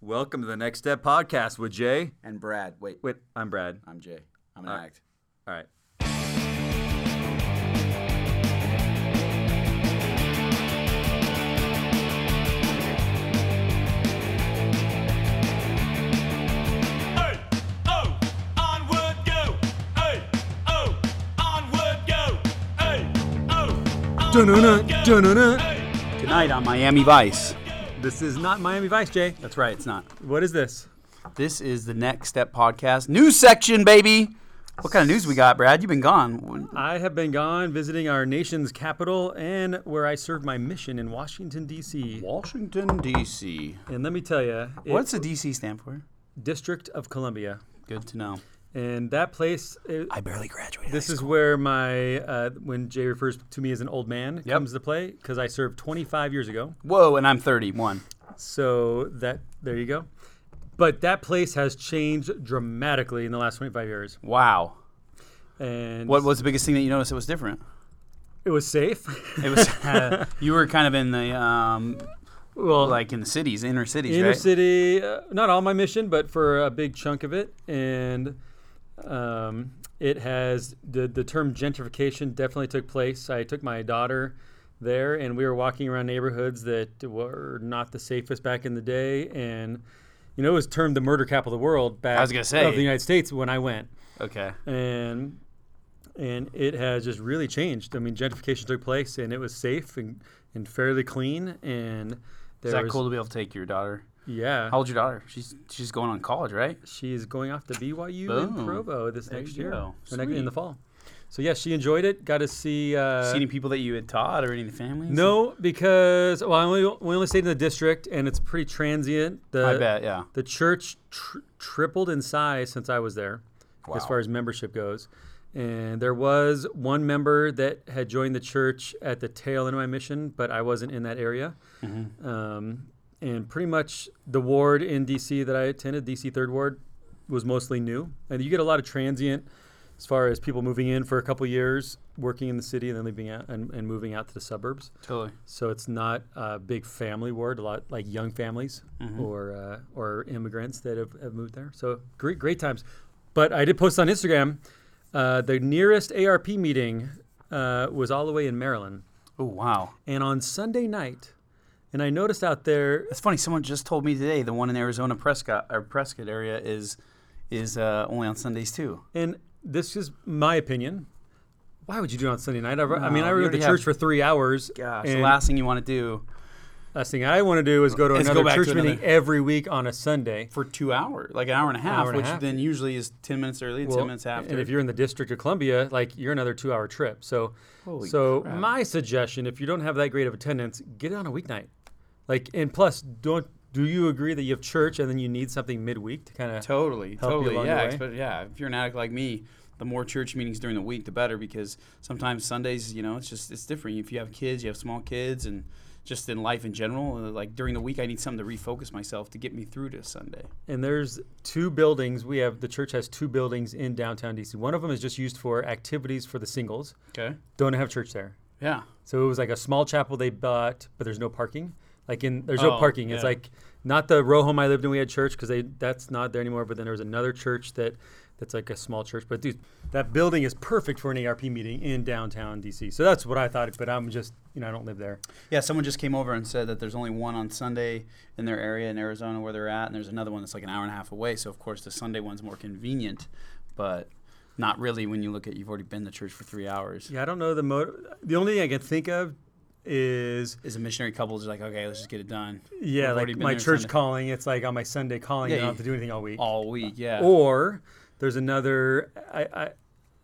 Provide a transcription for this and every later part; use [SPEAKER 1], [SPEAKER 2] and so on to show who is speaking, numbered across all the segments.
[SPEAKER 1] Welcome to the Next Step Podcast with Jay.
[SPEAKER 2] And Brad. Wait,
[SPEAKER 1] Wait, I'm Brad.
[SPEAKER 2] I'm Jay. I'm an
[SPEAKER 1] All right.
[SPEAKER 2] act.
[SPEAKER 1] All right.
[SPEAKER 3] Hey, oh, onward go. Hey, oh, onward go. Hey, oh, onward go. Hey,
[SPEAKER 2] Good night on Miami Vice.
[SPEAKER 1] This is not Miami Vice, Jay.
[SPEAKER 2] That's right, it's not.
[SPEAKER 1] What is this?
[SPEAKER 2] This is the Next Step Podcast news section, baby. What kind of news we got, Brad? You've been gone.
[SPEAKER 1] I have been gone visiting our nation's capital and where I served my mission in Washington, D.C.
[SPEAKER 2] Washington, D.C.
[SPEAKER 1] And let me tell you,
[SPEAKER 2] What's the D.C. stand for?
[SPEAKER 1] District of Columbia.
[SPEAKER 2] Good to know.
[SPEAKER 1] And that place, it-
[SPEAKER 2] I barely graduated.
[SPEAKER 1] this is where my, uh, when Jay refers to me as an old man, comes to play because I served 25 years ago.
[SPEAKER 2] Whoa, and I'm 31.
[SPEAKER 1] So that, there you go. But that place has changed dramatically in the last 25 years.
[SPEAKER 2] Wow.
[SPEAKER 1] And
[SPEAKER 2] What was the biggest thing that you noticed that was different?
[SPEAKER 1] it was safe.
[SPEAKER 2] It was uh, you were kind of in the um, well, like in the cities, inner cities,
[SPEAKER 1] inner
[SPEAKER 2] right?
[SPEAKER 1] city uh, not all my mission but for a big chunk of it and um, it has the, the term gentrification definitely took place i took my daughter there and we were walking around neighborhoods that were not the safest back in the day and you know it was termed the murder capital of the world back
[SPEAKER 2] was gonna say.
[SPEAKER 1] of the united states when i went
[SPEAKER 2] Okay.
[SPEAKER 1] and and it has just really changed. I mean, gentrification took place, and it was safe and, and fairly clean. And there
[SPEAKER 2] Is that
[SPEAKER 1] was,
[SPEAKER 2] cool to be able to take your daughter?
[SPEAKER 1] Yeah,
[SPEAKER 2] How old's your daughter? She's she's going on college, right?
[SPEAKER 1] She is going off to BYU in
[SPEAKER 2] Boom.
[SPEAKER 1] Provo this next
[SPEAKER 2] you
[SPEAKER 1] year,
[SPEAKER 2] go.
[SPEAKER 1] or next, in the
[SPEAKER 2] Sweet.
[SPEAKER 1] fall. So yeah, she enjoyed it. Got to see. Uh,
[SPEAKER 2] See any people that you had taught or any families?
[SPEAKER 1] no, because well, I only we only stayed in the district, and it's pretty transient. The,
[SPEAKER 2] I bet, yeah.
[SPEAKER 1] The church tr- tripled in size since I was there, as far as membership goes. And there was one member that had joined the church at the tail end of my mission, but I wasn't in that area. Um, and pretty much the ward in DC that I attended, DC Third Ward, was mostly new. And you get a lot of transient as far as people moving in for a couple years, working in the city, and then leaving out and, and moving out to the suburbs.
[SPEAKER 2] Totally.
[SPEAKER 1] So it's not a big family ward. A lot like young families
[SPEAKER 2] Mm-hmm.
[SPEAKER 1] or uh, or immigrants that have, have moved there. So great great times. But I did post on Instagram. Uh, the nearest ARP meeting uh, was all the way in Maryland,
[SPEAKER 2] Oh wow.
[SPEAKER 1] and on Sunday night, and I noticed out there.
[SPEAKER 2] That's funny. Someone just told me today the one in Arizona Prescott or Prescott area is is uh, only on Sundays too.
[SPEAKER 1] And this is my opinion. Why would you do it on Sunday night? I, I mean,
[SPEAKER 2] No,
[SPEAKER 1] I
[SPEAKER 2] you
[SPEAKER 1] were at the
[SPEAKER 2] already
[SPEAKER 1] church
[SPEAKER 2] have-
[SPEAKER 1] for three hours.
[SPEAKER 2] Gosh, the
[SPEAKER 1] and
[SPEAKER 2] last thing you want to do
[SPEAKER 1] last thing I want to do is go to
[SPEAKER 2] Is go
[SPEAKER 1] another
[SPEAKER 2] back to
[SPEAKER 1] church meeting
[SPEAKER 2] another-
[SPEAKER 1] every week on a Sunday.
[SPEAKER 2] for two hours, like an hour and a half,
[SPEAKER 1] hour and a
[SPEAKER 2] which
[SPEAKER 1] half.
[SPEAKER 2] then usually is ten minutes early and
[SPEAKER 1] Well,
[SPEAKER 2] ten minutes after.
[SPEAKER 1] And if you're in the District of Columbia, like you're another two hour trip. So,
[SPEAKER 2] Holy
[SPEAKER 1] so
[SPEAKER 2] crap.
[SPEAKER 1] my suggestion, if you don't have that great of attendance, get it on a weeknight. Like, and plus, don't do you agree that you have church and then you need something midweek to kind of
[SPEAKER 2] Totally,
[SPEAKER 1] help you
[SPEAKER 2] totally.
[SPEAKER 1] along
[SPEAKER 2] yeah,
[SPEAKER 1] the way.
[SPEAKER 2] expe- yeah. If you're an addict like me, the more church meetings during the week, the better because sometimes Sundays, you know, it's just it's different. If you have kids, you have small kids, and just in life in general, uh, like during the week, I need something to refocus myself to get me through to Sunday.
[SPEAKER 1] And there's two buildings. We have the church has two buildings in downtown DC. One of them is just used for activities for the singles.
[SPEAKER 2] Okay.
[SPEAKER 1] Don't have church there.
[SPEAKER 2] Yeah.
[SPEAKER 1] So it was like a small chapel they bought, but there's no parking. Like in there's no
[SPEAKER 2] Oh,
[SPEAKER 1] parking. It's
[SPEAKER 2] yeah.
[SPEAKER 1] like not the row home I lived in. We had church because they that's not there anymore. But then there was another church that that's like a small church. But dude, that building is perfect for an ARP meeting in downtown DC. So that's what I thought. But I'm just you know I don't live there.
[SPEAKER 2] Yeah. Someone just came over and said that there's only one on Sunday in their area in Arizona where they're at, and there's another one that's like an hour and a half away. So of course, the Sunday one's more convenient, but not really when you look at you've already been to church for three hours.
[SPEAKER 1] Yeah, I don't know the mo. The only thing I can think of is
[SPEAKER 2] Is a missionary couple just like okay, let's just get it done? We've
[SPEAKER 1] yeah,
[SPEAKER 2] already
[SPEAKER 1] like
[SPEAKER 2] been
[SPEAKER 1] my
[SPEAKER 2] there
[SPEAKER 1] church
[SPEAKER 2] Sunday.
[SPEAKER 1] calling. It's like on my Sunday calling.
[SPEAKER 2] Yeah,
[SPEAKER 1] I don't
[SPEAKER 2] you-
[SPEAKER 1] have to do anything all week.
[SPEAKER 2] all week. Yeah.
[SPEAKER 1] Or there's another. I, I,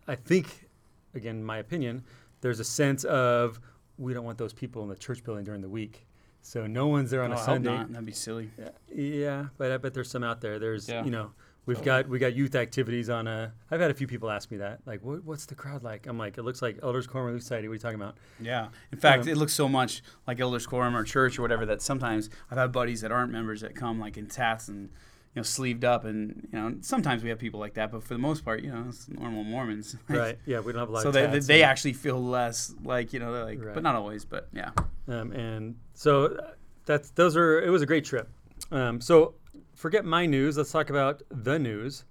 [SPEAKER 1] I think, again, my opinion. There's a sense of we don't want those people in the church building during the week, so no one's there on
[SPEAKER 2] Oh, I
[SPEAKER 1] a
[SPEAKER 2] hope
[SPEAKER 1] Sunday.
[SPEAKER 2] not. That'd be silly.
[SPEAKER 1] Yeah, but I bet there's some out there. There's
[SPEAKER 2] Yeah.
[SPEAKER 1] you know we've got we got youth activities on a. I've had a few people ask me that like what, what's the crowd like? I'm like it looks like Elders Quorum Relief Society. What are you talking about?
[SPEAKER 2] Yeah. In fact, it looks so much like elders quorum or church or whatever that sometimes I've had buddies that aren't members that come like in tats and you know sleeved up and you know sometimes we have people like that, but for the most part, you know, it's normal Mormons. Like,
[SPEAKER 1] Right. Yeah, we don't have a lot.
[SPEAKER 2] So
[SPEAKER 1] of
[SPEAKER 2] they, they,
[SPEAKER 1] tats
[SPEAKER 2] they
[SPEAKER 1] and-
[SPEAKER 2] actually feel less like you know they're like,
[SPEAKER 1] Right.
[SPEAKER 2] but not always, but yeah.
[SPEAKER 1] um, and so uh, that's those are it was a great trip um, so forget my news. Let's talk about the news.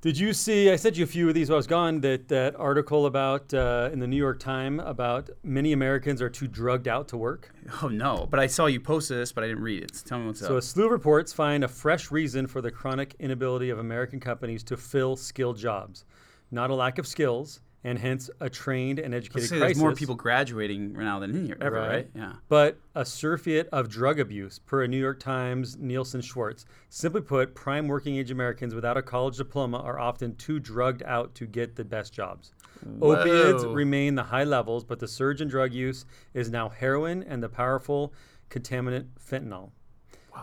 [SPEAKER 1] Did you see? I sent you a few of these while I was gone. That that article about uh, in the New York Times about many Americans are too drugged out to work.
[SPEAKER 2] Oh no! But I saw you post this, but I didn't read it. So tell me what's
[SPEAKER 1] So a
[SPEAKER 2] up.
[SPEAKER 1] slew of reports find a fresh reason for the chronic inability of American companies to fill skilled jobs, not a lack of skills, and hence a trained and educated
[SPEAKER 2] Let's say
[SPEAKER 1] crisis.
[SPEAKER 2] there's more people graduating right now than any- ever, right? Yeah.
[SPEAKER 1] But a surfeit of drug abuse, per a New York Times Nielsen Schwartz. Simply put, prime working age Americans without a college diploma are often too drugged out to get the best jobs. Opiates
[SPEAKER 2] Whoa.
[SPEAKER 1] remain the high levels, but the surge in drug use is now heroin and the powerful contaminant fentanyl.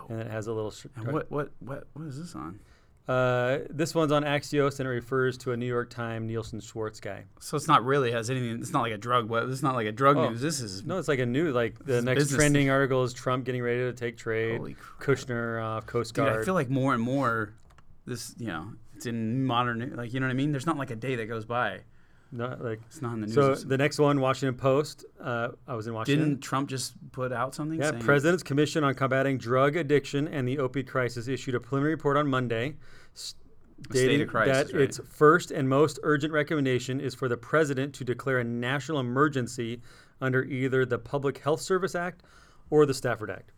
[SPEAKER 1] And it has a little. sh-
[SPEAKER 2] And what what what what is this on?
[SPEAKER 1] Uh, this one's on Axios and it refers to a New York Times Nielsen Schwartz guy.
[SPEAKER 2] So it's not really has anything. It's not like a drug. web- It's not like a drug
[SPEAKER 1] Oh.
[SPEAKER 2] news. This is
[SPEAKER 1] No, it's like a new like the
[SPEAKER 2] is
[SPEAKER 1] next
[SPEAKER 2] business.
[SPEAKER 1] trending article is Trump getting ready to take trade.
[SPEAKER 2] Holy crap.
[SPEAKER 1] Kushner off Coast
[SPEAKER 2] Dude,
[SPEAKER 1] Guard.
[SPEAKER 2] I feel like more and more, this you know, it's in modern like you know what I mean. There's not like a day that goes by.
[SPEAKER 1] Not like
[SPEAKER 2] It's not in the news.
[SPEAKER 1] so.
[SPEAKER 2] It's-
[SPEAKER 1] The next one, Washington Post. Uh, I was in Washington.
[SPEAKER 2] Didn't Trump just put out something?
[SPEAKER 1] yeah,
[SPEAKER 2] saying,
[SPEAKER 1] President's Commission on Combating Drug Addiction and the Opioid Crisis issued a preliminary report on Monday,
[SPEAKER 2] state
[SPEAKER 1] stating
[SPEAKER 2] of crisis,
[SPEAKER 1] that
[SPEAKER 2] right?
[SPEAKER 1] its first and most urgent recommendation is for the president to declare a national emergency under either the Public Health Service Act or the Stafford Act.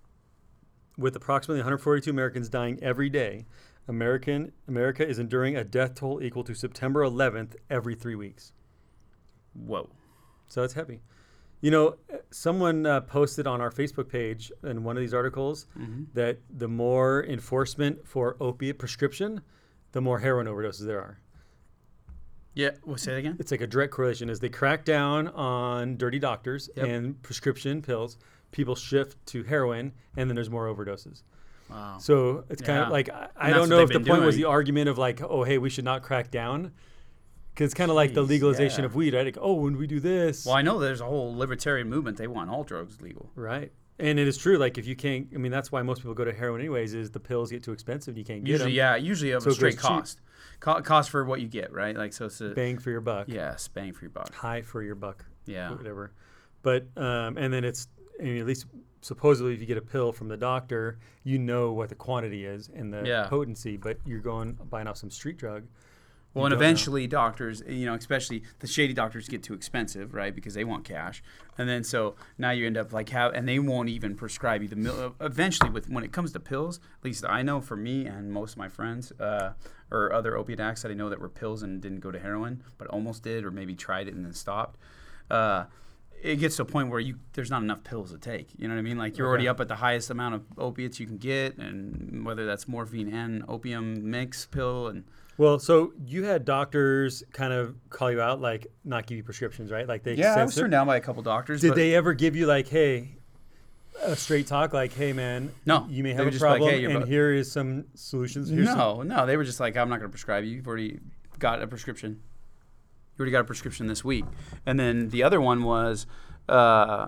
[SPEAKER 1] With approximately 142 Americans dying every day, American America is enduring a death toll equal to September 11th every three weeks.
[SPEAKER 2] Whoa.
[SPEAKER 1] So that's heavy. You know, uh, someone uh, posted on our Facebook page in one of these articles
[SPEAKER 2] Mm-hmm.
[SPEAKER 1] that the more enforcement for opiate prescription, the more heroin overdoses there are.
[SPEAKER 2] Yeah. Well, say that again.
[SPEAKER 1] It's like a direct correlation. As they crack down on dirty doctors
[SPEAKER 2] Yep.
[SPEAKER 1] and prescription pills, people shift to heroin, and then there's more overdoses.
[SPEAKER 2] Wow.
[SPEAKER 1] So it's kind
[SPEAKER 2] Yeah.
[SPEAKER 1] of like I, I
[SPEAKER 2] And that's
[SPEAKER 1] don't
[SPEAKER 2] what
[SPEAKER 1] know if the
[SPEAKER 2] they've
[SPEAKER 1] point
[SPEAKER 2] been
[SPEAKER 1] was the
[SPEAKER 2] doing.
[SPEAKER 1] argument of like, oh hey, we should not crack down, because it's kind of like the
[SPEAKER 2] Jeez,
[SPEAKER 1] legalization
[SPEAKER 2] yeah.
[SPEAKER 1] of weed, right? Like, oh, when we do this,
[SPEAKER 2] Well, I know there's a whole libertarian movement. They want all drugs legal.
[SPEAKER 1] Right. And it is true. Like if you can't, I mean, that's why most people go to heroin anyways. Is the pills get too expensive and you can't get
[SPEAKER 2] Usually,
[SPEAKER 1] them.
[SPEAKER 2] yeah. Usually of
[SPEAKER 1] So it
[SPEAKER 2] a
[SPEAKER 1] goes
[SPEAKER 2] straight
[SPEAKER 1] cheap.
[SPEAKER 2] cost. Co- cost for what you get, right? Like so. It's a,
[SPEAKER 1] Bang for your buck.
[SPEAKER 2] yeah, bang for your buck.
[SPEAKER 1] High for your buck.
[SPEAKER 2] Yeah.
[SPEAKER 1] Whatever. But um, and then it's I mean, at least supposedly if you get a pill from the doctor, you know what the quantity is and the
[SPEAKER 2] Yeah.
[SPEAKER 1] potency. But you're going buying off some street drug.
[SPEAKER 2] Well, and
[SPEAKER 1] don't know.
[SPEAKER 2] eventually, doctors, you know, especially the shady doctors get too expensive, right? Because they want cash, and then so now you end up like how, and they won't even prescribe you the mil- Eventually, with when it comes to pills, at least I know for me and most of my friends uh, or other opiate acts that I know that were pills and didn't go to heroin, but almost did, or maybe tried it and then stopped. Uh, it gets to a point where you there's not enough pills to take. You know what I mean? Like you're already up at the highest amount of opiates you can get, and whether that's morphine and opium mix pill and
[SPEAKER 1] Well, so you had doctors kind of call you out, like not give you prescriptions, right? Like they
[SPEAKER 2] Yeah, I was
[SPEAKER 1] censor-
[SPEAKER 2] turned down by a couple doctors.
[SPEAKER 1] Did
[SPEAKER 2] but
[SPEAKER 1] they ever give you like, hey, a straight talk like, hey man,
[SPEAKER 2] No.
[SPEAKER 1] you may
[SPEAKER 2] They
[SPEAKER 1] have
[SPEAKER 2] were
[SPEAKER 1] a
[SPEAKER 2] just like,
[SPEAKER 1] problem,
[SPEAKER 2] "Hey, you're
[SPEAKER 1] and
[SPEAKER 2] bu-
[SPEAKER 1] here is some solutions. Here's some-
[SPEAKER 2] No, no, they were just like, I'm not going to prescribe you. You've already got a prescription. You already got a prescription this week. And then the other one was, uh,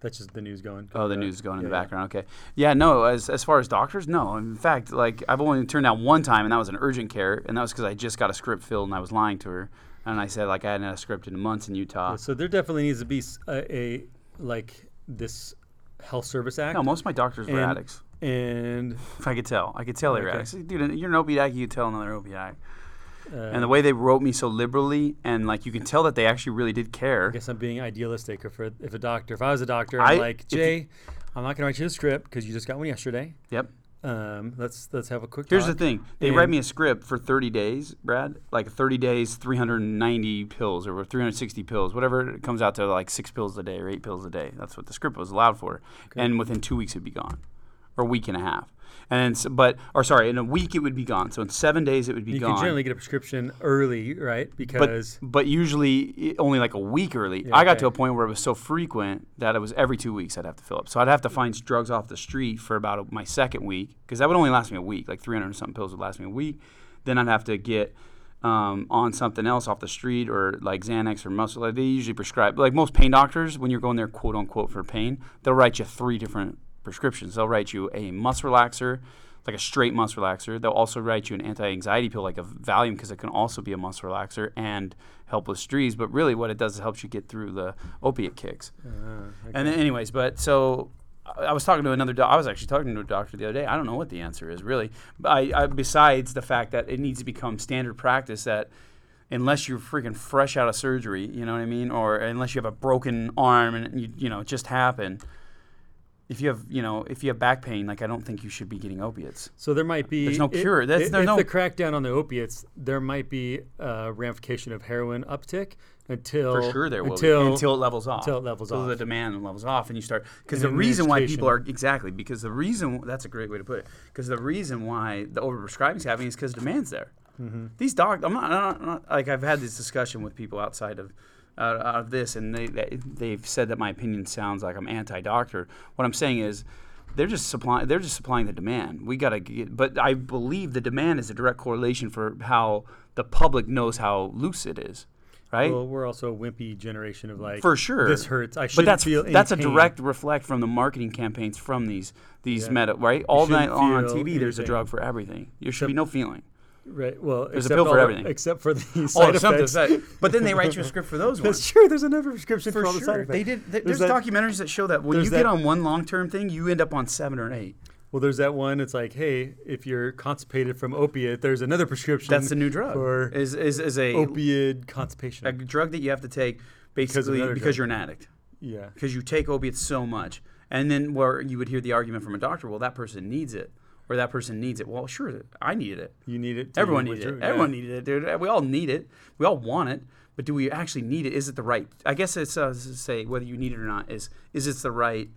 [SPEAKER 1] that's just the news going.
[SPEAKER 2] oh, the news is going in the
[SPEAKER 1] yeah, yeah.
[SPEAKER 2] background. Okay, yeah, no. As as far as doctors, no. In fact, like I've only turned down one time, and that was an urgent care, and that was because I just got a script filled and I was lying to her, and I said like I hadn't had a script in months in Utah.
[SPEAKER 1] So there definitely needs to be s- a, a- like this health service act.
[SPEAKER 2] No, most of my doctors were
[SPEAKER 1] and,
[SPEAKER 2] addicts.
[SPEAKER 1] And
[SPEAKER 2] If I could tell, I could tell they were
[SPEAKER 1] Okay.
[SPEAKER 2] addicts. Dude, you're an opiate, you could tell another opiate.
[SPEAKER 1] uh,
[SPEAKER 2] and the way they wrote me so liberally and like you can tell that they actually really did care
[SPEAKER 1] I guess I'm being idealistic. If a, if a doctor, if I was a doctor, I'm
[SPEAKER 2] I-
[SPEAKER 1] like
[SPEAKER 2] if you-
[SPEAKER 1] Jay, I'm not gonna write you a script because you just got one yesterday.
[SPEAKER 2] yep
[SPEAKER 1] Um, let's let's have a quick.
[SPEAKER 2] here's
[SPEAKER 1] talk.
[SPEAKER 2] the thing they write
[SPEAKER 1] And-
[SPEAKER 2] me a script for 30 days brad like 30 days 390 pills or 360 pills whatever it comes out to like six pills a day or eight pills a day that's what the script was allowed for and within two weeks it'd be gone or a week and a half and s but or sorry in a week it would be gone so in seven days it would be
[SPEAKER 1] You
[SPEAKER 2] gone
[SPEAKER 1] can generally get a prescription early, right?
[SPEAKER 2] but,
[SPEAKER 1] Because
[SPEAKER 2] but usually i- only like a week early. I got
[SPEAKER 1] okay.
[SPEAKER 2] to a point where it was so frequent that it was every two weeks I'd have to fill up. So I'd have to find s- drugs off the street for about a, my second week because that would only last me a week. Like 300 and something pills would last me a week. Then I'd have to get um, on something else off the street or like Xanax or muscle. Like they usually prescribe, like most pain doctors, when you're going there quote unquote for pain, they'll write you three different prescriptions. They'll write you a muscle relaxer like a straight muscle relaxer. They'll also write you an anti-anxiety pill like a Valium because it can also be a muscle relaxer and help with strees. But really, what it does is helps you get through the opiate kicks. And then, anyways, but so I- I was talking to another doc. I was actually talking to a doctor the other day. I don't know what the answer is really. But I, I besides the fact that it needs to become standard practice that unless you're freaking fresh out of surgery, you know what I mean, or unless you have a broken arm and you you know it just happened. If you have you know if you have back pain, like I don't think you should be getting opiates.
[SPEAKER 1] So there might be
[SPEAKER 2] There's no
[SPEAKER 1] i-
[SPEAKER 2] cure. That's-
[SPEAKER 1] i-
[SPEAKER 2] there's
[SPEAKER 1] if
[SPEAKER 2] no-
[SPEAKER 1] the crackdown on the opiates, there might be a ramification of heroin uptick until
[SPEAKER 2] For sure, there will
[SPEAKER 1] until,
[SPEAKER 2] be until it levels off.
[SPEAKER 1] until it levels
[SPEAKER 2] Until
[SPEAKER 1] off.
[SPEAKER 2] the demand levels off, and you start because
[SPEAKER 1] And
[SPEAKER 2] the
[SPEAKER 1] then the
[SPEAKER 2] reason why people are
[SPEAKER 1] education.
[SPEAKER 2] exactly because the reason that's a great way to put it because the reason why the overprescribing is happening is because demand's there.
[SPEAKER 1] Mm-hmm.
[SPEAKER 2] These dogs, I'm not, I'm, not, I'm not like I've had this discussion with people outside of. Out out of this, and they they- they've said that my opinion sounds like I'm anti-doctor. What I'm saying is, they're just supplying they're just supplying the demand. We gotta get, but I believe the demand is a direct correlation for how the public knows how loose it is, right?
[SPEAKER 1] Well, we're also a wimpy generation of like
[SPEAKER 2] for sure.
[SPEAKER 1] This hurts. I
[SPEAKER 2] but
[SPEAKER 1] shouldn't
[SPEAKER 2] that's
[SPEAKER 1] feel any
[SPEAKER 2] that's a
[SPEAKER 1] pain.
[SPEAKER 2] direct reflect from the marketing campaigns from these these
[SPEAKER 1] Yeah.
[SPEAKER 2] meta right all night
[SPEAKER 1] shouldn't
[SPEAKER 2] long on
[SPEAKER 1] feel
[SPEAKER 2] TV. There's a
[SPEAKER 1] anything.
[SPEAKER 2] drug for everything. There should be no feeling.
[SPEAKER 1] Right. Well,
[SPEAKER 2] There's a
[SPEAKER 1] except
[SPEAKER 2] pill for
[SPEAKER 1] all the-
[SPEAKER 2] everything. Oh,
[SPEAKER 1] except for the side effects.
[SPEAKER 2] But then they write you a script for those
[SPEAKER 1] That's
[SPEAKER 2] ones.
[SPEAKER 1] true. There's another prescription for,
[SPEAKER 2] For
[SPEAKER 1] all the side
[SPEAKER 2] sure,
[SPEAKER 1] effects.
[SPEAKER 2] they did. th-
[SPEAKER 1] There's that-
[SPEAKER 2] There's, documentaries that show that when
[SPEAKER 1] there's
[SPEAKER 2] you get
[SPEAKER 1] that-
[SPEAKER 2] on one long-term thing, you end up on seven or eight.
[SPEAKER 1] Well, there's that one. It's like, hey, if you're constipated from opiate, there's another prescription.
[SPEAKER 2] That's the new drug.
[SPEAKER 1] for
[SPEAKER 2] is is, is a,
[SPEAKER 1] opiate
[SPEAKER 2] a
[SPEAKER 1] constipation.
[SPEAKER 2] drug that you have to take basically
[SPEAKER 1] another
[SPEAKER 2] because
[SPEAKER 1] drug.
[SPEAKER 2] you're an addict.
[SPEAKER 1] Yeah.
[SPEAKER 2] because you take opiates so much. And then where you would hear the argument from a doctor, well, that person needs it, or that person needs it. Well, sure, I needed it.
[SPEAKER 1] You need it. till
[SPEAKER 2] Everyone
[SPEAKER 1] you
[SPEAKER 2] needed it.
[SPEAKER 1] withdrew, yeah.
[SPEAKER 2] Everyone needed it, dude. Uh, We all need it. We all want it. But do we actually need it? Is it the right? I guess it's uh, s- say whether you need it or not is is it the right?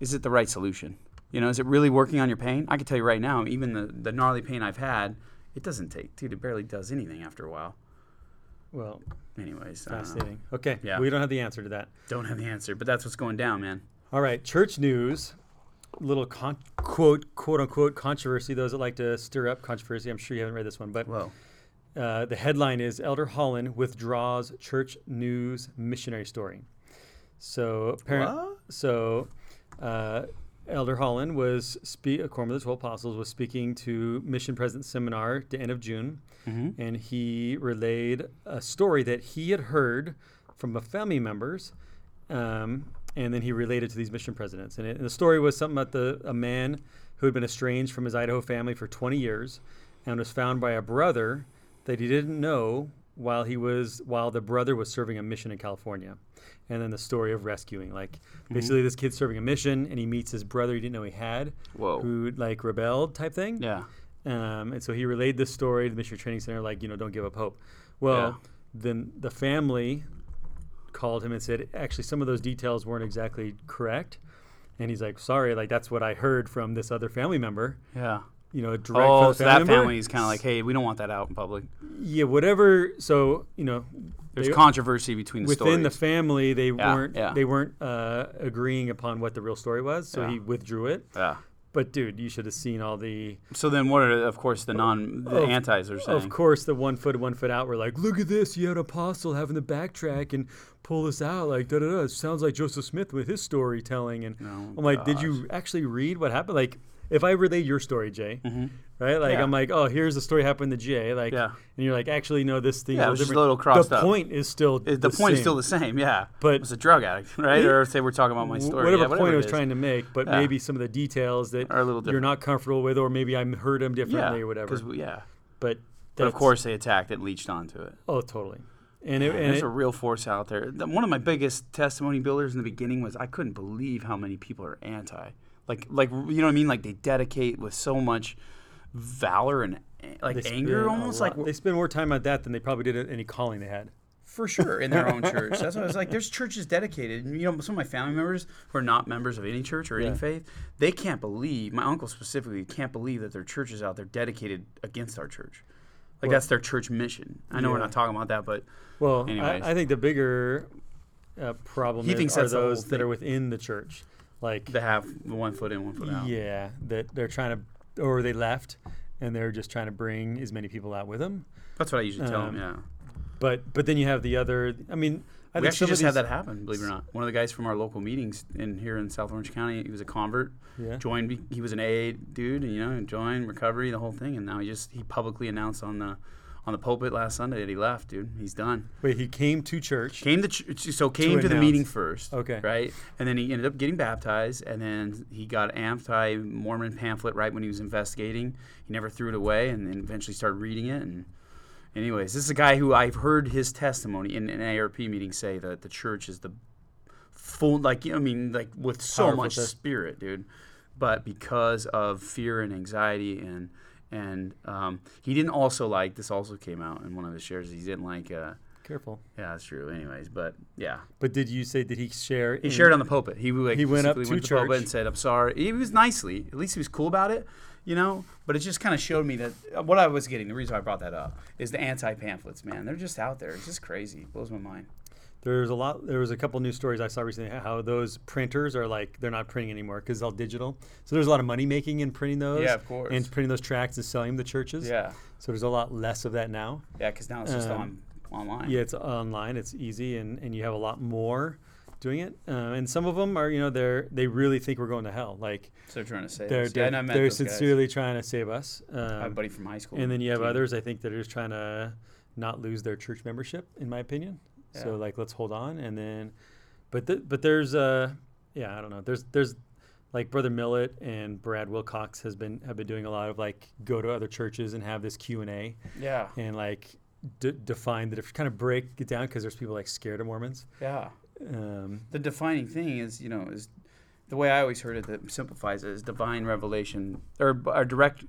[SPEAKER 2] Is it the right solution? You know, is it really working on your pain? I can tell you right now, even the, the gnarly pain I've had, it doesn't take, dude. It barely does anything after a while.
[SPEAKER 1] Well,
[SPEAKER 2] Anyways, I don't know.
[SPEAKER 1] fascinating. Okay.
[SPEAKER 2] Yeah.
[SPEAKER 1] We don't have the answer to that.
[SPEAKER 2] don't have the answer, but that's what's going down, man.
[SPEAKER 1] All right, church news. Little con- quote, quote unquote controversy. Those that like to stir up controversy. I'm sure you haven't read this one, but
[SPEAKER 2] Whoa.
[SPEAKER 1] uh, the headline is Elder Holland withdraws church news missionary story. So apparently,
[SPEAKER 2] What?
[SPEAKER 1] so uh, Elder Holland was spe- a Quorum of the Twelve Apostles was speaking to Mission President Seminar at the end of June, and he relayed a story that he had heard from a family members, um, and then he related to these mission presidents. And, it, and the story was something about the a man who had been estranged from his Idaho family for 20 years, and was found by a brother that he didn't know while he was while the brother was serving a mission in California. And then the story of rescuing. Like
[SPEAKER 2] Mm-hmm.
[SPEAKER 1] basically this kid's serving a mission and he meets his brother he didn't know he had
[SPEAKER 2] Whoa.
[SPEAKER 1] who like rebelled type thing.
[SPEAKER 2] Yeah.
[SPEAKER 1] Um, and so he relayed this story to the Missionary Training Center, like, you know, don't give up hope. Well,
[SPEAKER 2] Yeah.
[SPEAKER 1] then the family called him and said, actually, some of those details weren't exactly correct. And he's like, sorry, like, that's what I heard from this other family member.
[SPEAKER 2] Yeah.
[SPEAKER 1] You know, direct
[SPEAKER 2] Oh,
[SPEAKER 1] from the
[SPEAKER 2] so that
[SPEAKER 1] member.
[SPEAKER 2] family is kind of like, hey, we don't want that out in public.
[SPEAKER 1] Yeah, whatever. So, you know,
[SPEAKER 2] There's
[SPEAKER 1] they-
[SPEAKER 2] controversy between the
[SPEAKER 1] within the
[SPEAKER 2] stories.
[SPEAKER 1] family, they
[SPEAKER 2] Yeah,
[SPEAKER 1] weren't
[SPEAKER 2] yeah.
[SPEAKER 1] they weren't uh, agreeing upon what the real story was. So
[SPEAKER 2] Yeah.
[SPEAKER 1] he withdrew it.
[SPEAKER 2] yeah.
[SPEAKER 1] But dude, you should have seen all the.
[SPEAKER 2] So then, what are, of course, the non, the
[SPEAKER 1] Of-
[SPEAKER 2] antis are saying?
[SPEAKER 1] Of course, the one foot, one foot out were like, look at this. You had an apostle having to backtrack and pull this out. Like, da da da. It sounds like Joseph Smith with his storytelling. And
[SPEAKER 2] Oh,
[SPEAKER 1] I'm like, did you actually read what happened? Like, if I relay your story, Jay, right? Like,
[SPEAKER 2] Mm-hmm. Yeah.
[SPEAKER 1] I'm like, oh, here's the story happened to Jay. Like,
[SPEAKER 2] Yeah.
[SPEAKER 1] and you're like, actually, no, this thing.
[SPEAKER 2] Yeah, it
[SPEAKER 1] was
[SPEAKER 2] was just a
[SPEAKER 1] different.
[SPEAKER 2] little crossed
[SPEAKER 1] the
[SPEAKER 2] up.
[SPEAKER 1] point is still
[SPEAKER 2] Uh, the, point is still
[SPEAKER 1] same.
[SPEAKER 2] the same, yeah.
[SPEAKER 1] But-
[SPEAKER 2] it's a drug addict, right?
[SPEAKER 1] Yeah.
[SPEAKER 2] Or say we're talking about my
[SPEAKER 1] w-
[SPEAKER 2] story,
[SPEAKER 1] whatever,
[SPEAKER 2] yeah,
[SPEAKER 1] point I
[SPEAKER 2] it
[SPEAKER 1] was
[SPEAKER 2] is.
[SPEAKER 1] trying to make, but
[SPEAKER 2] Yeah.
[SPEAKER 1] maybe some of the details that
[SPEAKER 2] Are a little
[SPEAKER 1] you're not comfortable with, or maybe I m- heard them
[SPEAKER 2] yeah,
[SPEAKER 1] differently or
[SPEAKER 2] 'cause
[SPEAKER 1] whatever.
[SPEAKER 2] we- yeah.
[SPEAKER 1] But,
[SPEAKER 2] But of
[SPEAKER 1] that's-
[SPEAKER 2] course, they attacked it, leached onto it.
[SPEAKER 1] oh, totally. And it, and
[SPEAKER 2] There's
[SPEAKER 1] it,
[SPEAKER 2] a real force out there. The- One of my biggest testimony builders in the beginning was I couldn't believe how many people are anti. Like, like you know what I mean? Like they dedicate with so much valor and eh, like
[SPEAKER 1] they
[SPEAKER 2] anger,
[SPEAKER 1] spend a
[SPEAKER 2] almost
[SPEAKER 1] lot-
[SPEAKER 2] like
[SPEAKER 1] they spend more time on that than they probably did at any calling they had.
[SPEAKER 2] for sure in their own church. That's what I was like. There's churches dedicated. And, you know, some of my family members who are not members of any church or
[SPEAKER 1] Yeah.
[SPEAKER 2] any faith, they can't believe. My uncle specifically can't believe that their church is out there dedicated against our church. Like that's their church mission. I know we're
[SPEAKER 1] Yeah.
[SPEAKER 2] not talking about that, but
[SPEAKER 1] Well,
[SPEAKER 2] Anyways.
[SPEAKER 1] I, I think the bigger uh, problem
[SPEAKER 2] He
[SPEAKER 1] is
[SPEAKER 2] thinks
[SPEAKER 1] are
[SPEAKER 2] that's the whole
[SPEAKER 1] those that
[SPEAKER 2] thing.
[SPEAKER 1] are within the church, like
[SPEAKER 2] they have one foot in, one foot out.
[SPEAKER 1] yeah, that they're trying to, or they left, and they're just trying to bring as many people out with them.
[SPEAKER 2] That's what I usually tell
[SPEAKER 1] Um,
[SPEAKER 2] them. Yeah.
[SPEAKER 1] But but then you have the other. I mean, I
[SPEAKER 2] we
[SPEAKER 1] think some
[SPEAKER 2] actually
[SPEAKER 1] of
[SPEAKER 2] just had
[SPEAKER 1] these-
[SPEAKER 2] that happen, believe it or not. One of the guys from our local meetings in here in South Orange County, he was a convert.
[SPEAKER 1] Yeah.
[SPEAKER 2] Joined. be- He was an AA dude, and you know, joined recovery, the whole thing, and now he just he publicly announced on the on the pulpit last Sunday that he left, dude. He's done.
[SPEAKER 1] Wait, he came to church.
[SPEAKER 2] Came to ch- so came to, the
[SPEAKER 1] announce.
[SPEAKER 2] meeting first.
[SPEAKER 1] Okay.
[SPEAKER 2] Right, and then he ended up getting baptized, and then he got an anti-Mormon pamphlet right when he was investigating. He never threw it away, and then eventually started reading it. And anyways, this is a guy who I've heard his testimony in an ARP meeting say that the church is the full like I mean like with so
[SPEAKER 1] Powerful
[SPEAKER 2] much
[SPEAKER 1] test-
[SPEAKER 2] spirit, dude. But because of fear and anxiety and and um, he didn't also like this also came out in one of his shares. He didn't like uh,
[SPEAKER 1] Careful.
[SPEAKER 2] yeah, that's true. Anyways, but yeah,
[SPEAKER 1] But did you say did he share?
[SPEAKER 2] he shared on the pulpit. He like
[SPEAKER 1] He went up
[SPEAKER 2] basically
[SPEAKER 1] to
[SPEAKER 2] the pulpit
[SPEAKER 1] church.
[SPEAKER 2] and said, "I'm sorry." He was nicely. At least he was cool about it, you know. But it just kind of showed me that uh, what I was getting. The reason why I brought that up is the anti pamphlets. Man, they're just out there. It's just crazy. It blows my mind.
[SPEAKER 1] There's a lot. There was a couple news stories I saw recently how those printers are like they're not printing anymore because it's all digital. So there's a lot of money making in printing those.
[SPEAKER 2] Yeah, of course.
[SPEAKER 1] And printing those tracts and selling them to churches.
[SPEAKER 2] Yeah,
[SPEAKER 1] So there's a lot less of that now.
[SPEAKER 2] yeah. Because now it's just
[SPEAKER 1] Um,
[SPEAKER 2] on online.
[SPEAKER 1] Yeah, it's online. It's easy, and, and you have a lot more doing it. Um, and some of them are, you know, they're they really think we're going to hell. Like
[SPEAKER 2] So they're trying to say
[SPEAKER 1] they're
[SPEAKER 2] this. Yeah,
[SPEAKER 1] they're,
[SPEAKER 2] and I met
[SPEAKER 1] they're
[SPEAKER 2] those guys.
[SPEAKER 1] sincerely trying to save us.
[SPEAKER 2] I have a
[SPEAKER 1] Um,
[SPEAKER 2] buddy from high school.
[SPEAKER 1] and then you have
[SPEAKER 2] too.
[SPEAKER 1] others I think that are just trying to not lose their church membership, in my opinion.
[SPEAKER 2] Yeah.
[SPEAKER 1] So like, let's hold on, and then, but th- but there's uh yeah I don't know there's there's like brother Millet and Brad Wilcox has been have been doing a lot of like go to other churches and have this Q and A
[SPEAKER 2] Yeah,
[SPEAKER 1] and like d- define the different kind of break it down because there's people like scared of Mormons.
[SPEAKER 2] yeah.
[SPEAKER 1] Um,
[SPEAKER 2] the defining thing is you know is the way I always heard it that simplifies it is divine revelation or, b- or direct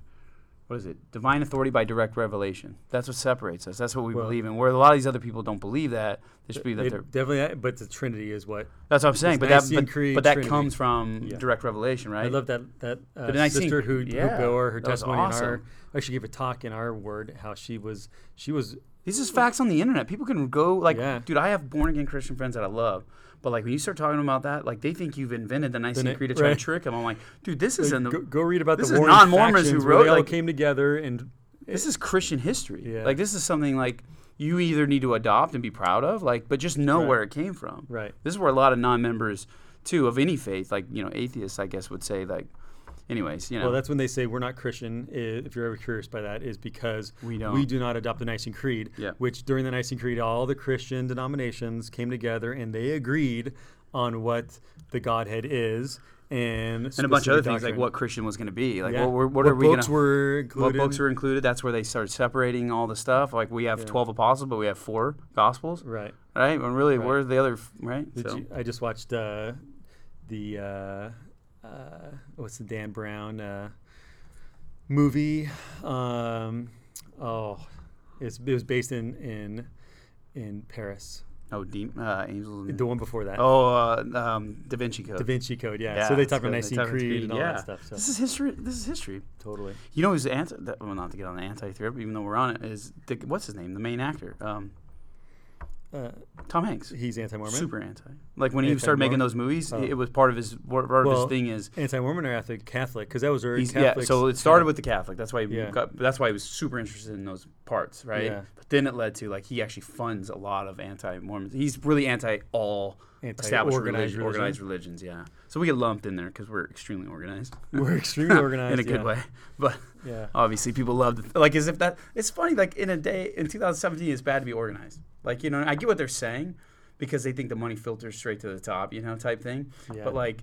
[SPEAKER 2] what is it divine authority by direct revelation that's what separates us that's what we
[SPEAKER 1] Well-
[SPEAKER 2] believe in where a lot of these other people don't believe that they just believe that
[SPEAKER 1] it
[SPEAKER 2] they're
[SPEAKER 1] definitely, but the Trinity is what
[SPEAKER 2] that's what I'm saying but that
[SPEAKER 1] Nicene
[SPEAKER 2] but,
[SPEAKER 1] Creed,
[SPEAKER 2] but that
[SPEAKER 1] Trinity.
[SPEAKER 2] comes from
[SPEAKER 1] Yeah.
[SPEAKER 2] direct revelation right
[SPEAKER 1] I love that that uh,
[SPEAKER 2] But then I think-
[SPEAKER 1] sister who,
[SPEAKER 2] yeah,
[SPEAKER 1] who bore her
[SPEAKER 2] that was
[SPEAKER 1] testimony in our
[SPEAKER 2] awesome.
[SPEAKER 1] actually gave a talk in our word how she was she was uh,
[SPEAKER 2] These is facts on the internet. People can go like,
[SPEAKER 1] Yeah.
[SPEAKER 2] dude, I have born again Christian friends that I love, but like when you start talking about that, like they think you've invented the Nicene
[SPEAKER 1] Then it-
[SPEAKER 2] Creed to try
[SPEAKER 1] right.
[SPEAKER 2] to trick them. I'm like, dude, this is in the,
[SPEAKER 1] go, go read about
[SPEAKER 2] this
[SPEAKER 1] the
[SPEAKER 2] is
[SPEAKER 1] warring
[SPEAKER 2] non-Mormons who
[SPEAKER 1] factions where they
[SPEAKER 2] wrote,
[SPEAKER 1] all
[SPEAKER 2] like-
[SPEAKER 1] came together and
[SPEAKER 2] this is Christian history.
[SPEAKER 1] Yeah.
[SPEAKER 2] Like this is something like you either need to adopt and be proud of, like, but just know
[SPEAKER 1] Right.
[SPEAKER 2] where it came from.
[SPEAKER 1] Right.
[SPEAKER 2] This is where a lot of non-members too of any faith, like you know, atheists, I guess, would say like, anyways, you know,
[SPEAKER 1] well that's when they say we're not Christian i- if you're ever curious by that is because
[SPEAKER 2] We don't.
[SPEAKER 1] we do not adopt the Nicene Creed
[SPEAKER 2] Yeah.
[SPEAKER 1] which during the Nicene Creed all the Christian denominations came together and they agreed on what the Godhead is and
[SPEAKER 2] and a bunch of other things like what Christian was going to be, like what, what, what are we going
[SPEAKER 1] books
[SPEAKER 2] to
[SPEAKER 1] were included
[SPEAKER 2] What books were included? That's where they started separating all the stuff. Like we have twelve apostles, but we have four gospels,
[SPEAKER 1] right
[SPEAKER 2] right? And really, where's the other? f- Right?
[SPEAKER 1] Did
[SPEAKER 2] So-
[SPEAKER 1] you, I just watched uh, the uh, uh, what's the Dan Brown uh, movie? Um, oh, it's, it was based in in in Paris.
[SPEAKER 2] oh, deep uh, angels. And,
[SPEAKER 1] The one before that,
[SPEAKER 2] oh, uh, um, Da Vinci Code.
[SPEAKER 1] Da Vinci Code. Yeah. so they
[SPEAKER 2] that's
[SPEAKER 1] talk about
[SPEAKER 2] good. They
[SPEAKER 1] Nicene
[SPEAKER 2] talk about
[SPEAKER 1] Creed,
[SPEAKER 2] Creed,
[SPEAKER 1] and all
[SPEAKER 2] yeah.
[SPEAKER 1] that stuff. So
[SPEAKER 2] This is history. This is history.
[SPEAKER 1] totally.
[SPEAKER 2] You know who's anti? That, well, not to get on the anti-theory, but even though we're on it, is the, what's his name? The main actor, um,
[SPEAKER 1] Uh,
[SPEAKER 2] Tom Hanks.
[SPEAKER 1] he's anti-Mormon.
[SPEAKER 2] Super anti. Like when he started making
[SPEAKER 1] Anti-Mormon?
[SPEAKER 2] those movies,
[SPEAKER 1] Oh.
[SPEAKER 2] it was part of his part of
[SPEAKER 1] Well,
[SPEAKER 2] his thing is
[SPEAKER 1] Anti-Mormon or Catholic? Catholic, because that was already
[SPEAKER 2] He's,
[SPEAKER 1] Catholic.
[SPEAKER 2] yeah, so it started with the Catholic. That's why he
[SPEAKER 1] Yeah.
[SPEAKER 2] got, that's why he was super interested in those parts, right?
[SPEAKER 1] Yeah.
[SPEAKER 2] But then it led to like he actually funds a lot of anti-Mormons. He's really anti all established
[SPEAKER 1] Anti-organized religion.
[SPEAKER 2] religion- organized religions. Yeah, so we get lumped in there because we're extremely organized
[SPEAKER 1] we're extremely organized
[SPEAKER 2] in a good
[SPEAKER 1] yeah.
[SPEAKER 2] way. But
[SPEAKER 1] Yeah.
[SPEAKER 2] obviously, people love the, like as if that it's funny. Like in a day in 2017, it's bad to be organized. Like you know, I get what they're saying because they think the money filters straight to the top, you know, type thing.
[SPEAKER 1] Yeah.
[SPEAKER 2] But like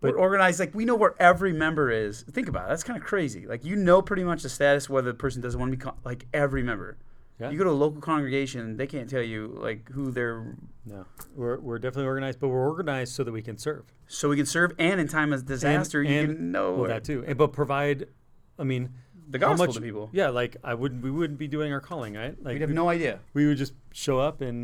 [SPEAKER 1] But-
[SPEAKER 2] we're organized. Like we know where every member is. Think about it. That's kind of crazy. Like you know pretty much the status whether the person doesn't want to be con- like every member.
[SPEAKER 1] Yeah.
[SPEAKER 2] You go to a local congregation, they can't tell you like who they're.
[SPEAKER 1] No, we're we're definitely organized, but we're organized so that we can serve.
[SPEAKER 2] So we can serve, and in time of disaster, you can know
[SPEAKER 1] well,
[SPEAKER 2] where-
[SPEAKER 1] that too, and, but provide. I mean,
[SPEAKER 2] the
[SPEAKER 1] how
[SPEAKER 2] gospel
[SPEAKER 1] much-
[SPEAKER 2] to people.
[SPEAKER 1] Yeah, like I wouldn't. We wouldn't be doing our calling, right? Like
[SPEAKER 2] We'd have no idea.
[SPEAKER 1] we would just show up and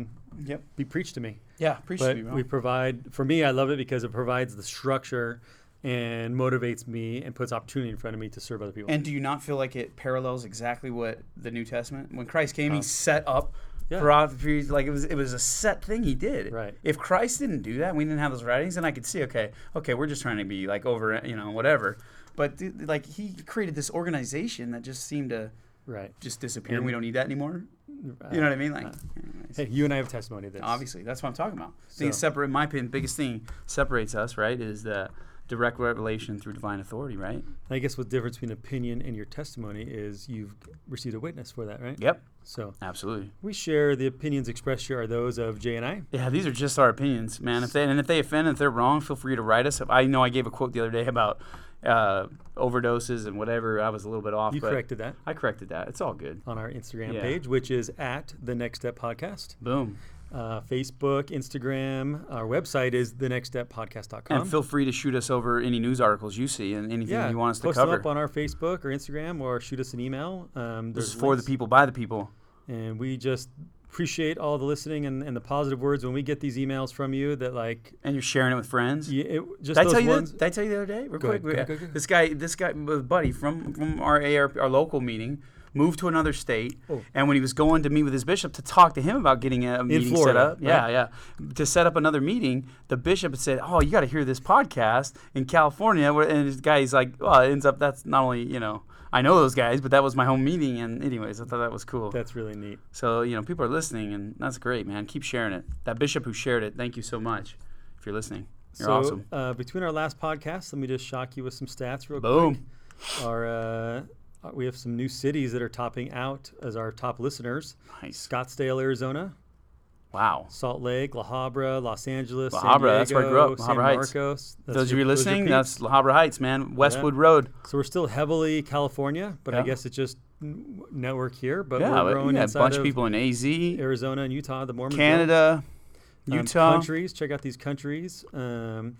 [SPEAKER 2] Yep.
[SPEAKER 1] be preached to me.
[SPEAKER 2] Yeah, preach
[SPEAKER 1] but
[SPEAKER 2] to me, bro.
[SPEAKER 1] we provide. For me, I love it because it provides the structure and motivates me and puts opportunity in front of me to serve other people.
[SPEAKER 2] And do you not feel like it parallels exactly what the New Testament? When Christ came, he set up
[SPEAKER 1] Yeah.
[SPEAKER 2] throughout the period, like it was it was a set thing he did.
[SPEAKER 1] Right.
[SPEAKER 2] If Christ didn't do that, we didn't have those writings, then I could see, okay, okay, we're just trying to be like over, you know, whatever. But dude, like he created this organization that just seemed to
[SPEAKER 1] right.
[SPEAKER 2] just disappear. and
[SPEAKER 1] Mm.
[SPEAKER 2] we don't need that anymore.
[SPEAKER 1] Uh,
[SPEAKER 2] You know what I mean? Like, anyways.
[SPEAKER 1] Hey, you and I have testimony of this.
[SPEAKER 2] Obviously, that's what I'm talking about. I think it
[SPEAKER 1] So-
[SPEAKER 2] separate. In my opinion, biggest thing separates us, right, is that direct revelation through divine authority, right?
[SPEAKER 1] I guess what the difference between opinion and your testimony is you've received a witness for that, right?
[SPEAKER 2] Yep,
[SPEAKER 1] So
[SPEAKER 2] absolutely.
[SPEAKER 1] we share the opinions expressed here are those of Jay and I.
[SPEAKER 2] Yeah, these are just our opinions, man. If they and if they offend, if they're wrong, feel free to write us. I know I gave a quote the other day about uh, overdoses and whatever. I was a little bit off.
[SPEAKER 1] You
[SPEAKER 2] but
[SPEAKER 1] corrected that
[SPEAKER 2] I corrected that. It's all good.
[SPEAKER 1] on our Instagram
[SPEAKER 2] Yeah.
[SPEAKER 1] page, which is at the Next Step Podcast.
[SPEAKER 2] Boom.
[SPEAKER 1] Uh, Facebook, Instagram, our website is the Next Step Podcast.com.
[SPEAKER 2] And feel free to shoot us over any news articles you see and anything
[SPEAKER 1] yeah,
[SPEAKER 2] you want us to
[SPEAKER 1] post
[SPEAKER 2] cover.
[SPEAKER 1] them up on our Facebook or Instagram, or shoot us an email. Um,
[SPEAKER 2] this is
[SPEAKER 1] there's
[SPEAKER 2] for the
[SPEAKER 1] links.
[SPEAKER 2] people, by the people.
[SPEAKER 1] and we just appreciate all the listening and, and the positive words when we get these emails from you that like
[SPEAKER 2] And you're sharing it with friends.
[SPEAKER 1] you, it, just
[SPEAKER 2] Did I
[SPEAKER 1] those
[SPEAKER 2] tell you?
[SPEAKER 1] ones
[SPEAKER 2] That, did I tell you the other day? Real
[SPEAKER 1] Go ahead,
[SPEAKER 2] quick.
[SPEAKER 1] go ahead,
[SPEAKER 2] yeah.
[SPEAKER 1] go ahead, go ahead.
[SPEAKER 2] This guy, this guy, uh, buddy from from our ARP, our local meeting, moved to another state.
[SPEAKER 1] Oh.
[SPEAKER 2] And when he was going to meet with his bishop to talk to him about getting a meeting set
[SPEAKER 1] Florida,
[SPEAKER 2] up, yeah,
[SPEAKER 1] right?
[SPEAKER 2] yeah, to set up another meeting, the bishop had said, "Oh, you got to hear this podcast in California." where- And this guy's like, "Well, it ends up that's not only you know." I know those guys, but that was my home meeting. And, anyways, I thought that was cool.
[SPEAKER 1] that's really neat
[SPEAKER 2] So, you know, people are listening, and that's great, man. Keep sharing it. That bishop who shared it, thank you so much if you're listening. You're
[SPEAKER 1] so
[SPEAKER 2] awesome.
[SPEAKER 1] uh, between our last podcast let me just shock you with some stats real
[SPEAKER 2] Boom.
[SPEAKER 1] quick our uh, uh, we have some new cities that are topping out as our top listeners
[SPEAKER 2] Nice.
[SPEAKER 1] scottsdale arizona
[SPEAKER 2] Wow.
[SPEAKER 1] salt lake la habra los angeles
[SPEAKER 2] La
[SPEAKER 1] san
[SPEAKER 2] Habra, that's where I grew
[SPEAKER 1] Diego,
[SPEAKER 2] up, La
[SPEAKER 1] san
[SPEAKER 2] Habra Heights.
[SPEAKER 1] marcos That's
[SPEAKER 2] Those of
[SPEAKER 1] your-
[SPEAKER 2] you
[SPEAKER 1] are
[SPEAKER 2] listening,
[SPEAKER 1] peeps.
[SPEAKER 2] that's La Habra Heights, man. Westwood Road.
[SPEAKER 1] So we're still heavily California, but I
[SPEAKER 2] Yeah.
[SPEAKER 1] guess it's just n- network here. But
[SPEAKER 2] Yeah,
[SPEAKER 1] we're
[SPEAKER 2] but
[SPEAKER 1] growing
[SPEAKER 2] we got a
[SPEAKER 1] inside
[SPEAKER 2] bunch of
[SPEAKER 1] of
[SPEAKER 2] people in AZ,
[SPEAKER 1] Arizona and Utah, the Mormon
[SPEAKER 2] Canada,
[SPEAKER 1] Belt. Um,
[SPEAKER 2] Utah.
[SPEAKER 1] countries. Check out these countries: um,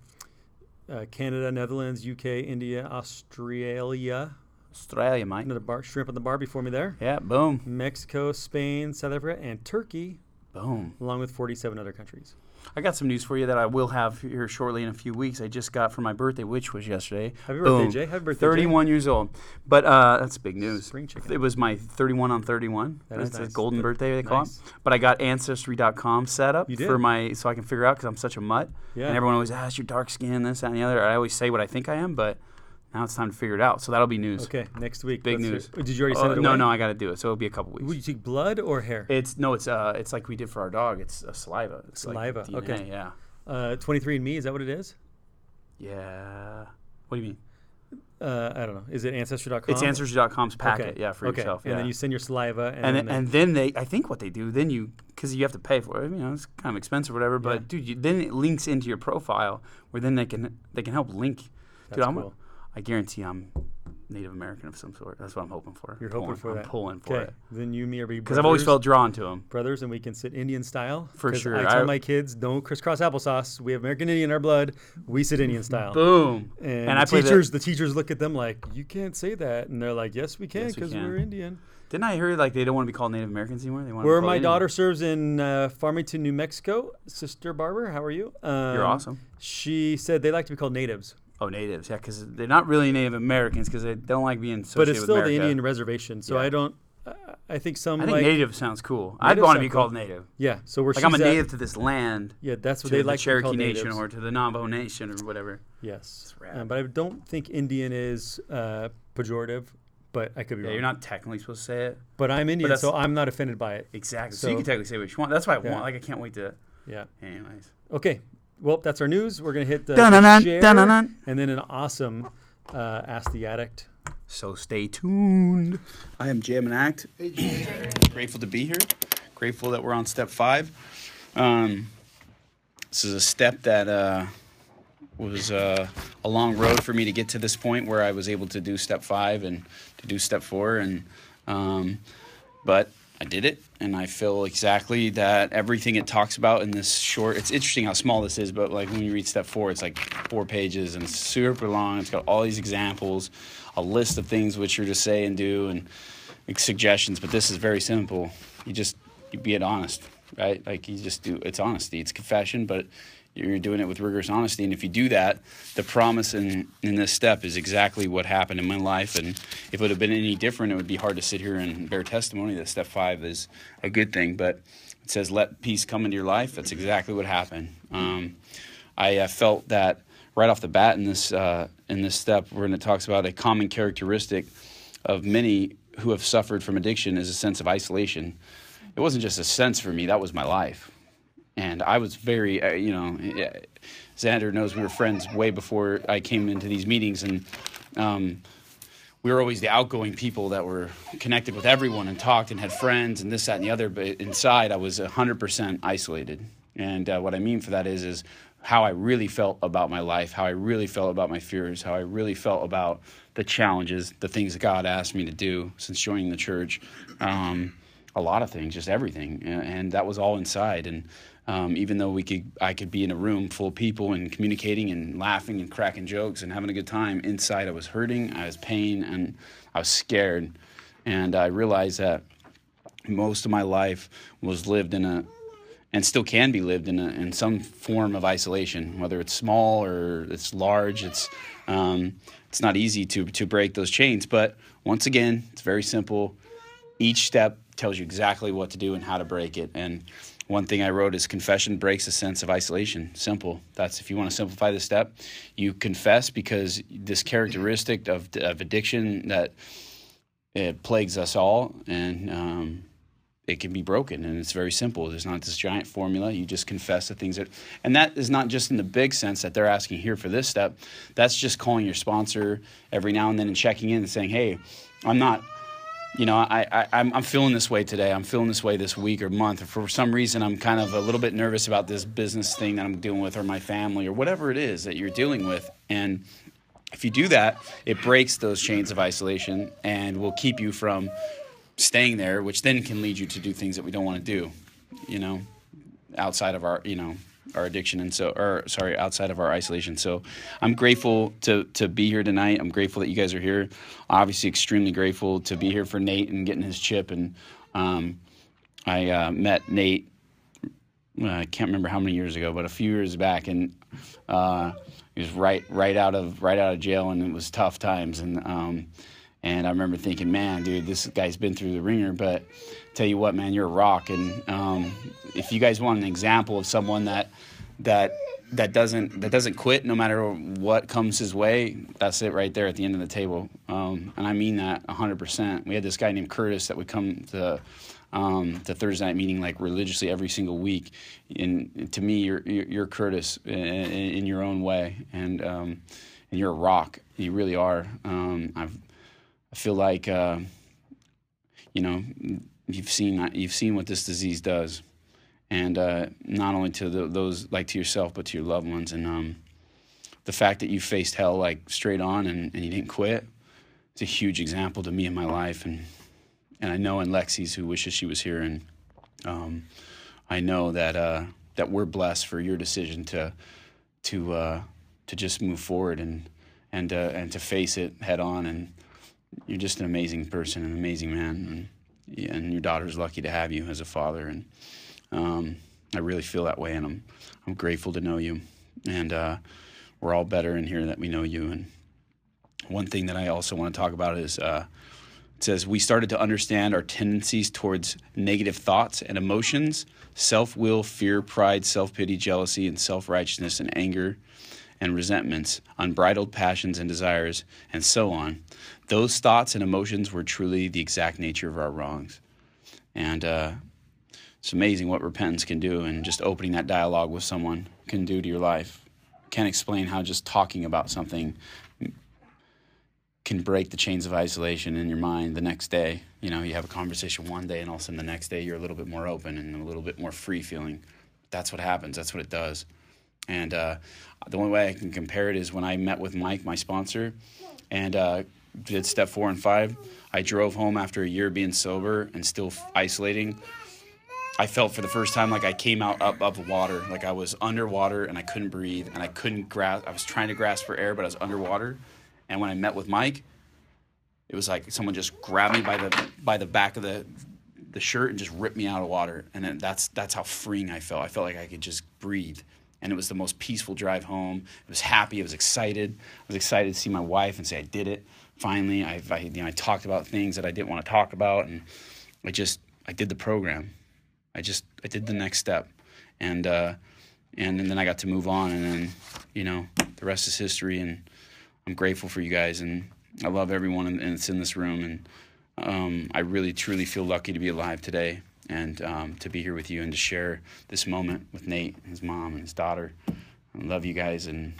[SPEAKER 1] uh, Canada, Netherlands, UK, India, Australia.
[SPEAKER 2] Australia, Mike.
[SPEAKER 1] Another bar, shrimp on the bar before me there.
[SPEAKER 2] Yeah, boom.
[SPEAKER 1] Mexico, Spain, South Africa, and Turkey,
[SPEAKER 2] Boom.
[SPEAKER 1] along with 47 other countries.
[SPEAKER 2] I got some news for you that I will have here shortly in a few weeks. I just got for my birthday, which was yesterday.
[SPEAKER 1] Happy
[SPEAKER 2] Boom.
[SPEAKER 1] birthday, Jay. Happy birthday, Jay.
[SPEAKER 2] 31 years old. But uh, that's big news.
[SPEAKER 1] Spring chicken.
[SPEAKER 2] It was my 31 on 31.
[SPEAKER 1] That is
[SPEAKER 2] That's
[SPEAKER 1] nice.
[SPEAKER 2] a golden
[SPEAKER 1] That-
[SPEAKER 2] birthday, they call
[SPEAKER 1] nice.
[SPEAKER 2] it. But I got Ancestry.com set up
[SPEAKER 1] You did.
[SPEAKER 2] for my, so I can figure out because I'm such a mutt.
[SPEAKER 1] Yeah.
[SPEAKER 2] And everyone always, ah, it's your dark skin, this, that, and the other. I always say what I think I am, but now it's time to figure it out. So that'll be news.
[SPEAKER 1] Okay, next week.
[SPEAKER 2] Big
[SPEAKER 1] let's hear-
[SPEAKER 2] news.
[SPEAKER 1] Oh, Did you already send
[SPEAKER 2] Uh,
[SPEAKER 1] it
[SPEAKER 2] no,
[SPEAKER 1] away?
[SPEAKER 2] no, I got to do it. So it'll be a couple weeks.
[SPEAKER 1] Would you take blood or hair?
[SPEAKER 2] it's no, it's uh, it's like we did for our dog. It's uh, saliva. It's like
[SPEAKER 1] Saliva,
[SPEAKER 2] DNA,
[SPEAKER 1] okay.
[SPEAKER 2] Yeah.
[SPEAKER 1] Uh, 23andMe, is that what it is?
[SPEAKER 2] Yeah. What do you mean?
[SPEAKER 1] Uh, I don't know. Is it ancestry.com?
[SPEAKER 2] It's ancestry.com's packet,
[SPEAKER 1] Okay.
[SPEAKER 2] yeah, for
[SPEAKER 1] okay.
[SPEAKER 2] yourself.
[SPEAKER 1] And
[SPEAKER 2] yeah.
[SPEAKER 1] then you send your saliva, and,
[SPEAKER 2] and
[SPEAKER 1] then
[SPEAKER 2] then, and then they, I think what they do, then you, because you have to pay for it. You know, it's kind of expensive, or whatever. But
[SPEAKER 1] Yeah.
[SPEAKER 2] dude, you, then it links into your profile, where then they can they can help link. dude,
[SPEAKER 1] That's
[SPEAKER 2] I'm,
[SPEAKER 1] cool.
[SPEAKER 2] I guarantee I'm Native American of some sort. That's what I'm hoping for.
[SPEAKER 1] you're
[SPEAKER 2] Pulling-
[SPEAKER 1] hoping for
[SPEAKER 2] I'm
[SPEAKER 1] that.
[SPEAKER 2] pulling for
[SPEAKER 1] Okay.
[SPEAKER 2] it
[SPEAKER 1] Then you, and me, are be
[SPEAKER 2] because I've always felt drawn to them.
[SPEAKER 1] brothers, and we can sit Indian style.
[SPEAKER 2] For
[SPEAKER 1] 'Cause
[SPEAKER 2] sure.
[SPEAKER 1] I tell
[SPEAKER 2] I-
[SPEAKER 1] my kids, don't crisscross applesauce. We have American Indian in our blood. We sit Indian style.
[SPEAKER 2] Boom.
[SPEAKER 1] And,
[SPEAKER 2] I
[SPEAKER 1] the
[SPEAKER 2] play the-
[SPEAKER 1] teachers, the teachers look at them like, you can't say that, and they're like, yes, we can,
[SPEAKER 2] Yes, we
[SPEAKER 1] because
[SPEAKER 2] can.
[SPEAKER 1] are Indian.
[SPEAKER 2] Didn't I hear like they don't want to be called Native Americans anymore? They want to
[SPEAKER 1] Where
[SPEAKER 2] be called
[SPEAKER 1] my
[SPEAKER 2] Indian.
[SPEAKER 1] daughter serves in uh, Farmington, New Mexico. Sister Barber, how are you? Um,
[SPEAKER 2] You're awesome.
[SPEAKER 1] She said they like to be called natives,
[SPEAKER 2] Oh, natives. Yeah, because they're not really Native Americans because they don't like being associated
[SPEAKER 1] but it's
[SPEAKER 2] with
[SPEAKER 1] still
[SPEAKER 2] America.
[SPEAKER 1] the Indian reservation. So
[SPEAKER 2] Yeah.
[SPEAKER 1] I don't. I- I think some
[SPEAKER 2] I think
[SPEAKER 1] like
[SPEAKER 2] native sounds cool. I'd
[SPEAKER 1] Native
[SPEAKER 2] want to
[SPEAKER 1] sound
[SPEAKER 2] be
[SPEAKER 1] cool.
[SPEAKER 2] called native.
[SPEAKER 1] yeah. So we're
[SPEAKER 2] Like I'm a native to this land,
[SPEAKER 1] Yeah, that's
[SPEAKER 2] to
[SPEAKER 1] what they
[SPEAKER 2] the
[SPEAKER 1] like to be
[SPEAKER 2] Cherokee
[SPEAKER 1] called
[SPEAKER 2] Nation
[SPEAKER 1] natives.
[SPEAKER 2] or to the Navajo Nation or whatever.
[SPEAKER 1] Yes.
[SPEAKER 2] rad.
[SPEAKER 1] Um, but I don't think Indian is uh, pejorative, but I could be
[SPEAKER 2] Yeah,
[SPEAKER 1] wrong.
[SPEAKER 2] you're not technically supposed to say it.
[SPEAKER 1] but I'm Indian,
[SPEAKER 2] that's-
[SPEAKER 1] so I'm not offended by it.
[SPEAKER 2] Exactly. So, you
[SPEAKER 1] So-
[SPEAKER 2] can technically say what you want. That's why I
[SPEAKER 1] Yeah.
[SPEAKER 2] want. Like I can't wait to.
[SPEAKER 1] Yeah.
[SPEAKER 2] Anyways.
[SPEAKER 1] Okay. Well, that's our news. We're going to hit the
[SPEAKER 2] Dun-dun-dun,
[SPEAKER 1] share
[SPEAKER 2] dun-dun-dun.
[SPEAKER 1] and then an awesome uh, Ask the Addict.
[SPEAKER 2] So stay tuned. I am Jam and Act. Grateful to be here. Grateful that we're on step five. Um, this is a step that uh, was uh, a long road for me to get to this point where I was able to do step five and to do step four, and um, but I did it, and I feel exactly that everything it talks about in this short. It's interesting how small this is, but like when you read step four, it's like four pages and it's super long. It's got all these examples, a list of things which you're to say and do, and like, suggestions. But this is very simple. You just you be it honest, right? Like you just do. It's honesty. It's confession, but you're doing it with rigorous honesty. And if you do that, the promise in, in this step is exactly what happened in my life. And if it would have been any different, it would be hard to sit here and bear testimony that step five is a good thing. But it says, let peace come into your life. That's exactly what happened. Um, I uh, felt that right off the bat in this, uh, in this step, when it talks about a common characteristic of many who have suffered from addiction is a sense of isolation. It wasn't just a sense for me, that was my life and I was very, uh, you know, eh, Xander knows we were friends way before I came into these meetings, and um, we were always the outgoing people that were connected with everyone and talked and had friends and this, that, and the other. But inside, I was 100% isolated. And uh, what I mean for that is, is how I really felt about my life, how I really felt about my fears, how I really felt about the challenges, the things that God asked me to do since joining the church. Um, a lot of things, just everything, and, and that was all inside. And um, even though we could, I could be in a room full of people and communicating and laughing and cracking jokes and having a good time. Inside, I was hurting, I was pain, and I was scared. And I realized that most of my life was lived in a and still can be lived in, a, in some form of isolation, whether it's small or it's large. It's um, it's not easy to to break those chains, but once again, it's very simple. Each step tells you exactly what to do and how to break it. And one thing I wrote is confession breaks a sense of isolation. Simple. That's if you want to simplify the step, you confess because this characteristic of of addiction that it plagues us all and um, it can be broken and it's very simple there's not this giant formula you just confess the things that and that is not just in the big sense that they're asking here for this step that's just calling your sponsor every now and then and checking in and saying hey i'm not you know I, I i'm, I'm feeling this way today i'm feeling this way this week or month or for some reason i'm kind of a little bit nervous about this business thing that i'm dealing with or my family or whatever it is that you're dealing with and if you do that it breaks those chains of isolation and will keep you from staying there, which then can lead you to do things that we don't want to do, you know, outside of our, you know, our addiction and so, or sorry, outside of our isolation. So I'm grateful to, to be here tonight. I'm grateful that you guys are here. Obviously, extremely grateful to be here for Nate and getting his chip. And um, I uh, met Nate, uh, I can't remember how many years ago, but a few years back. And, uh, he was right, right out of, right out of jail, and it was tough times. And, um, and I remember thinking, man, dude, this guy's been through the ringer. But tell you what, man, you're a rock. And um, if you guys want an example of someone that that that doesn't that doesn't quit no matter what comes his way, that's it right there at the end of the table. Um, and I mean that 100%. We had this guy named Curtis that would come to um, the Thursday night meeting like religiously every single week. And to me, you're you're Curtis in, in your own way, and um, and you're a rock. You really are. Um, I've I feel like uh, you know you've seen you've seen what this disease does, and uh, not only to the, those like to yourself but to your loved ones, and um, the fact that you faced hell like straight on and, and you didn't quit. It's a huge example to me in my life, and and I know in Lexi's who wishes she was here, and um, I know that uh, that we're blessed for your decision to to uh, to just move forward and and uh, and to face it head on and you're just an amazing person, an amazing man, and, yeah, and your daughter's lucky to have you as a father. And um, I really feel that way, and I'm I'm grateful to know you. And uh, we're all better in here that we know you. And one thing that I also want to talk about is uh, it says we started to understand our tendencies towards negative thoughts and emotions, self will, fear, pride, self pity, jealousy, and self righteousness and anger and resentments, unbridled passions and desires, and so on. Those thoughts and emotions were truly the exact nature of our wrongs. And uh, it's amazing what repentance can do, and just opening that dialogue with someone can do to your life. Can't explain how just talking about something can break the chains of isolation in your mind the next day. You know, you have a conversation one day, and all of a sudden the next day you're a little bit more open and a little bit more free feeling. That's what happens, that's what it does. And uh, the only way I can compare it is when I met with Mike, my sponsor, and uh, did step four and five. I drove home after a year being sober and still f- isolating. I felt for the first time like I came out up of water, like I was underwater and I couldn't breathe and I couldn't grasp. I was trying to grasp for air, but I was underwater. And when I met with Mike, it was like someone just grabbed me by the by the back of the the shirt and just ripped me out of water. And then that's that's how freeing I felt. I felt like I could just breathe and it was the most peaceful drive home. I was happy. I was excited. I was excited to see my wife and say I did it. Finally, I, I, you know, I talked about things that I didn't want to talk about, and I just I did the program. I just I did the next step, and uh, and, and then I got to move on, and then you know the rest is history. And I'm grateful for you guys, and I love everyone and that's in this room, and um, I really truly feel lucky to be alive today and um, to be here with you and to share this moment with Nate, his mom, and his daughter.
[SPEAKER 4] love you guys and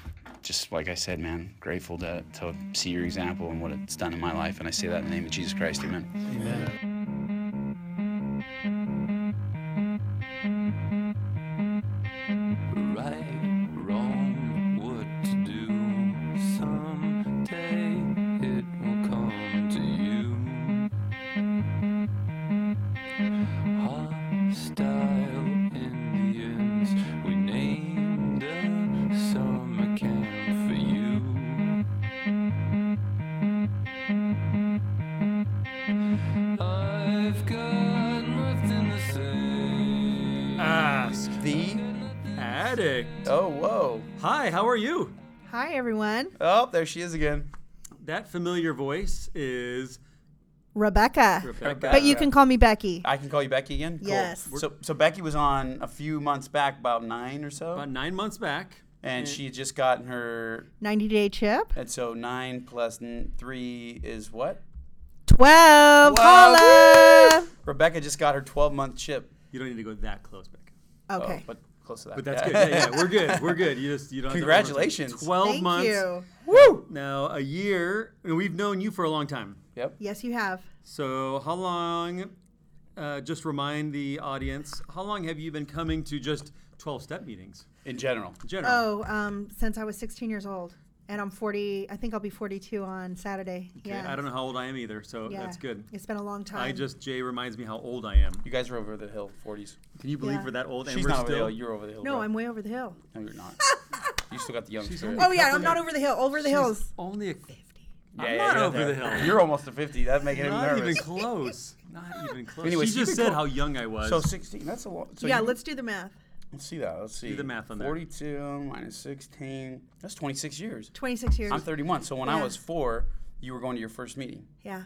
[SPEAKER 4] just like I said, man, grateful to, to see your example and what it's done in my life. And I say that in the name of Jesus Christ. Amen.
[SPEAKER 5] Right, wrong, what to do. Someday it will come to you. Hostile Indians, we named a summer camp for you. I've got nothing to say.
[SPEAKER 1] Ask
[SPEAKER 2] The
[SPEAKER 1] addict.
[SPEAKER 2] oh whoa
[SPEAKER 1] Hi, how are you?
[SPEAKER 6] Hi, everyone.
[SPEAKER 2] oh there she is again.
[SPEAKER 1] That familiar voice is
[SPEAKER 6] Rebecca.
[SPEAKER 1] Rebecca.
[SPEAKER 6] But you can call me Becky.
[SPEAKER 2] I can call you Becky again. Cool.
[SPEAKER 6] Yes.
[SPEAKER 2] So so Becky was on a few months back, about nine or so,
[SPEAKER 1] About nine months back.
[SPEAKER 2] and she had just gotten her.
[SPEAKER 6] 90 day chip.
[SPEAKER 2] And so nine plus n- three is what?
[SPEAKER 6] 12.
[SPEAKER 2] Wow.
[SPEAKER 6] Holla.
[SPEAKER 2] Rebecca just got her 12 month chip.
[SPEAKER 1] You don't need to go that close, Beck.
[SPEAKER 6] Okay.
[SPEAKER 2] but close to that.
[SPEAKER 1] Oh, But that's good. Yeah, yeah, we're good. We're good. You just you don't. have to worry about it.
[SPEAKER 2] Congratulations.
[SPEAKER 1] Twelve
[SPEAKER 6] Thank
[SPEAKER 1] months.
[SPEAKER 6] you.
[SPEAKER 1] Now a year, and we've known you for a long time.
[SPEAKER 2] Yep.
[SPEAKER 6] Yes, you have.
[SPEAKER 1] So how long? Uh, just remind the audience. How long have you been coming to just twelve step meetings
[SPEAKER 2] In general.
[SPEAKER 1] in general?
[SPEAKER 6] Oh, um, since I was 16 years old. And I'm 40. I think I'll be 42 on Saturday.
[SPEAKER 1] Okay,
[SPEAKER 6] yeah.
[SPEAKER 1] I don't know how old I am either, so that's good.
[SPEAKER 6] It's been a long time.
[SPEAKER 1] I just Jay reminds me how old I am.
[SPEAKER 2] You guys are over the hill, 40s.
[SPEAKER 1] Can you believe
[SPEAKER 6] Yeah.
[SPEAKER 1] we're that old? and
[SPEAKER 2] She's
[SPEAKER 1] we're
[SPEAKER 2] not over the
[SPEAKER 1] still
[SPEAKER 2] hill. You're over the hill.
[SPEAKER 6] No,
[SPEAKER 2] bro.
[SPEAKER 6] I'm way over the hill.
[SPEAKER 2] No, you're not. you still got the young spirit.
[SPEAKER 6] Oh, yeah. I'm not over the hill. Over the
[SPEAKER 1] She's
[SPEAKER 6] hills.
[SPEAKER 1] Only a,
[SPEAKER 2] Yeah,
[SPEAKER 1] I'm
[SPEAKER 2] yeah,
[SPEAKER 1] not
[SPEAKER 2] you're
[SPEAKER 1] over
[SPEAKER 2] there.
[SPEAKER 1] the hill.
[SPEAKER 2] You're almost to 50. That's making him
[SPEAKER 1] not even
[SPEAKER 2] nervous.
[SPEAKER 1] close. Not even close.
[SPEAKER 2] Anyway,
[SPEAKER 1] she just
[SPEAKER 2] so you've been
[SPEAKER 1] said
[SPEAKER 2] clo-
[SPEAKER 1] how young I was.
[SPEAKER 2] So 16. That's a lot. So
[SPEAKER 6] yeah,
[SPEAKER 2] you-
[SPEAKER 6] let's do the math.
[SPEAKER 2] let's see that. Let's see.
[SPEAKER 1] the math on that.
[SPEAKER 2] 42 minus 16. That's 26 years.
[SPEAKER 6] 26 years.
[SPEAKER 2] I'm 31. So when I
[SPEAKER 6] Yeah.
[SPEAKER 2] was four, you were going to your first meeting.
[SPEAKER 6] yeah.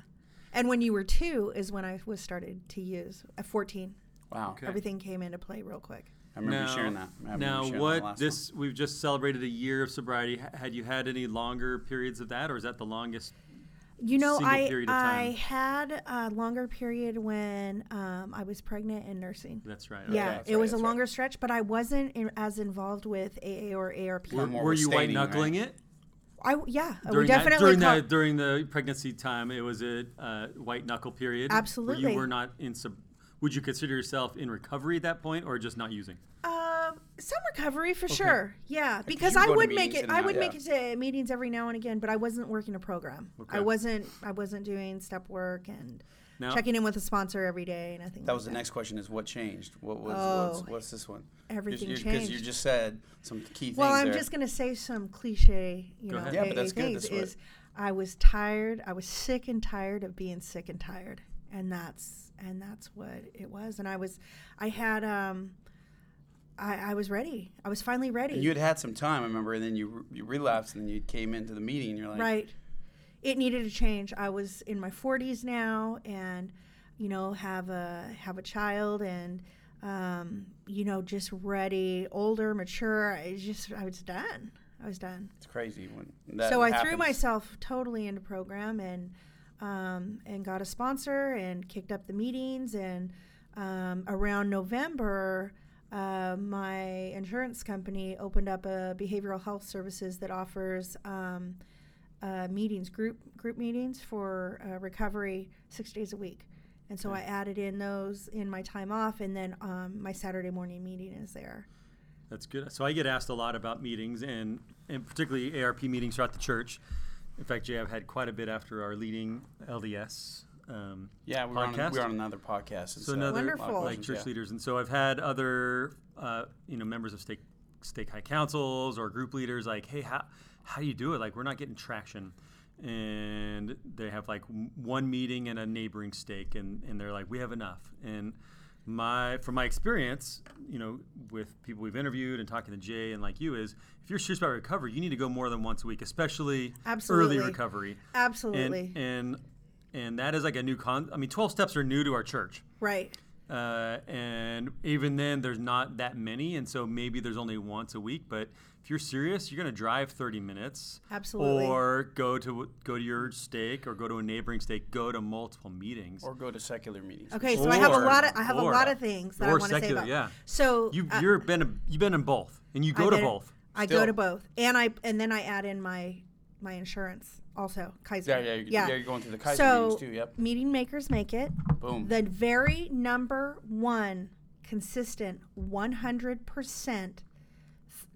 [SPEAKER 6] And when you were two is when I was started to use at 14.
[SPEAKER 2] Wow.
[SPEAKER 6] Everything came into play real quick.
[SPEAKER 2] I remember you sharing that. I remember you
[SPEAKER 1] now
[SPEAKER 2] sharing that
[SPEAKER 1] what
[SPEAKER 2] last
[SPEAKER 1] this we've just celebrated a year of sobriety. H- had you had any longer periods of that, or is that the longest?
[SPEAKER 6] You know,
[SPEAKER 1] single
[SPEAKER 6] I
[SPEAKER 1] period of time.
[SPEAKER 6] I had a longer period when um, I was pregnant and nursing.
[SPEAKER 1] That's right.
[SPEAKER 6] yeah,
[SPEAKER 2] that's
[SPEAKER 6] it
[SPEAKER 2] right,
[SPEAKER 6] was a
[SPEAKER 2] that's right.
[SPEAKER 6] longer stretch, but I wasn't in, as involved with AA or ARP.
[SPEAKER 2] We're- more
[SPEAKER 1] Were you white
[SPEAKER 2] stating,
[SPEAKER 1] knuckling
[SPEAKER 2] right?
[SPEAKER 1] it
[SPEAKER 6] I yeah, Uh, we
[SPEAKER 1] during that,
[SPEAKER 6] definitely
[SPEAKER 1] during
[SPEAKER 6] call-
[SPEAKER 1] that during the pregnancy time? It was a uh, white knuckle period. where
[SPEAKER 6] Absolutely.
[SPEAKER 1] you were not in. Sub- would you consider yourself in recovery at that point, or just not using?
[SPEAKER 6] um, some recovery for sure. Yeah, because
[SPEAKER 2] you
[SPEAKER 6] I
[SPEAKER 2] go to
[SPEAKER 6] would make
[SPEAKER 2] meetings
[SPEAKER 6] it.
[SPEAKER 2] and
[SPEAKER 6] I
[SPEAKER 2] out-
[SPEAKER 6] would
[SPEAKER 2] yeah.
[SPEAKER 6] make it to meetings every now and again, but I wasn't working a program.
[SPEAKER 1] Okay.
[SPEAKER 6] I wasn't. I wasn't doing step work and
[SPEAKER 1] Now-
[SPEAKER 6] checking in with a sponsor every day and I think
[SPEAKER 2] That was the next question: is what changed? What was what's,
[SPEAKER 6] Oh.
[SPEAKER 2] what's this one?
[SPEAKER 6] Everything
[SPEAKER 2] Because you
[SPEAKER 6] changed.
[SPEAKER 2] just said some key things.
[SPEAKER 6] Well, I'm
[SPEAKER 2] there.
[SPEAKER 6] just gonna say some cliche, you
[SPEAKER 1] Go
[SPEAKER 6] know,
[SPEAKER 1] ahead.
[SPEAKER 2] Yeah, but
[SPEAKER 6] AA
[SPEAKER 2] that's good.
[SPEAKER 6] things
[SPEAKER 2] That's what-
[SPEAKER 6] is I was tired. I was sick and tired of being sick and tired, and that's and that's what it was. And I was, I had, um, I, I was ready. I was finally ready.
[SPEAKER 2] And you had had some time, I remember, and then you re- you relapsed, and then you came into the meeting, and you're like,
[SPEAKER 6] right. It needed a change. I was in my 40s now, and you know, have a have a child, and um, you know, just ready, older, mature. I just, I was done. I was done.
[SPEAKER 2] it's crazy when that
[SPEAKER 6] so I threw
[SPEAKER 2] happens.
[SPEAKER 6] myself totally into program and um, and got a sponsor and kicked up the meetings and um, around November. Uh, my insurance company opened up a behavioral health services that offers um, uh, meetings, group group meetings for uh, recovery, six days a week, and so I added in those in my time off, and then um, my Saturday morning meeting is there.
[SPEAKER 1] That's good. So I get asked a lot about meetings and, and particularly ARP meetings throughout the church. In fact, Jay, I've had quite a bit after our leading LDS um,
[SPEAKER 2] Yeah, we were, on,
[SPEAKER 1] podcast.
[SPEAKER 2] we were on another podcast. And
[SPEAKER 1] so another
[SPEAKER 6] Wonderful.
[SPEAKER 1] like church
[SPEAKER 2] yeah.
[SPEAKER 1] leaders, and so I've had other uh, you know members of stake stake high councils or group leaders like, hey, how how do you do it? Like we're not getting traction, and they have like m- one meeting in a neighboring stake, and and they're like, we have enough. And my from my experience, you know, with people we've interviewed and talking to Jay and like you is, if you're serious about recovery, you need to go more than once a week, especially
[SPEAKER 6] Absolutely.
[SPEAKER 1] early recovery.
[SPEAKER 6] Absolutely.
[SPEAKER 1] And, and and that is like a new con. I mean, twelve steps are new to our church
[SPEAKER 6] right.
[SPEAKER 1] uh, and even then there's not that many and so maybe there's only once a week but if you're serious you're going to drive 30 minutes
[SPEAKER 6] Absolutely.
[SPEAKER 1] or go to go to your stake or go to a neighboring stake go to multiple meetings
[SPEAKER 2] Or go to secular meetings.
[SPEAKER 6] Okay, so I have a
[SPEAKER 1] Or-
[SPEAKER 6] lot of I have a
[SPEAKER 1] or-
[SPEAKER 6] lot of things that I
[SPEAKER 1] or
[SPEAKER 6] want to say
[SPEAKER 1] secular,
[SPEAKER 6] about.
[SPEAKER 1] yeah.
[SPEAKER 6] So
[SPEAKER 1] you
[SPEAKER 6] uh,
[SPEAKER 1] you've been a, you've been in both and you go
[SPEAKER 6] I've
[SPEAKER 1] to
[SPEAKER 6] been-
[SPEAKER 1] both
[SPEAKER 6] I go
[SPEAKER 2] Still.
[SPEAKER 6] to both, and I and then I add in my my insurance also Kaiser.
[SPEAKER 2] Yeah, yeah, you're, yeah. you're going through the Kaiser
[SPEAKER 6] so
[SPEAKER 2] meetings too. Yep.
[SPEAKER 6] meeting makers make it
[SPEAKER 2] Boom.
[SPEAKER 6] the very number one consistent 100%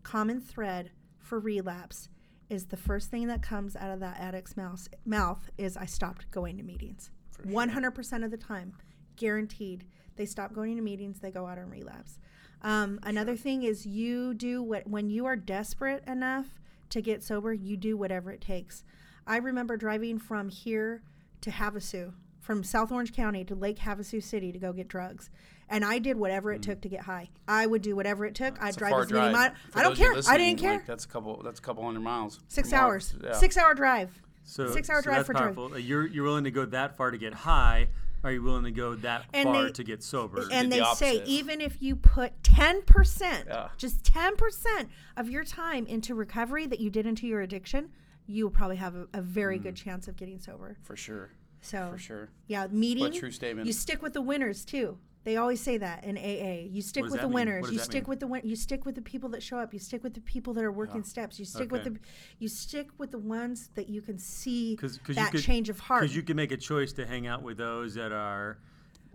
[SPEAKER 6] common thread for relapse is the first thing that comes out of that addict's mouth, mouth is I stopped going to meetings. 100% of the time, guaranteed. They stop going to meetings, they go out and relapse. Um, another thing is you do what when you are desperate enough to get sober, you do whatever it takes. I remember driving from here to Havasu, from South Orange County to Lake Havasu City to go get drugs. And I did whatever it took to get high. I would do whatever it took. I'd
[SPEAKER 2] It's a
[SPEAKER 6] drive
[SPEAKER 2] far
[SPEAKER 6] as many
[SPEAKER 2] drive.
[SPEAKER 6] miles.
[SPEAKER 2] For
[SPEAKER 6] I don't
[SPEAKER 2] those of you
[SPEAKER 6] care. I didn't
[SPEAKER 2] listening,
[SPEAKER 6] care.
[SPEAKER 2] like, that's a couple. That's a couple hundred miles.
[SPEAKER 6] Six
[SPEAKER 2] From all-
[SPEAKER 6] hours.
[SPEAKER 2] yeah.
[SPEAKER 6] Six hour drive.
[SPEAKER 1] So
[SPEAKER 6] Six hour
[SPEAKER 1] so
[SPEAKER 6] drive
[SPEAKER 1] that's
[SPEAKER 6] for Drew.
[SPEAKER 1] powerful. Uh, You're you're willing to go that far to get high. Are you willing to go that
[SPEAKER 6] And
[SPEAKER 1] far
[SPEAKER 6] they-
[SPEAKER 1] to get sober?
[SPEAKER 6] And
[SPEAKER 2] the
[SPEAKER 6] they say
[SPEAKER 2] opposite.
[SPEAKER 6] even if you put 10%,
[SPEAKER 2] Yeah.
[SPEAKER 6] just 10% of your time into recovery that you did into your addiction, you'll probably have a, a very good chance of getting sober.
[SPEAKER 2] For sure.
[SPEAKER 6] So
[SPEAKER 2] Mm. For sure.
[SPEAKER 6] Yeah, meeting.
[SPEAKER 2] true statement.
[SPEAKER 6] You stick with the winners too. They always say that in AA. You stick
[SPEAKER 1] What does
[SPEAKER 6] with
[SPEAKER 1] that
[SPEAKER 6] the
[SPEAKER 1] mean?
[SPEAKER 6] winners.
[SPEAKER 1] What does
[SPEAKER 6] You
[SPEAKER 1] that
[SPEAKER 6] stick
[SPEAKER 1] mean?
[SPEAKER 6] with the win- you stick with the people that show up. You stick with the people that are working steps. You stick with
[SPEAKER 1] Okay.
[SPEAKER 6] the you stick with the ones that you can see
[SPEAKER 1] Cause, cause
[SPEAKER 6] that
[SPEAKER 1] you could,
[SPEAKER 6] change of heart.
[SPEAKER 1] Because you can make a choice to hang out with those that are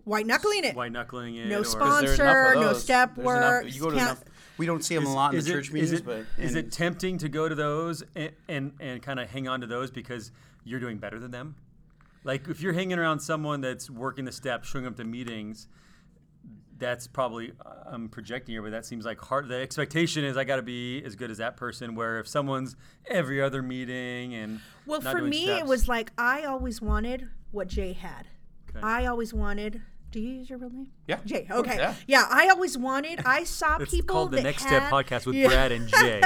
[SPEAKER 6] White knuckling it.
[SPEAKER 1] white knuckling it.
[SPEAKER 6] Eh, No
[SPEAKER 1] or,
[SPEAKER 2] 'Cause there are enough
[SPEAKER 6] Sponsor,
[SPEAKER 2] of
[SPEAKER 6] no
[SPEAKER 2] those.
[SPEAKER 6] step
[SPEAKER 2] There's enough-
[SPEAKER 6] works,
[SPEAKER 2] You go to
[SPEAKER 6] can't-
[SPEAKER 2] enough. We don't see them a lot in
[SPEAKER 1] Is
[SPEAKER 2] the
[SPEAKER 1] it-
[SPEAKER 2] church
[SPEAKER 1] is
[SPEAKER 2] meetings,
[SPEAKER 1] it-
[SPEAKER 2] but
[SPEAKER 1] is
[SPEAKER 2] and-
[SPEAKER 1] it tempting to go to those and and, and kind of hang on to those because you're doing better than them? Like if you're hanging around someone that's working the steps, showing up to meetings, that's probably I'm projecting here, but that seems like hard. The expectation is I got to be as good as that person. Where if someone's every other meeting and
[SPEAKER 6] Well,
[SPEAKER 1] not
[SPEAKER 6] for
[SPEAKER 1] doing
[SPEAKER 6] me, it
[SPEAKER 1] steps-
[SPEAKER 6] was like I always wanted what Jay had.
[SPEAKER 1] Okay.
[SPEAKER 6] I always wanted. Do you use your real name?
[SPEAKER 2] Yeah.
[SPEAKER 6] Jay. Okay.
[SPEAKER 2] yeah.
[SPEAKER 6] Yeah. I always wanted. I saw
[SPEAKER 1] it's
[SPEAKER 6] people
[SPEAKER 1] called the
[SPEAKER 6] that
[SPEAKER 1] Next
[SPEAKER 6] had-
[SPEAKER 1] Step podcast with
[SPEAKER 6] Yeah.
[SPEAKER 1] Brad and Jay.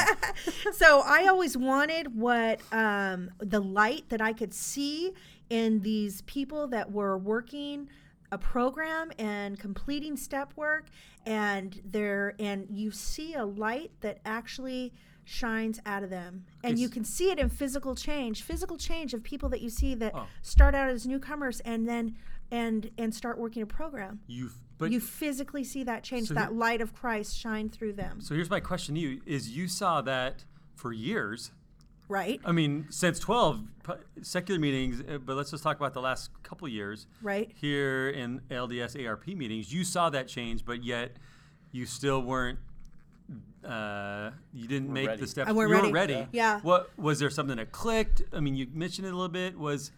[SPEAKER 6] so I always wanted what um, the light that I could see in these people that were working a program and completing step work, and there and you see a light that actually shines out of them and you
[SPEAKER 1] It's-
[SPEAKER 6] can see it in physical change physical change of people that you see that start out as newcomers and then and and start working a program
[SPEAKER 1] you but
[SPEAKER 6] you physically see that change
[SPEAKER 1] So
[SPEAKER 6] that
[SPEAKER 1] here-
[SPEAKER 6] light of christ shine through them
[SPEAKER 1] so here's my question to you: Is you saw that for years?
[SPEAKER 6] right
[SPEAKER 1] I mean, since 12, p- secular meetings, uh, but let's just talk about the last couple years.
[SPEAKER 6] Right.
[SPEAKER 1] Here in LDS ARP meetings, you saw that change, but yet you still weren't, uh, you didn't make
[SPEAKER 2] ready.
[SPEAKER 1] the steps.
[SPEAKER 6] I weren't
[SPEAKER 1] you weren't
[SPEAKER 6] ready.
[SPEAKER 1] ready.
[SPEAKER 6] Yeah. Yeah.
[SPEAKER 1] What Was there something that clicked? I mean, you mentioned it a little bit. Was,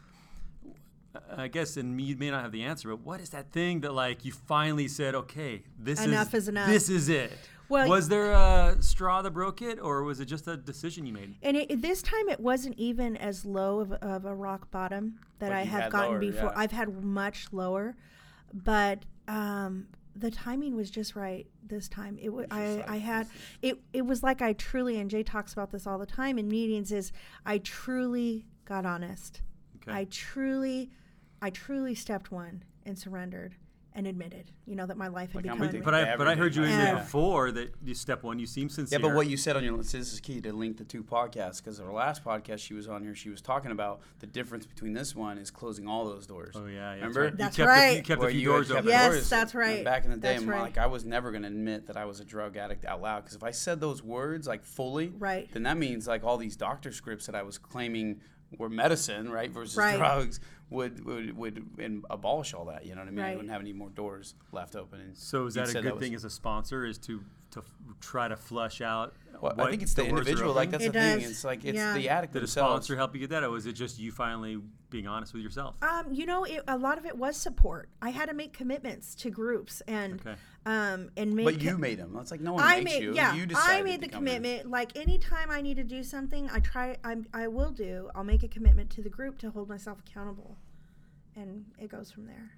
[SPEAKER 1] I guess, and you may not have the answer, but what is that thing that, like, you finally said, okay, this
[SPEAKER 6] Enough is enough.
[SPEAKER 1] This is it.
[SPEAKER 6] Well-
[SPEAKER 1] was there a straw that broke it, or was it just a decision you made?
[SPEAKER 6] And it, this time it wasn't even as low of, of a rock bottom that
[SPEAKER 2] What
[SPEAKER 6] I
[SPEAKER 2] you
[SPEAKER 6] have
[SPEAKER 2] had
[SPEAKER 6] gotten
[SPEAKER 2] lower,
[SPEAKER 6] before.
[SPEAKER 2] yeah.
[SPEAKER 6] I've had much lower, but um, the timing was just right this time. It was I, I had it. It was like I truly and Jay talks about this all the time in meetings. Is I truly got honest.
[SPEAKER 1] Okay.
[SPEAKER 6] I truly, I truly stepped one and surrendered and admitted. You know that my life had
[SPEAKER 2] Like, I'm
[SPEAKER 6] become.
[SPEAKER 2] addicted.
[SPEAKER 1] But I, but I heard you
[SPEAKER 2] Everything.
[SPEAKER 1] admit
[SPEAKER 6] Yeah.
[SPEAKER 1] before that you step one, you seem
[SPEAKER 2] Yeah,
[SPEAKER 1] sincere.
[SPEAKER 2] but what you said on your this is key to link the two podcasts because our last podcast she was on here, she was talking about the difference between this one is closing all those doors.
[SPEAKER 1] Oh yeah, yeah
[SPEAKER 2] remember?
[SPEAKER 1] right.
[SPEAKER 6] That's
[SPEAKER 1] you kept A, you
[SPEAKER 6] right.
[SPEAKER 1] kept
[SPEAKER 2] Where
[SPEAKER 1] a few
[SPEAKER 2] you
[SPEAKER 1] doors
[SPEAKER 2] had kept
[SPEAKER 1] open.
[SPEAKER 2] the
[SPEAKER 6] Yes,
[SPEAKER 2] doors
[SPEAKER 6] that's
[SPEAKER 2] open.
[SPEAKER 6] right.
[SPEAKER 2] Back in the day,
[SPEAKER 6] That's
[SPEAKER 2] I'm
[SPEAKER 6] right.
[SPEAKER 2] like I was never gonna admit that I was a drug addict out loud because if I said those words like fully,
[SPEAKER 6] Right.
[SPEAKER 2] then that means like all these doctor scripts that I was claiming were medicine, right, versus
[SPEAKER 6] Right.
[SPEAKER 2] drugs would would would and abolish all that. You know what I mean? I
[SPEAKER 6] Right.
[SPEAKER 2] wouldn't have any more doors left open. And
[SPEAKER 1] So is
[SPEAKER 2] you'd
[SPEAKER 1] that a
[SPEAKER 2] said
[SPEAKER 1] good
[SPEAKER 2] was-
[SPEAKER 1] thing as a sponsor is to to f- try to flush out?
[SPEAKER 2] Well, I
[SPEAKER 1] what
[SPEAKER 2] think it's the
[SPEAKER 1] doors are
[SPEAKER 2] individual. Like
[SPEAKER 1] open?
[SPEAKER 2] that's
[SPEAKER 6] It
[SPEAKER 2] the thing.
[SPEAKER 6] does.
[SPEAKER 2] It's like it's
[SPEAKER 6] Yeah.
[SPEAKER 2] the addict
[SPEAKER 1] Did a
[SPEAKER 2] themselves.
[SPEAKER 1] sponsor help you get that, or was it just you finally being honest with yourself?
[SPEAKER 6] Um, you know, it, a lot of it was support. I had to make commitments to groups and
[SPEAKER 1] Okay.
[SPEAKER 6] um and make.
[SPEAKER 2] But you made them. That's like no one
[SPEAKER 6] I
[SPEAKER 2] makes
[SPEAKER 6] made
[SPEAKER 2] you.
[SPEAKER 6] yeah.
[SPEAKER 2] you
[SPEAKER 6] I
[SPEAKER 2] decided
[SPEAKER 6] made
[SPEAKER 2] to
[SPEAKER 6] the
[SPEAKER 2] come in.
[SPEAKER 6] commitment. Like anytime I need to do something, I try. I I will do. I'll make a commitment to the group to hold myself accountable, and it goes from there.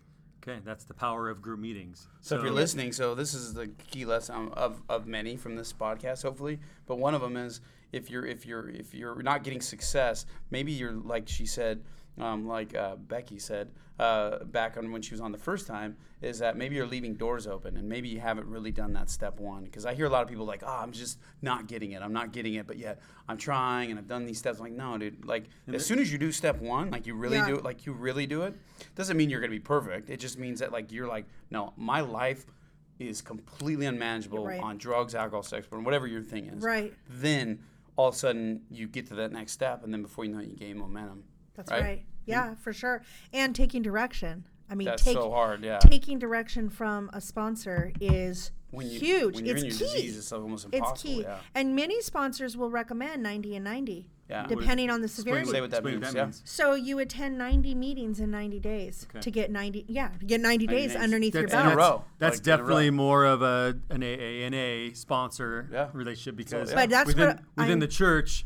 [SPEAKER 1] Okay, that's the power of group meetings.
[SPEAKER 2] So, if you're listening, so this is the key lesson um, of, of many from this podcast, hopefully. But one of them is if you're if you're if you're not getting success, maybe you're like she said, um, like uh, Becky said uh, back on when she was on the first time, is that maybe you're leaving doors open and maybe you haven't really done that step one. Because I hear a lot of people like, oh, I'm just not getting it. I'm not getting it, but yet I'm trying and I've done these steps. I'm like, no, dude. Like as soon as you do step one, like you really
[SPEAKER 6] Yeah.
[SPEAKER 2] do it, like you really do it doesn't mean you're going to be perfect it just means that like you're like no my life is completely unmanageable
[SPEAKER 6] Right.
[SPEAKER 2] on drugs, alcohol, sex, porn, whatever your thing is,
[SPEAKER 6] Right.
[SPEAKER 2] Then all of a sudden you get to that next step, and then before you know it, you gain momentum.
[SPEAKER 6] That's right. Yeah, for sure. And taking direction. I mean,
[SPEAKER 2] That's
[SPEAKER 6] take,
[SPEAKER 2] so hard, yeah.
[SPEAKER 6] Taking direction from a sponsor is
[SPEAKER 2] When you-
[SPEAKER 6] huge.
[SPEAKER 2] when you're
[SPEAKER 6] it's
[SPEAKER 2] in your
[SPEAKER 6] key.
[SPEAKER 2] disease, it's almost
[SPEAKER 6] It's
[SPEAKER 2] impossible,
[SPEAKER 6] key.
[SPEAKER 2] yeah.
[SPEAKER 6] And many sponsors will recommend 90 and 90,
[SPEAKER 2] Yeah.
[SPEAKER 6] depending on the
[SPEAKER 2] Explain
[SPEAKER 6] severity.
[SPEAKER 2] say what that
[SPEAKER 1] Explain
[SPEAKER 2] means.
[SPEAKER 1] what that
[SPEAKER 2] yeah.
[SPEAKER 1] means.
[SPEAKER 6] So you attend 90 meetings in 90 days to get 90. Yeah, get 90, days,
[SPEAKER 2] days.
[SPEAKER 6] underneath your
[SPEAKER 1] That's,
[SPEAKER 6] belt.
[SPEAKER 2] in a row.
[SPEAKER 1] that's
[SPEAKER 2] Like, in a
[SPEAKER 1] definitely
[SPEAKER 2] row.
[SPEAKER 1] more of a an AANA sponsor
[SPEAKER 2] Yeah.
[SPEAKER 1] relationship because
[SPEAKER 2] yeah.
[SPEAKER 6] But that's
[SPEAKER 1] within,
[SPEAKER 6] what
[SPEAKER 1] within
[SPEAKER 6] I'm-
[SPEAKER 1] the church,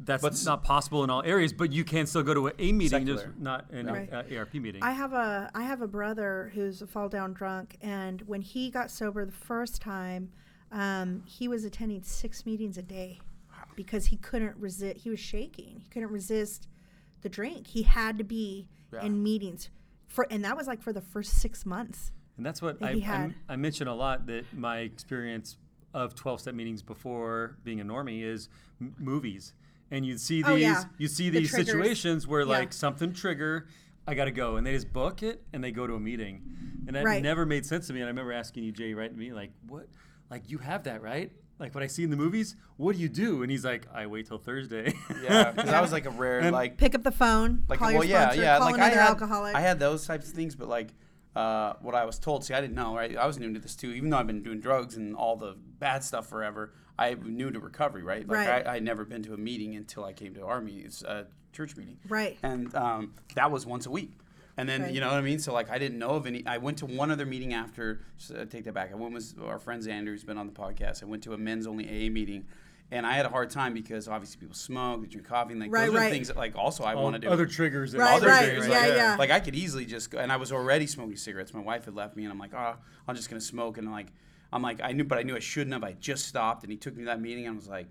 [SPEAKER 1] that's
[SPEAKER 2] But s-
[SPEAKER 1] not possible in all areas. But you can still go to a, a meeting, just
[SPEAKER 2] Secular.
[SPEAKER 1] not an
[SPEAKER 6] Right.
[SPEAKER 1] uh, ARP meeting.
[SPEAKER 6] I have a I have a brother who's a fall down drunk, and when he got sober the first time, um, he was attending six meetings a day because he couldn't resist. He was shaking. He couldn't resist the drink. He had to be in meetings for, and that was like for the first six months.
[SPEAKER 1] And that's what
[SPEAKER 6] that
[SPEAKER 1] I,
[SPEAKER 6] he
[SPEAKER 1] I,
[SPEAKER 6] had.
[SPEAKER 1] I mention a lot that my experience of 12 step meetings before being a normie is m- movies. And you'd see these
[SPEAKER 6] Oh, yeah.
[SPEAKER 1] you see
[SPEAKER 6] The
[SPEAKER 1] these
[SPEAKER 6] triggers.
[SPEAKER 1] situations where
[SPEAKER 6] Yeah.
[SPEAKER 1] like something trigger I got to go and they just book it and they go to a meeting. And that
[SPEAKER 6] Right.
[SPEAKER 1] never made sense to me and I remember asking you Jay right me like what like you have that right? Like what I see in the movies, what do you do? And he's like I wait till Thursday.
[SPEAKER 2] Yeah, because I was like a rare like
[SPEAKER 6] Pick up the phone,
[SPEAKER 2] like
[SPEAKER 6] call
[SPEAKER 2] well
[SPEAKER 6] your
[SPEAKER 2] yeah
[SPEAKER 6] sponsor,
[SPEAKER 2] yeah
[SPEAKER 6] call
[SPEAKER 2] like I
[SPEAKER 6] another
[SPEAKER 2] had
[SPEAKER 6] alcoholic.
[SPEAKER 2] I had those types of things, but like uh, what I was told. See, I didn't know right. I was new to this too. Even though I've been doing drugs and all the bad stuff forever, I was new to recovery. Right. Like
[SPEAKER 6] Right.
[SPEAKER 2] I, I had never been to a meeting until I came to our meeting, it's a church meeting.
[SPEAKER 6] Right.
[SPEAKER 2] And um, that was once a week. And then
[SPEAKER 6] Right.
[SPEAKER 2] you know what I mean. So like I didn't know of any. I went to one other meeting after. So I take that back. I went with our friends Andrew, who's been on the podcast. I went to a men's only AA meeting, and I had a hard time because obviously people smoke, they drink coffee, and like
[SPEAKER 6] Right,
[SPEAKER 2] those are
[SPEAKER 6] right.
[SPEAKER 2] things that like also I want to do
[SPEAKER 1] Other triggers and
[SPEAKER 6] Right,
[SPEAKER 1] other
[SPEAKER 2] other
[SPEAKER 6] right,
[SPEAKER 2] things,
[SPEAKER 1] triggers,
[SPEAKER 6] yeah,
[SPEAKER 2] like,
[SPEAKER 6] yeah.
[SPEAKER 2] like, I could easily just go, and I was already smoking cigarettes. My wife had left me, and I'm like, oh, I'm just gonna smoke, and like, I'm like, I knew, but I knew I shouldn't have. I just stopped, and he took me to that meeting, and I was like,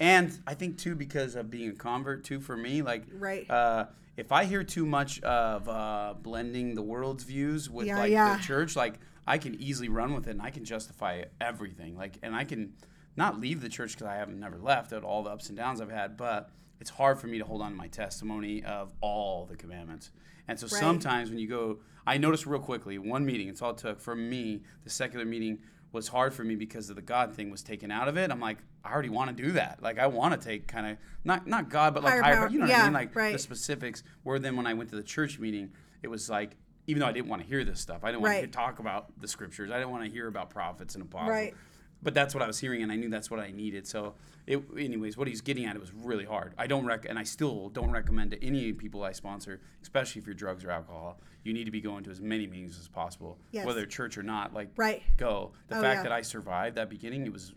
[SPEAKER 2] and I think too because of being a convert too for me, like,
[SPEAKER 6] Right.
[SPEAKER 2] Uh, if I hear too much of uh, blending the world's views with
[SPEAKER 6] Yeah,
[SPEAKER 2] like
[SPEAKER 6] yeah.
[SPEAKER 2] the church, like I can easily run with it, and I can justify everything, like, and I can not leave the church because I haven't never left at all the ups and downs I've had, but it's hard for me to hold on to my testimony of all the commandments. And so
[SPEAKER 6] Right.
[SPEAKER 2] sometimes when you go, I noticed real quickly one meeting. It's all it took for me. The secular meeting was hard for me because of the God thing was taken out of it. I'm like, I already want to do that. Like I want to take kind of not not God, but like
[SPEAKER 6] Higher
[SPEAKER 2] higher,
[SPEAKER 6] power.
[SPEAKER 2] power, you know what
[SPEAKER 6] Yeah,
[SPEAKER 2] I mean? Like
[SPEAKER 6] right.
[SPEAKER 2] the specifics. Where then when I went to the church meeting, it was like. Even though I didn't want to hear this stuff, I didn't want
[SPEAKER 6] Right.
[SPEAKER 2] to talk about the scriptures. I didn't want to hear about prophets and apostles
[SPEAKER 6] Right.
[SPEAKER 2] but that's what I was hearing, and I knew that's what I needed. So, it, anyways, what he's getting at it was really hard. I don't rec, and I still don't recommend to any people I sponsor, especially if you're drugs or alcohol. You need to be going to as many meetings as possible,
[SPEAKER 6] Yes.
[SPEAKER 2] whether church or not. Like,
[SPEAKER 6] Right.
[SPEAKER 2] go. The
[SPEAKER 6] Oh,
[SPEAKER 2] fact
[SPEAKER 6] yeah.
[SPEAKER 2] that I survived that beginning, it was,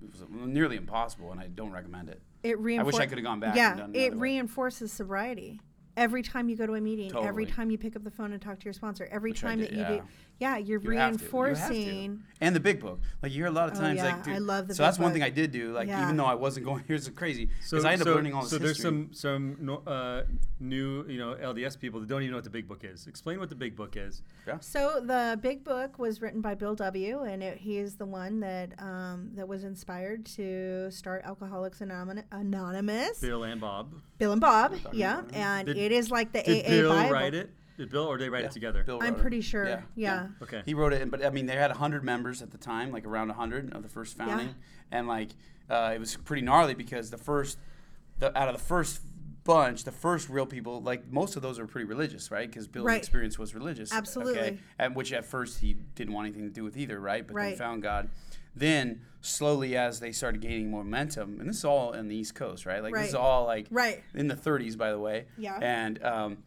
[SPEAKER 2] it was nearly impossible, and I don't recommend it.
[SPEAKER 6] It
[SPEAKER 2] I wish I
[SPEAKER 6] reinfor-
[SPEAKER 2] could have gone back.
[SPEAKER 6] Yeah,
[SPEAKER 2] and done
[SPEAKER 6] it
[SPEAKER 2] another way.
[SPEAKER 6] reinforces sobriety. Every time you go to a meeting, every
[SPEAKER 2] Totally.
[SPEAKER 6] time you pick up the phone and talk to your sponsor, every
[SPEAKER 2] Which I
[SPEAKER 6] time
[SPEAKER 2] did,
[SPEAKER 6] that you
[SPEAKER 2] yeah.
[SPEAKER 6] do, yeah, you're
[SPEAKER 2] You have to. You have to.
[SPEAKER 6] reinforcing.
[SPEAKER 2] And the big book. Like you hear a lot of
[SPEAKER 6] Oh,
[SPEAKER 2] times,
[SPEAKER 6] yeah.
[SPEAKER 2] like dude,
[SPEAKER 6] I love the
[SPEAKER 2] So that's
[SPEAKER 6] big
[SPEAKER 2] one
[SPEAKER 6] book.
[SPEAKER 2] thing I did do. Like
[SPEAKER 6] Yeah.
[SPEAKER 2] even though I wasn't going, here's the crazy because I ended up learning all this
[SPEAKER 1] so there's
[SPEAKER 2] history.
[SPEAKER 1] some some no- uh, new you know LDS people that don't even know what the big book is. Explain what the big book is.
[SPEAKER 6] So the Big Book was written by Bill W. and it, he is the one that um, that was inspired to start Alcoholics Anonymous. Anonymous. Bill,
[SPEAKER 1] Bill and Bob.
[SPEAKER 6] and Bob, yeah, and
[SPEAKER 1] Did-
[SPEAKER 6] it is like the
[SPEAKER 1] Did
[SPEAKER 6] AA
[SPEAKER 1] Bill
[SPEAKER 6] Bible.
[SPEAKER 1] write it? Did Bill or they write it together?
[SPEAKER 2] Bill
[SPEAKER 6] I'm
[SPEAKER 2] wrote it.
[SPEAKER 6] pretty sure.
[SPEAKER 2] Yeah.
[SPEAKER 6] yeah.
[SPEAKER 1] Okay.
[SPEAKER 2] He wrote it, and- but I mean, they had 100 members at the time, like around 100 of the first founding. And like, uh, it was pretty gnarly because the first, the, out of the first bunch, the first real people, like most of those are pretty religious, right? Because Bill's
[SPEAKER 6] Right.
[SPEAKER 2] experience was religious.
[SPEAKER 6] Absolutely.
[SPEAKER 2] And which at first he didn't want anything to do with either, right? But
[SPEAKER 6] Right.
[SPEAKER 2] then found God. Then slowly, as they started gaining momentum, and this is all in the East Coast, right? Like this is
[SPEAKER 6] Right.
[SPEAKER 2] all like
[SPEAKER 6] Right.
[SPEAKER 2] in the 30s, by the way.
[SPEAKER 6] Yeah.
[SPEAKER 2] And um,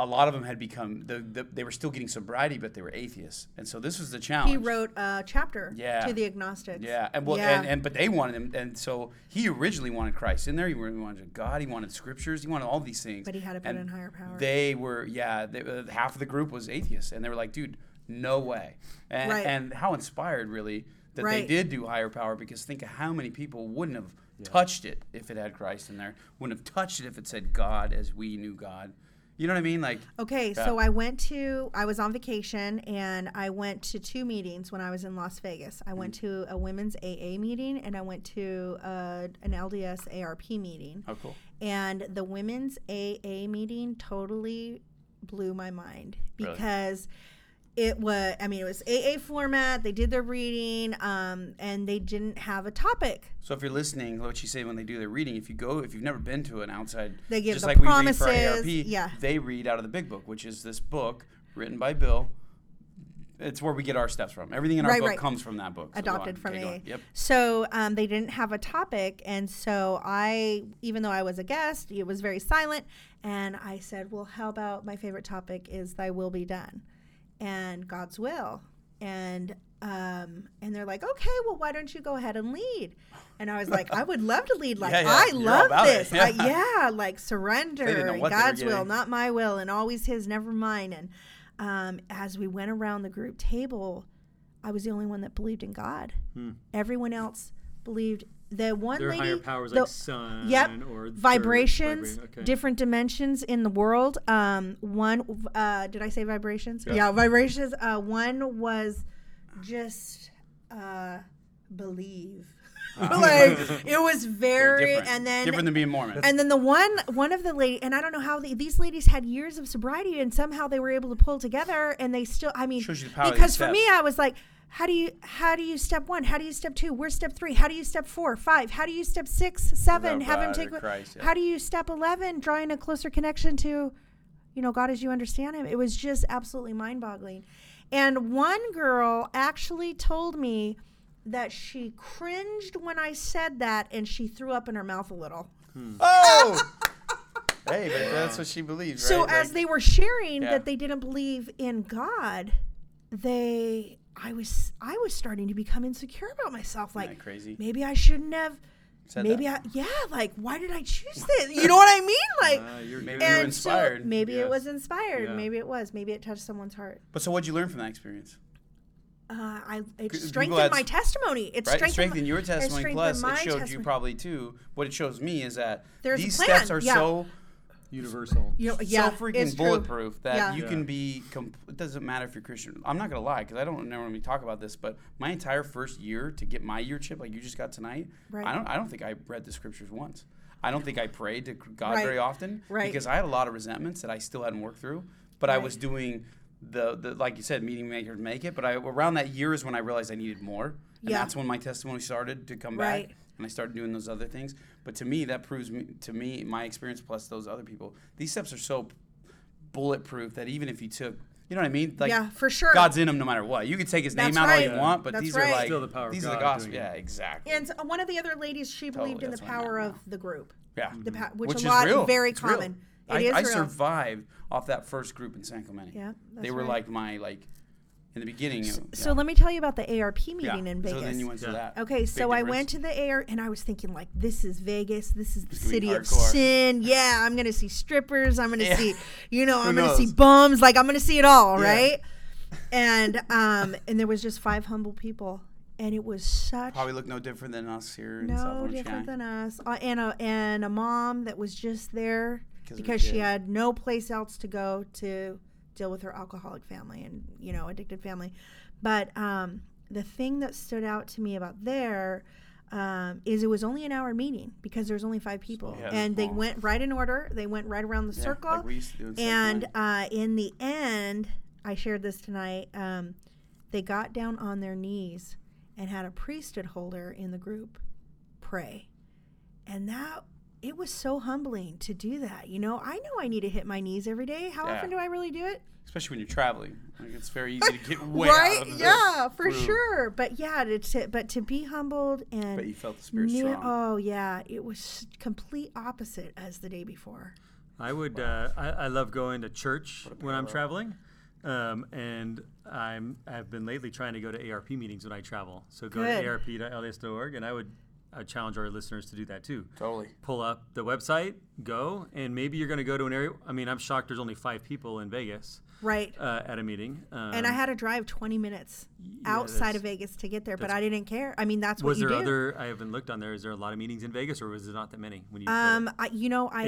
[SPEAKER 2] a lot of them had become the, the, they were still getting sobriety, but they were atheists, and so this was the challenge.
[SPEAKER 6] He wrote a chapter
[SPEAKER 2] Yeah.
[SPEAKER 6] to the agnostics.
[SPEAKER 2] yeah, and well,
[SPEAKER 6] Yeah.
[SPEAKER 2] And, and but they wanted him, and so he originally wanted Christ in there. He really wanted God. He wanted scriptures. He wanted all these things.
[SPEAKER 6] But he had to put
[SPEAKER 2] And
[SPEAKER 6] in higher power.
[SPEAKER 2] They were yeah, they, uh, half of the group was atheists, and they were like, dude, no way. And,
[SPEAKER 6] Right.
[SPEAKER 2] and how inspired really that
[SPEAKER 6] Right.
[SPEAKER 2] they did do higher power because think of how many people wouldn't have touched it if it had Christ in there, wouldn't have touched it if it said God as we knew God. You know what I mean? Like
[SPEAKER 6] Okay, so I went to I was on vacation and I went to two meetings when I was in Las Vegas. I went to a women's AA meeting and I went to uh, an LDS ARP meeting.
[SPEAKER 2] oh cool.
[SPEAKER 6] And the women's AA meeting totally blew my mind because it was i mean it was aa format they did their reading um, and they didn't have a topic
[SPEAKER 2] So if you're listening, what you say when they do their reading, if you go, if you've never been to an outside,
[SPEAKER 6] They give
[SPEAKER 2] just
[SPEAKER 6] the
[SPEAKER 2] like we read for our
[SPEAKER 6] promises,
[SPEAKER 2] ARP,
[SPEAKER 6] yeah.
[SPEAKER 2] they read out of the big book, which is this book written by Bill. It's where we get our stuff from. Everything in our
[SPEAKER 6] Right,
[SPEAKER 2] book
[SPEAKER 6] right.
[SPEAKER 2] comes from that book. So go
[SPEAKER 6] adopted
[SPEAKER 2] on.
[SPEAKER 6] from
[SPEAKER 2] Okay, go on.
[SPEAKER 6] AA.
[SPEAKER 2] Yep.
[SPEAKER 6] So um, they didn't have a topic, and so I, even though I was a guest, it was very silent, and I said, "Well, how about my favorite topic is Thy will be done, and God's will," and um, and they're like, "Okay, well, why don't you go ahead and lead?" And I was like, "I would love to lead. Like,
[SPEAKER 2] Yeah, yeah,
[SPEAKER 6] I
[SPEAKER 2] you're all
[SPEAKER 6] love
[SPEAKER 2] about it.
[SPEAKER 6] this. I, yeah, like surrender
[SPEAKER 2] They didn't know
[SPEAKER 6] and
[SPEAKER 2] what they were
[SPEAKER 6] God's will,
[SPEAKER 2] getting.
[SPEAKER 6] not my will, and always His, never mine." And um, as we went around the group table, I was the only one that believed in God.
[SPEAKER 2] Hmm.
[SPEAKER 6] Everyone else believed the one
[SPEAKER 1] Their
[SPEAKER 6] lady,
[SPEAKER 1] higher powers
[SPEAKER 6] the-
[SPEAKER 1] like sun
[SPEAKER 6] yep,
[SPEAKER 1] or
[SPEAKER 6] vibrations,
[SPEAKER 1] vibra- okay.
[SPEAKER 6] different dimensions in the world. Um, one, uh, did I say vibrations? Yeah, vibrations. Uh, one was just uh, believe. like it was
[SPEAKER 2] Ah. They're
[SPEAKER 6] very,
[SPEAKER 2] different.
[SPEAKER 6] and then
[SPEAKER 2] different than being Mormon.
[SPEAKER 6] and then the one one of the lady and I don't know how they, these ladies had years of sobriety and somehow they were able to pull together and they still I mean
[SPEAKER 2] Shows you the power of
[SPEAKER 6] because
[SPEAKER 2] these
[SPEAKER 6] for me
[SPEAKER 2] steps.
[SPEAKER 6] I was like how do you how do you step one how do you step two where's step three how do you step four five how do you step six seven
[SPEAKER 2] Without
[SPEAKER 6] have him
[SPEAKER 2] God
[SPEAKER 6] take
[SPEAKER 2] or Christ, yeah.
[SPEAKER 6] how do you step eleven drawing a closer connection to you know God as you understand him it was just absolutely mind boggling and one girl actually told me that she cringed when I said that and she threw up in her mouth a little.
[SPEAKER 2] oh, hey, but that's what she believes,
[SPEAKER 6] So
[SPEAKER 2] right?
[SPEAKER 6] as
[SPEAKER 2] Like,
[SPEAKER 6] they were sharing
[SPEAKER 2] Yeah.
[SPEAKER 6] that they didn't believe in God, they I was I was starting to become insecure about myself. Like
[SPEAKER 2] that crazy?
[SPEAKER 6] maybe I shouldn't have.
[SPEAKER 2] Said
[SPEAKER 6] maybe
[SPEAKER 2] that.
[SPEAKER 6] I yeah. Like why did I choose this? You know what I mean? Like
[SPEAKER 1] Ah, you're
[SPEAKER 2] Maybe
[SPEAKER 1] good.
[SPEAKER 2] you were
[SPEAKER 6] and
[SPEAKER 2] Uh, inspired.
[SPEAKER 6] so maybe
[SPEAKER 1] yes.
[SPEAKER 6] it was inspired.
[SPEAKER 1] Yeah.
[SPEAKER 6] Maybe it was. Maybe it touched someone's heart.
[SPEAKER 2] but so what'd you learn from that experience?
[SPEAKER 6] Uh, I it
[SPEAKER 2] Google
[SPEAKER 6] strengthened my
[SPEAKER 2] Ads-
[SPEAKER 6] testimony.
[SPEAKER 2] Right,
[SPEAKER 6] It strengthened,
[SPEAKER 2] strengthen,
[SPEAKER 6] my-
[SPEAKER 2] your testimony.
[SPEAKER 6] strengthened
[SPEAKER 2] Plus,
[SPEAKER 6] my
[SPEAKER 2] it showed you
[SPEAKER 6] testimony.
[SPEAKER 2] probably too. What it shows me is that
[SPEAKER 6] There's a
[SPEAKER 2] these
[SPEAKER 6] plan,
[SPEAKER 2] steps are
[SPEAKER 6] yeah.
[SPEAKER 2] so
[SPEAKER 1] universal.
[SPEAKER 6] You know,
[SPEAKER 2] so
[SPEAKER 6] yeah, it's
[SPEAKER 2] freaking
[SPEAKER 6] true.
[SPEAKER 2] bulletproof that
[SPEAKER 6] Yeah.
[SPEAKER 2] you
[SPEAKER 1] Yeah.
[SPEAKER 2] can be. Comp- it doesn't matter if you're Christian. I'm not gonna lie because I don't know when we talk about this, but my entire first year to get my year chip, like you just got tonight,
[SPEAKER 6] Right.
[SPEAKER 2] I don't. I don't think I read the scriptures once. I don't think I prayed to God
[SPEAKER 6] Right.
[SPEAKER 2] very often
[SPEAKER 6] Right.
[SPEAKER 2] because I had a lot of resentments that I still hadn't worked through, but I was doing. The, the like you said meeting maker to make it but I around that year is when I realized I needed more and
[SPEAKER 6] Yeah.
[SPEAKER 2] that's when my testimony started to come
[SPEAKER 6] Right.
[SPEAKER 2] back and I started doing those other things. But to me, that proves me, to me my experience plus those other people. These steps are so bulletproof that even if you took, you know what I mean? Like
[SPEAKER 6] Yeah, for sure.
[SPEAKER 2] God's in them no matter what. You could take His name
[SPEAKER 6] That's
[SPEAKER 2] out all
[SPEAKER 6] right.
[SPEAKER 2] you want, but
[SPEAKER 6] That's
[SPEAKER 2] these
[SPEAKER 6] right.
[SPEAKER 2] are like
[SPEAKER 1] Still the power of
[SPEAKER 2] these are
[SPEAKER 1] God
[SPEAKER 2] the gospel.
[SPEAKER 1] doing it.
[SPEAKER 2] Yeah, exactly.
[SPEAKER 6] And so- one of the other ladies, she believed in the
[SPEAKER 2] that's what I meant,
[SPEAKER 6] power
[SPEAKER 2] yeah.
[SPEAKER 6] of the group.
[SPEAKER 2] yeah,
[SPEAKER 6] the pa- which,
[SPEAKER 2] is
[SPEAKER 6] a lot
[SPEAKER 2] real.
[SPEAKER 6] very
[SPEAKER 2] It's real.
[SPEAKER 6] common.
[SPEAKER 2] I,
[SPEAKER 6] It is
[SPEAKER 2] I
[SPEAKER 6] real.
[SPEAKER 2] survived off that first group in San Clemente.
[SPEAKER 6] Yeah,
[SPEAKER 2] they
[SPEAKER 6] that's
[SPEAKER 2] were
[SPEAKER 6] right.
[SPEAKER 2] like my like in the beginning. it-
[SPEAKER 6] So
[SPEAKER 2] yeah.
[SPEAKER 6] let me tell you about the ARP meeting
[SPEAKER 2] Yeah.
[SPEAKER 6] in Vegas.
[SPEAKER 2] So then you went to that.
[SPEAKER 6] Okay,
[SPEAKER 2] Big
[SPEAKER 6] so I
[SPEAKER 2] difference.
[SPEAKER 6] went to the air and I was thinking like this is Vegas, this is the
[SPEAKER 2] gonna be
[SPEAKER 6] city of
[SPEAKER 2] hardcore.
[SPEAKER 6] sin. Yeah, I'm gonna see strippers, I'm gonna
[SPEAKER 2] Yeah.
[SPEAKER 6] see you know, I'm gonna
[SPEAKER 2] knows?
[SPEAKER 6] see bums, like I'm gonna see it all,
[SPEAKER 2] Yeah.
[SPEAKER 6] right? And um and there was just five humble people and it was such
[SPEAKER 2] Probably look no different than us here in South
[SPEAKER 6] no
[SPEAKER 2] Orange County.
[SPEAKER 6] different than us. Uh, and a and a mom that was just there
[SPEAKER 2] Because of her
[SPEAKER 6] because she
[SPEAKER 2] kid.
[SPEAKER 6] had no place else to go to deal with her alcoholic family and you know addicted family. But um, the thing that stood out to me about there um, is it was only an hour meeting because there's only five people
[SPEAKER 2] yeah,
[SPEAKER 6] and they
[SPEAKER 2] small.
[SPEAKER 6] went right in order. They went right around the
[SPEAKER 2] Yeah,
[SPEAKER 6] circle
[SPEAKER 2] like we used to do in San Clemente.
[SPEAKER 6] and uh, in the end, I shared this tonight. Um, they got down on their knees and had a priesthood holder in the group pray, and that it was so humbling to do that. You know, I know I need to hit my knees every day. How
[SPEAKER 2] Yeah.
[SPEAKER 6] often do I really do it?
[SPEAKER 2] especially when you're traveling. Like it's very easy to get way
[SPEAKER 6] right?
[SPEAKER 2] out of the
[SPEAKER 6] yeah, for
[SPEAKER 2] groove.
[SPEAKER 6] sure. But yeah, to, to- but to be humbled and
[SPEAKER 2] But you felt the spirit
[SPEAKER 6] kneel-
[SPEAKER 2] strong.
[SPEAKER 6] Oh yeah, it was complete opposite as the day before.
[SPEAKER 1] I would. Uh, I, I love going to church when I'm traveling, um, and I'm. I've been lately trying to go to ARP meetings when I travel. So go
[SPEAKER 6] Good.
[SPEAKER 1] to arp.ls.org, and I would. I would challenge our listeners to do that too.
[SPEAKER 2] Totally.
[SPEAKER 1] Pull up the website, go, and maybe you're going to go to an area. I mean, I'm shocked. There's only five people in Vegas
[SPEAKER 6] Right.
[SPEAKER 1] uh, at a meeting. Um,
[SPEAKER 6] and I had to drive 20 minutes outside of Vegas to get there, but I didn't care. I mean, that's what
[SPEAKER 1] Was
[SPEAKER 6] you
[SPEAKER 1] there
[SPEAKER 6] do.
[SPEAKER 1] other? I haven't looked on there. Is there a lot of meetings in Vegas, or was there not that many? When you
[SPEAKER 6] um, I, you know, I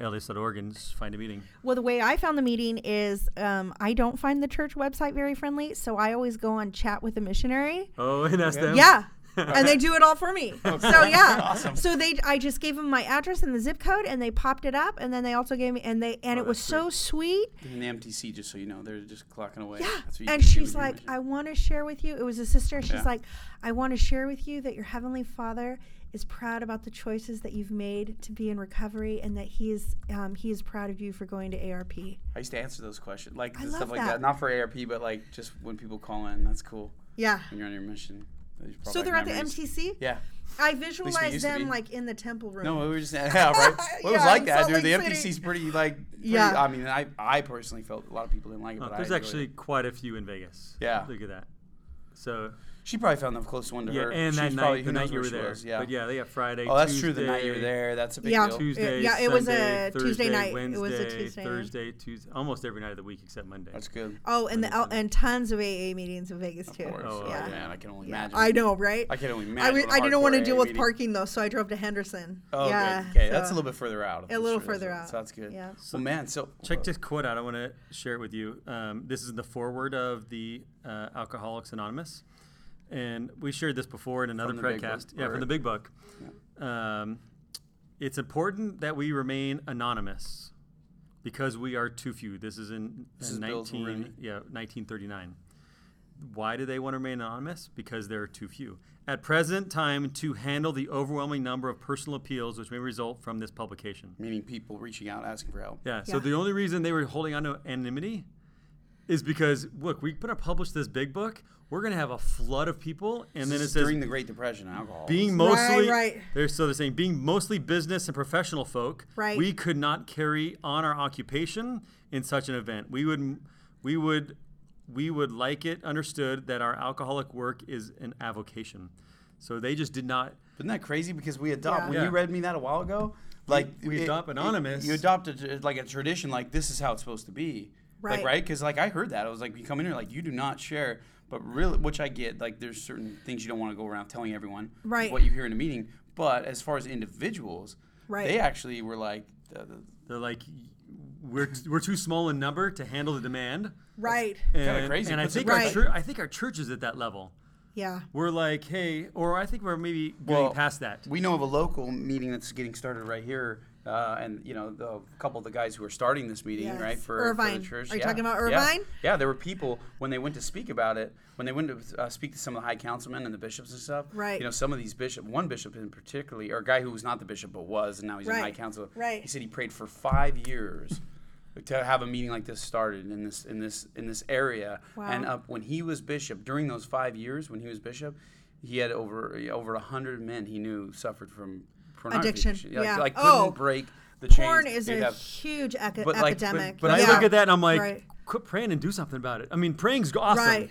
[SPEAKER 1] arp.ls.org and s- find a meeting.
[SPEAKER 6] well, the way I found the meeting is um, I don't find the church website very friendly, so I always go on chat with a missionary.
[SPEAKER 1] Oh, and ask them.
[SPEAKER 6] Yeah, and they do it all for me. So yeah, so they I just gave them my address and the zip code, and they popped it up, and then they also gave me and they
[SPEAKER 1] Oh,
[SPEAKER 6] and it was so sweet.
[SPEAKER 2] In the MTC, just so you know, they're just clocking away.
[SPEAKER 6] Yeah.
[SPEAKER 2] That's what you
[SPEAKER 6] And
[SPEAKER 2] do
[SPEAKER 6] she's
[SPEAKER 2] when you're
[SPEAKER 6] like,
[SPEAKER 2] measured.
[SPEAKER 6] I want to share with you. It was a sister. She's
[SPEAKER 2] Yeah.
[SPEAKER 6] like, I want to share with you that your Heavenly Father is proud about the choices that you've made to be in recovery and that he is um, he is proud of you for going to ARP.
[SPEAKER 2] I used to answer those questions, like
[SPEAKER 6] I
[SPEAKER 2] the
[SPEAKER 6] love
[SPEAKER 2] stuff like
[SPEAKER 6] that.
[SPEAKER 2] that. Not for ARP, but like just when people call in. That's cool.
[SPEAKER 6] Yeah.
[SPEAKER 2] When you're on your mission. Those are
[SPEAKER 6] So
[SPEAKER 2] probably
[SPEAKER 6] they're at the
[SPEAKER 2] memories.
[SPEAKER 6] MTC?
[SPEAKER 2] Yeah.
[SPEAKER 6] I
[SPEAKER 2] we
[SPEAKER 6] visualize
[SPEAKER 2] used to be.
[SPEAKER 6] them like in the temple room.
[SPEAKER 2] No, we were just yeah, right. Well, it was
[SPEAKER 6] Yeah,
[SPEAKER 2] like
[SPEAKER 6] in
[SPEAKER 2] that,
[SPEAKER 6] Salt
[SPEAKER 2] dude. The
[SPEAKER 6] Lake City.
[SPEAKER 2] MTC's pretty like. Pretty,
[SPEAKER 6] Yeah.
[SPEAKER 2] I mean, I I personally felt a lot of people didn't like it,
[SPEAKER 1] Oh,
[SPEAKER 2] but I
[SPEAKER 1] there's
[SPEAKER 2] enjoyed
[SPEAKER 1] actually
[SPEAKER 2] it.
[SPEAKER 1] quite a few in Vegas.
[SPEAKER 2] Yeah.
[SPEAKER 1] Look at that. So
[SPEAKER 2] she probably found them close one to
[SPEAKER 1] yeah,
[SPEAKER 2] her.
[SPEAKER 1] and
[SPEAKER 2] She's
[SPEAKER 1] that
[SPEAKER 2] probably,
[SPEAKER 1] night,
[SPEAKER 2] who
[SPEAKER 1] the
[SPEAKER 2] knows
[SPEAKER 1] night you
[SPEAKER 2] where
[SPEAKER 1] were
[SPEAKER 2] she
[SPEAKER 1] there.
[SPEAKER 2] Was. Yeah.
[SPEAKER 1] But yeah, they got Friday.
[SPEAKER 2] Oh, that's true. The night you were
[SPEAKER 1] Tuesday,
[SPEAKER 2] there, that's a big
[SPEAKER 6] Yeah.
[SPEAKER 2] deal.
[SPEAKER 1] Tuesday,
[SPEAKER 6] yeah, it was
[SPEAKER 1] Sunday,
[SPEAKER 6] a Tuesday night.
[SPEAKER 1] Wednesday,
[SPEAKER 6] It was a Tuesday night.
[SPEAKER 1] Thursday, Tuesday, almost every night of the week except Monday.
[SPEAKER 2] That's good.
[SPEAKER 6] Oh, and the L- and tons of AA meetings in Vegas too.
[SPEAKER 2] Of course.
[SPEAKER 1] Oh,
[SPEAKER 2] Oh,
[SPEAKER 1] yeah.
[SPEAKER 2] man, I can only
[SPEAKER 6] Yeah,
[SPEAKER 2] imagine.
[SPEAKER 6] I know, right?
[SPEAKER 2] I can only
[SPEAKER 6] I,
[SPEAKER 2] imagine.
[SPEAKER 6] re-
[SPEAKER 2] what a
[SPEAKER 6] I didn't want to
[SPEAKER 2] hardcore
[SPEAKER 6] deal
[SPEAKER 2] AA
[SPEAKER 6] with
[SPEAKER 2] meeting-
[SPEAKER 6] parking though, so I drove to Henderson.
[SPEAKER 2] Oh,
[SPEAKER 6] yeah,
[SPEAKER 2] good. okay, that's a
[SPEAKER 6] so-
[SPEAKER 2] little bit further out.
[SPEAKER 6] A little further out.
[SPEAKER 2] So that's good.
[SPEAKER 6] Yeah.
[SPEAKER 2] Well, man, so uh,
[SPEAKER 1] Check this quote out. I want to share it with you. Um, this is in the foreword of the uh, Alcoholics Anonymous, and we shared this before in another
[SPEAKER 2] From the Big Book,
[SPEAKER 1] podcast. Yeah, from
[SPEAKER 2] right.
[SPEAKER 1] the Big Book. Um, it's important that we remain anonymous because we are too few. This is in,
[SPEAKER 2] This
[SPEAKER 1] in
[SPEAKER 2] is Bill's
[SPEAKER 1] 19,
[SPEAKER 2] Marini.
[SPEAKER 1] yeah, 1939. Why do they want to remain anonymous? Because there are too few. At present time, to handle the overwhelming number of personal appeals which may result from this publication.
[SPEAKER 2] meaning people reaching out asking for help.
[SPEAKER 1] Yeah. So
[SPEAKER 6] Yeah.
[SPEAKER 1] the only reason they were holding on to anonymity is because look, we're gonna publish this big book. We're gonna have a flood of people, and then it
[SPEAKER 2] This is
[SPEAKER 1] says
[SPEAKER 2] during the Great Depression, alcohol.
[SPEAKER 1] being
[SPEAKER 6] Right,
[SPEAKER 1] mostly
[SPEAKER 6] right.
[SPEAKER 1] They're, so they're saying being mostly business and professional folk.
[SPEAKER 6] Right.
[SPEAKER 1] We could not carry on our occupation in such an event. We would, we would, we would like it understood that our alcoholic work is an avocation. So they just did not.
[SPEAKER 2] Isn't that crazy? Because we adopt.
[SPEAKER 6] Yeah.
[SPEAKER 2] When
[SPEAKER 1] Yeah.
[SPEAKER 2] you read me that a while ago, like
[SPEAKER 1] we adopt anonymous.
[SPEAKER 2] you adopt a, tr- like a tradition. Like this is how it's supposed to be.
[SPEAKER 6] Right.
[SPEAKER 2] Like right? Because like I heard that I was like, you come in here like you do not share. But really, which I get. Like there's certain things you don't want to go around telling everyone.
[SPEAKER 6] Right.
[SPEAKER 2] What you hear in a meeting. But as far as individuals,
[SPEAKER 6] Right.
[SPEAKER 2] They actually were like, uh,
[SPEAKER 1] They're like, we're we're too small in number to handle the demand.
[SPEAKER 6] right.
[SPEAKER 2] Kinda
[SPEAKER 1] And-
[SPEAKER 2] crazy,
[SPEAKER 1] And I
[SPEAKER 2] puts it
[SPEAKER 1] think our
[SPEAKER 6] back-
[SPEAKER 1] chur- I think our church is at that level.
[SPEAKER 6] Yeah.
[SPEAKER 1] We're like, hey, or I think we're maybe going
[SPEAKER 2] Well,
[SPEAKER 1] past that.
[SPEAKER 2] We know of a local meeting that's getting started right here, uh, and you know the, a couple of the guys who are starting this meeting,
[SPEAKER 6] Yes.
[SPEAKER 2] right? For for
[SPEAKER 6] Irvine.
[SPEAKER 2] the church.
[SPEAKER 6] Are you
[SPEAKER 2] Yeah.
[SPEAKER 6] talking about
[SPEAKER 2] Yeah.
[SPEAKER 6] Irvine?
[SPEAKER 2] Yeah. there were people when they went to speak about it, when they went to uh, speak to some of the high councilmen and the bishops and stuff.
[SPEAKER 6] Right.
[SPEAKER 2] You know, some of these bishop, one bishop in particularly, or a guy who was not the bishop but was, and now he's in high
[SPEAKER 6] Right.
[SPEAKER 2] council.
[SPEAKER 6] Right.
[SPEAKER 2] He said he prayed for five years. To have a meeting like this started in this in this in this area, and
[SPEAKER 6] Wow.
[SPEAKER 2] up when he was bishop during those five years when he was bishop, he had over over a hundred men he knew suffered from pornography
[SPEAKER 6] Addiction,
[SPEAKER 2] addiction. Like,
[SPEAKER 6] yeah.
[SPEAKER 2] like
[SPEAKER 6] Oh,
[SPEAKER 2] couldn't break the
[SPEAKER 6] Porn
[SPEAKER 2] chains
[SPEAKER 6] is
[SPEAKER 2] they'd
[SPEAKER 6] a
[SPEAKER 2] have.
[SPEAKER 6] huge eco-
[SPEAKER 2] But, like, but-
[SPEAKER 6] epidemic.
[SPEAKER 2] but
[SPEAKER 1] I
[SPEAKER 6] yeah.
[SPEAKER 1] look at that and I'm like,
[SPEAKER 6] Right.
[SPEAKER 1] quit praying and do something about it. I mean, praying's go- awesome.
[SPEAKER 6] Right.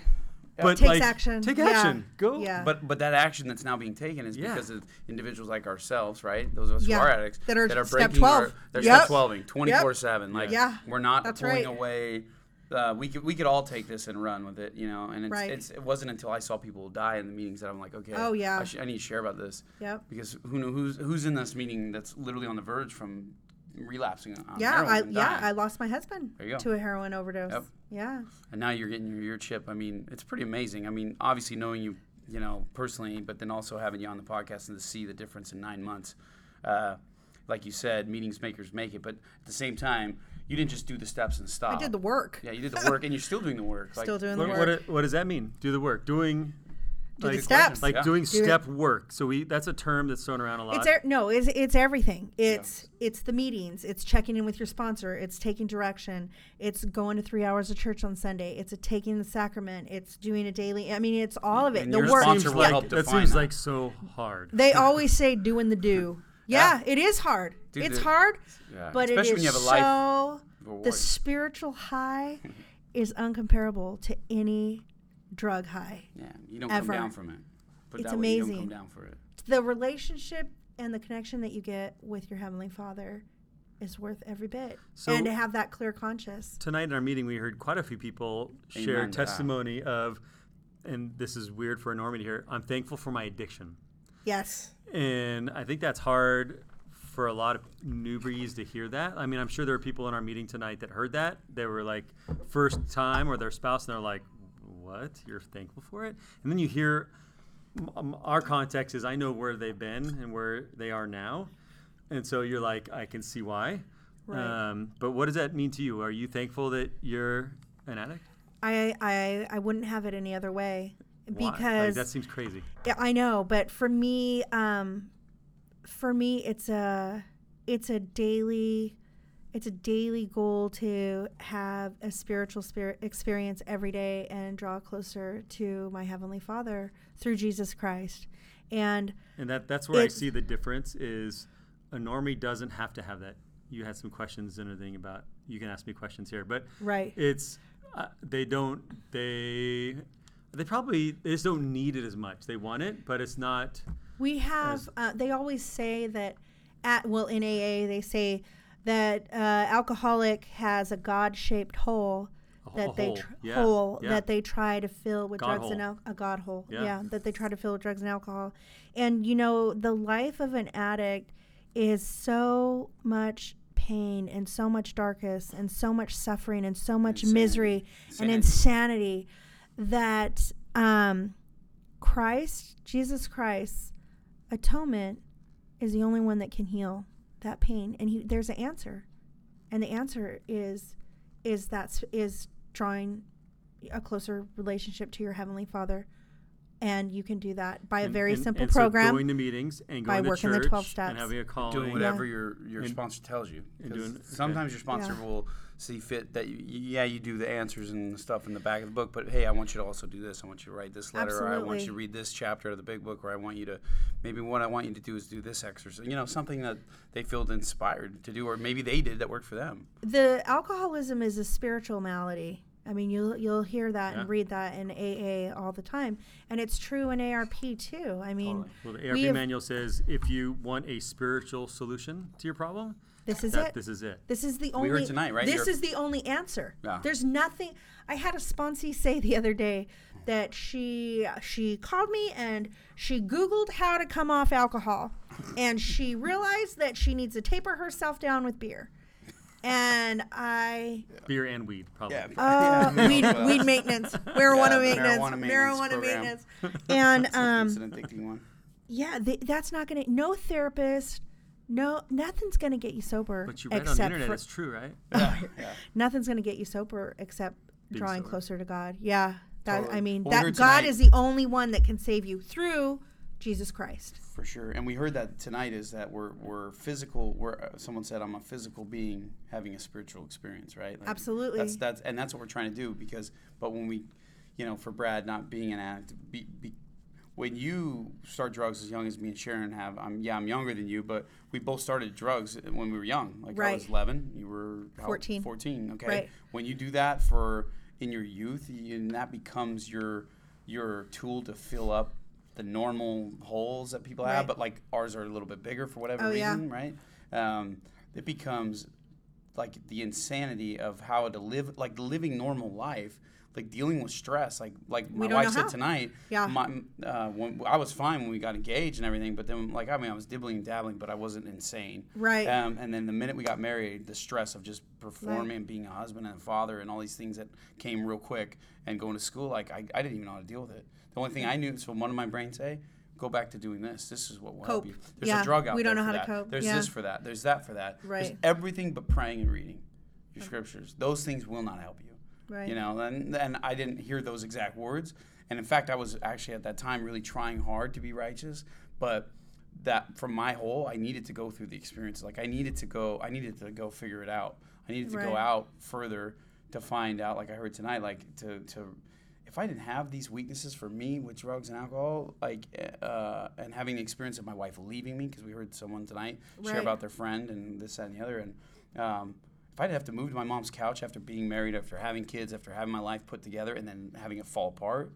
[SPEAKER 1] But
[SPEAKER 6] Takes
[SPEAKER 1] like,
[SPEAKER 6] action.
[SPEAKER 1] Take
[SPEAKER 6] Yeah.
[SPEAKER 1] action. Go.
[SPEAKER 6] Yeah.
[SPEAKER 2] But but that action that's now being taken is
[SPEAKER 1] Yeah.
[SPEAKER 2] because of individuals like ourselves, right? Those of us
[SPEAKER 6] Yeah.
[SPEAKER 2] who are addicts
[SPEAKER 6] That are step
[SPEAKER 2] breaking
[SPEAKER 6] 12.
[SPEAKER 2] Our, they're
[SPEAKER 6] Yep.
[SPEAKER 2] step twelving, twenty four seven. Like
[SPEAKER 6] Yeah.
[SPEAKER 2] we're not
[SPEAKER 6] That's
[SPEAKER 2] pulling
[SPEAKER 6] right.
[SPEAKER 2] away. Uh, we could we could all take this and run with it, you know. And it's,
[SPEAKER 6] Right.
[SPEAKER 2] it's it wasn't until I saw people die in the meetings that I'm like, okay,
[SPEAKER 6] Oh, yeah.
[SPEAKER 2] I, sh- I need to share about this.
[SPEAKER 6] Yep.
[SPEAKER 2] Because who knew who's who's in this meeting that's literally on the verge from relapsing on
[SPEAKER 6] yeah,
[SPEAKER 2] heroin
[SPEAKER 6] I,
[SPEAKER 2] and
[SPEAKER 6] yeah,
[SPEAKER 2] dying.
[SPEAKER 6] I lost my husband
[SPEAKER 2] There you go.
[SPEAKER 6] to a heroin overdose.
[SPEAKER 2] Yep.
[SPEAKER 6] Yeah.
[SPEAKER 2] and now you're getting your, your chip. I mean, it's pretty amazing. I mean, obviously knowing you, you know, personally, but then also having you on the podcast and to see the difference in nine months. Uh, like you said, meetings makers make it, but at the same time, you didn't just do the steps and stop.
[SPEAKER 6] I did the work.
[SPEAKER 2] Yeah, you did the work, and you're still doing the work.
[SPEAKER 6] Still doing the
[SPEAKER 1] What,
[SPEAKER 6] work.
[SPEAKER 1] what, what does that mean? Do the work. Doing. Do
[SPEAKER 6] the steps.
[SPEAKER 1] Like
[SPEAKER 2] Yeah.
[SPEAKER 1] doing
[SPEAKER 6] it.
[SPEAKER 1] step work. So we that's a term that's thrown around a lot.
[SPEAKER 6] It's er- no, it's, it's everything. It's it's the meetings. It's checking in with your sponsor. It's taking direction. It's going to three hours of church on Sunday. It's a taking the sacrament. It's doing a daily. I mean, it's all of it.
[SPEAKER 2] And
[SPEAKER 6] the
[SPEAKER 2] your
[SPEAKER 6] work.
[SPEAKER 2] sponsor
[SPEAKER 1] Seems
[SPEAKER 2] will
[SPEAKER 1] like-
[SPEAKER 2] help
[SPEAKER 1] that
[SPEAKER 2] define
[SPEAKER 1] seems
[SPEAKER 2] that.
[SPEAKER 1] like so hard.
[SPEAKER 6] They always say doing the do. Yeah, it is hard.
[SPEAKER 2] Dude,
[SPEAKER 6] it's
[SPEAKER 2] the-
[SPEAKER 6] hard,
[SPEAKER 2] Yeah.
[SPEAKER 6] but
[SPEAKER 2] Especially
[SPEAKER 6] it
[SPEAKER 2] when
[SPEAKER 6] is
[SPEAKER 2] you have a life
[SPEAKER 6] so. The
[SPEAKER 2] reward.
[SPEAKER 6] spiritual high is uncomparable to any drug high.
[SPEAKER 2] yeah, you don't
[SPEAKER 6] Ever.
[SPEAKER 2] come down from it. Put
[SPEAKER 6] It's
[SPEAKER 2] that way, You
[SPEAKER 6] amazing.
[SPEAKER 2] don't come down for it.
[SPEAKER 6] The relationship and the connection that you get with your heavenly Father is worth every bit.
[SPEAKER 1] So-
[SPEAKER 6] and to have that clear conscience.
[SPEAKER 1] tonight in our meeting, we heard quite a few people share
[SPEAKER 2] Amen to that.
[SPEAKER 1] testimony of, and this is weird for a Norman to hear. I'm thankful for my addiction,
[SPEAKER 6] Yes.
[SPEAKER 1] and I think that's hard for a lot of newbies to hear that. I mean, I'm sure there were people in our meeting tonight that heard that. They were like first time or their spouse, and they're like, "What? You're thankful for it?" And then you hear um, our context is I know where they've been and where they are now, and so you're like, I can see why.
[SPEAKER 6] Right.
[SPEAKER 1] Um, but what does that mean to you? Are you thankful that you're an addict?
[SPEAKER 6] I I I wouldn't have it any other way
[SPEAKER 1] Why? Like,
[SPEAKER 6] because
[SPEAKER 1] that seems crazy.
[SPEAKER 6] Yeah, I know, but for me, um, for me, it's a it's a daily it's a daily goal to have a spiritual spirit experience every day and draw closer to my heavenly Father through Jesus Christ. And
[SPEAKER 1] And that that's where I
[SPEAKER 6] It's-
[SPEAKER 1] see the difference is a normie doesn't have to have that. You had some questions and everything about you can ask me questions here, but
[SPEAKER 6] right,
[SPEAKER 1] it's uh, they don't they they probably they just don't need it as much. They want it, but it's not
[SPEAKER 6] We have. Uh, they always say that at well in AA they say that uh, alcoholic has a God-shaped hole
[SPEAKER 1] ho-
[SPEAKER 6] that
[SPEAKER 1] a
[SPEAKER 6] they
[SPEAKER 1] hole.
[SPEAKER 6] tr-
[SPEAKER 1] Yeah,
[SPEAKER 6] hole
[SPEAKER 1] yeah.
[SPEAKER 6] that they try to fill with
[SPEAKER 1] God
[SPEAKER 6] drugs
[SPEAKER 1] hole.
[SPEAKER 6] and al- a God hole.
[SPEAKER 1] Yeah.
[SPEAKER 6] yeah, that they try to fill with drugs and alcohol. And you know the life of an addict is so much pain and so much darkness and so much suffering and so much
[SPEAKER 2] Insanity.
[SPEAKER 6] misery and
[SPEAKER 2] Insanity.
[SPEAKER 6] insanity that um, Christ, Jesus Christ's atonement is the only one that can heal that pain. And he, there's an answer, and the answer is is that's is drawing a closer relationship to your heavenly Father, and you can do that by a
[SPEAKER 1] and-
[SPEAKER 6] very
[SPEAKER 1] and-
[SPEAKER 6] simple
[SPEAKER 1] and so
[SPEAKER 6] program.
[SPEAKER 1] going to meetings and
[SPEAKER 6] by
[SPEAKER 1] going to
[SPEAKER 6] working the
[SPEAKER 1] church
[SPEAKER 6] 12
[SPEAKER 1] and
[SPEAKER 6] steps.
[SPEAKER 1] having a calling.
[SPEAKER 2] doing whatever your your
[SPEAKER 1] And-
[SPEAKER 2] sponsor tells you.
[SPEAKER 1] and
[SPEAKER 2] 'Cause
[SPEAKER 1] doing-
[SPEAKER 2] sometimes your sponsor
[SPEAKER 6] Yeah.
[SPEAKER 2] will see fit that you, yeah you do the answers and stuff in the back of the book, but hey, I want you to also do this. I want you to write this letter, or I want you to
[SPEAKER 6] Absolutely.
[SPEAKER 2] read this chapter of the big book, or I want you to maybe what I want you to do is do this exercise. You know, something that they feel inspired to do, or maybe they did that worked for them.
[SPEAKER 6] the alcoholism is a spiritual malady. I mean, you'll you'll hear that and
[SPEAKER 1] Yeah.
[SPEAKER 6] read that in AA all the time, and it's true in ARP too. I mean,
[SPEAKER 1] Well, the
[SPEAKER 6] we
[SPEAKER 1] ARP
[SPEAKER 6] have-
[SPEAKER 1] manual says if you want a spiritual solution to your problem,
[SPEAKER 6] this is
[SPEAKER 1] that
[SPEAKER 6] it.
[SPEAKER 1] this is it.
[SPEAKER 6] This is the
[SPEAKER 2] We
[SPEAKER 6] only.
[SPEAKER 2] heard tonight, right?
[SPEAKER 6] This
[SPEAKER 2] You're-
[SPEAKER 6] is the only answer.
[SPEAKER 2] Yeah.
[SPEAKER 6] There's nothing. I had a sponsee say the other day that she she called me and she Googled how to come off alcohol, and she realized that she needs to taper herself down with beer, and I
[SPEAKER 1] Beer and weed, probably.
[SPEAKER 6] uh, weed, weed maintenance,
[SPEAKER 2] the
[SPEAKER 6] marijuana maintenance,
[SPEAKER 2] marijuana maintenance
[SPEAKER 6] marijuana
[SPEAKER 2] program.
[SPEAKER 6] maintenance, and
[SPEAKER 2] it's
[SPEAKER 6] um,
[SPEAKER 2] an addicting one.
[SPEAKER 6] yeah, th- that's not gonna. No therapist, no nothing's gonna get you sober.
[SPEAKER 1] But you read on
[SPEAKER 6] except
[SPEAKER 1] the internet,
[SPEAKER 6] for,
[SPEAKER 1] it's true, right?
[SPEAKER 6] nothing's gonna get you sober except drawing
[SPEAKER 1] sober.
[SPEAKER 6] closer to God. Yeah, that I
[SPEAKER 2] Totally.
[SPEAKER 6] mean,
[SPEAKER 2] Well, we
[SPEAKER 6] that
[SPEAKER 2] heard
[SPEAKER 6] God
[SPEAKER 2] tonight-
[SPEAKER 6] is the only one that can save you through Jesus Christ.
[SPEAKER 2] for sure. And we heard that tonight is that we're we're physical. We're uh, someone said I'm a physical being having a spiritual experience, right? Like,
[SPEAKER 6] Absolutely.
[SPEAKER 2] That's that's and that's what we're trying to do because. But when we, you know, for Brad not being an addict, be, be, when you start drugs as young as me and Sharon have, I'm yeah I'm younger than you, but we both started drugs when we were young. Like I was
[SPEAKER 6] Right.
[SPEAKER 2] 11, you were how-
[SPEAKER 6] 14.
[SPEAKER 2] 14. Okay.
[SPEAKER 6] Right.
[SPEAKER 2] When you do that for in your youth, you, and that becomes your your tool to fill up the normal holes that people
[SPEAKER 6] Right.
[SPEAKER 2] have, but like ours are a little bit bigger for whatever
[SPEAKER 6] Oh, yeah.
[SPEAKER 2] reason, right? Um, it becomes like the insanity of how to live, like living normal life, like dealing with stress, like like my
[SPEAKER 6] don't know
[SPEAKER 2] wife said
[SPEAKER 6] how.
[SPEAKER 2] tonight.
[SPEAKER 6] Yeah.
[SPEAKER 2] My, uh, when, I was fine when we got engaged and everything, but then like I mean I was dibbling and dabbling, but I wasn't insane.
[SPEAKER 6] Right.
[SPEAKER 2] Um, and then the minute we got married, the stress of just performing,
[SPEAKER 6] Right.
[SPEAKER 2] being a husband and a father, and all these things that came real quick, and going to school, like I, I didn't even know how to deal with it. The only thing I knew, so one of my brains say, go back to doing this. This is what will help
[SPEAKER 6] Cope.
[SPEAKER 2] you. There's
[SPEAKER 6] Yeah,
[SPEAKER 2] a drug out
[SPEAKER 6] we
[SPEAKER 2] there
[SPEAKER 6] don't know
[SPEAKER 2] for
[SPEAKER 6] how to
[SPEAKER 2] that.
[SPEAKER 6] cope.
[SPEAKER 2] There's
[SPEAKER 6] Yeah.
[SPEAKER 2] this for that. There's that for that.
[SPEAKER 6] Right.
[SPEAKER 2] There's everything but praying and reading your scriptures. Those things will not help you.
[SPEAKER 6] Right.
[SPEAKER 2] You know, and and I didn't hear those exact words. And in fact, I was actually at that time really trying hard to be righteous, but that from my hole, I needed to go through the experience. Like I needed to go, I needed to go figure it out. I needed to go
[SPEAKER 6] Right.
[SPEAKER 2] out further to find out. Like I heard tonight, like to to if I didn't have these weaknesses for me with drugs and alcohol, like uh, and having the experience of my wife leaving me, because we heard someone tonight share
[SPEAKER 6] Right.
[SPEAKER 2] about their friend and this that, and the other, and um, if I'd have to move to my mom's couch after being married, after having kids, after having my life put together, and then having it fall apart.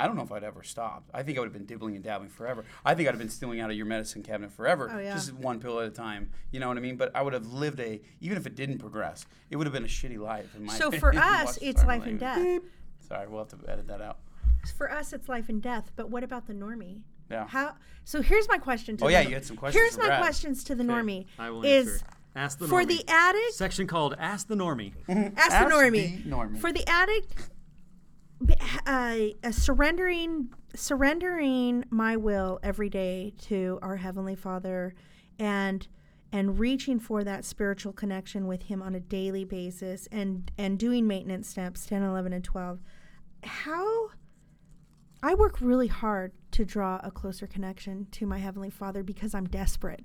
[SPEAKER 2] I don't know if I'd ever stopped. I think I would have been dibbling and dabbling forever. I think I'd have been stealing out of your medicine cabinet forever,
[SPEAKER 6] Oh, yeah.
[SPEAKER 2] just one pill at a time. You know what I mean? But I would have lived a, even if it didn't progress, it would have been a shitty life. In my
[SPEAKER 6] So
[SPEAKER 2] opinion.
[SPEAKER 6] for us,
[SPEAKER 2] Watch-
[SPEAKER 6] it's
[SPEAKER 2] sorry,
[SPEAKER 6] life and
[SPEAKER 2] Malene.
[SPEAKER 6] death.
[SPEAKER 2] Sorry, we'll have to edit that out.
[SPEAKER 6] For us, it's life and death. But what about the normie?
[SPEAKER 2] Yeah.
[SPEAKER 6] How? So here's my question to.
[SPEAKER 2] Oh,
[SPEAKER 6] the
[SPEAKER 2] yeah,
[SPEAKER 6] norm-
[SPEAKER 2] you had some questions
[SPEAKER 6] Here's
[SPEAKER 2] for
[SPEAKER 6] my
[SPEAKER 2] Brad.
[SPEAKER 6] questions to the normie.
[SPEAKER 1] I will
[SPEAKER 6] is
[SPEAKER 1] answer. Ask the
[SPEAKER 6] for
[SPEAKER 1] normie.
[SPEAKER 6] the addict,
[SPEAKER 1] section called "Ask the Normie."
[SPEAKER 6] ask, the normie.
[SPEAKER 2] the normie.
[SPEAKER 6] For the addict, b- uh, uh, surrendering surrendering my will every day to our heavenly father and and reaching for that spiritual connection with him on a daily basis and and doing maintenance steps 10 11 and 12 how i work really hard to draw a closer connection to my heavenly father because i'm desperate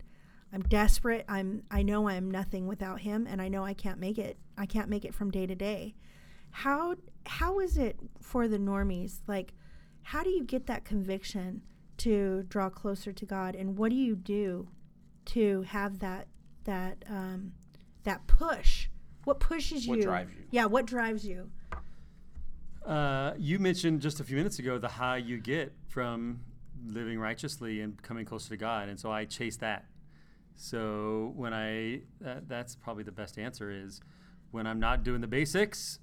[SPEAKER 6] i'm desperate i'm i know i'm nothing without him and i know i can't make it i can't make it from day to day how how is it for the normies like how do you get that conviction to draw closer to god and what do you do to have that that um that push what pushes
[SPEAKER 2] What
[SPEAKER 6] you
[SPEAKER 2] drives you?
[SPEAKER 6] yeah what drives you
[SPEAKER 1] Uh, you mentioned just a few minutes ago the high you get from living righteously and coming closer to God, and so I chase that. So when I that, that's probably the best answer is when I'm not doing the basics,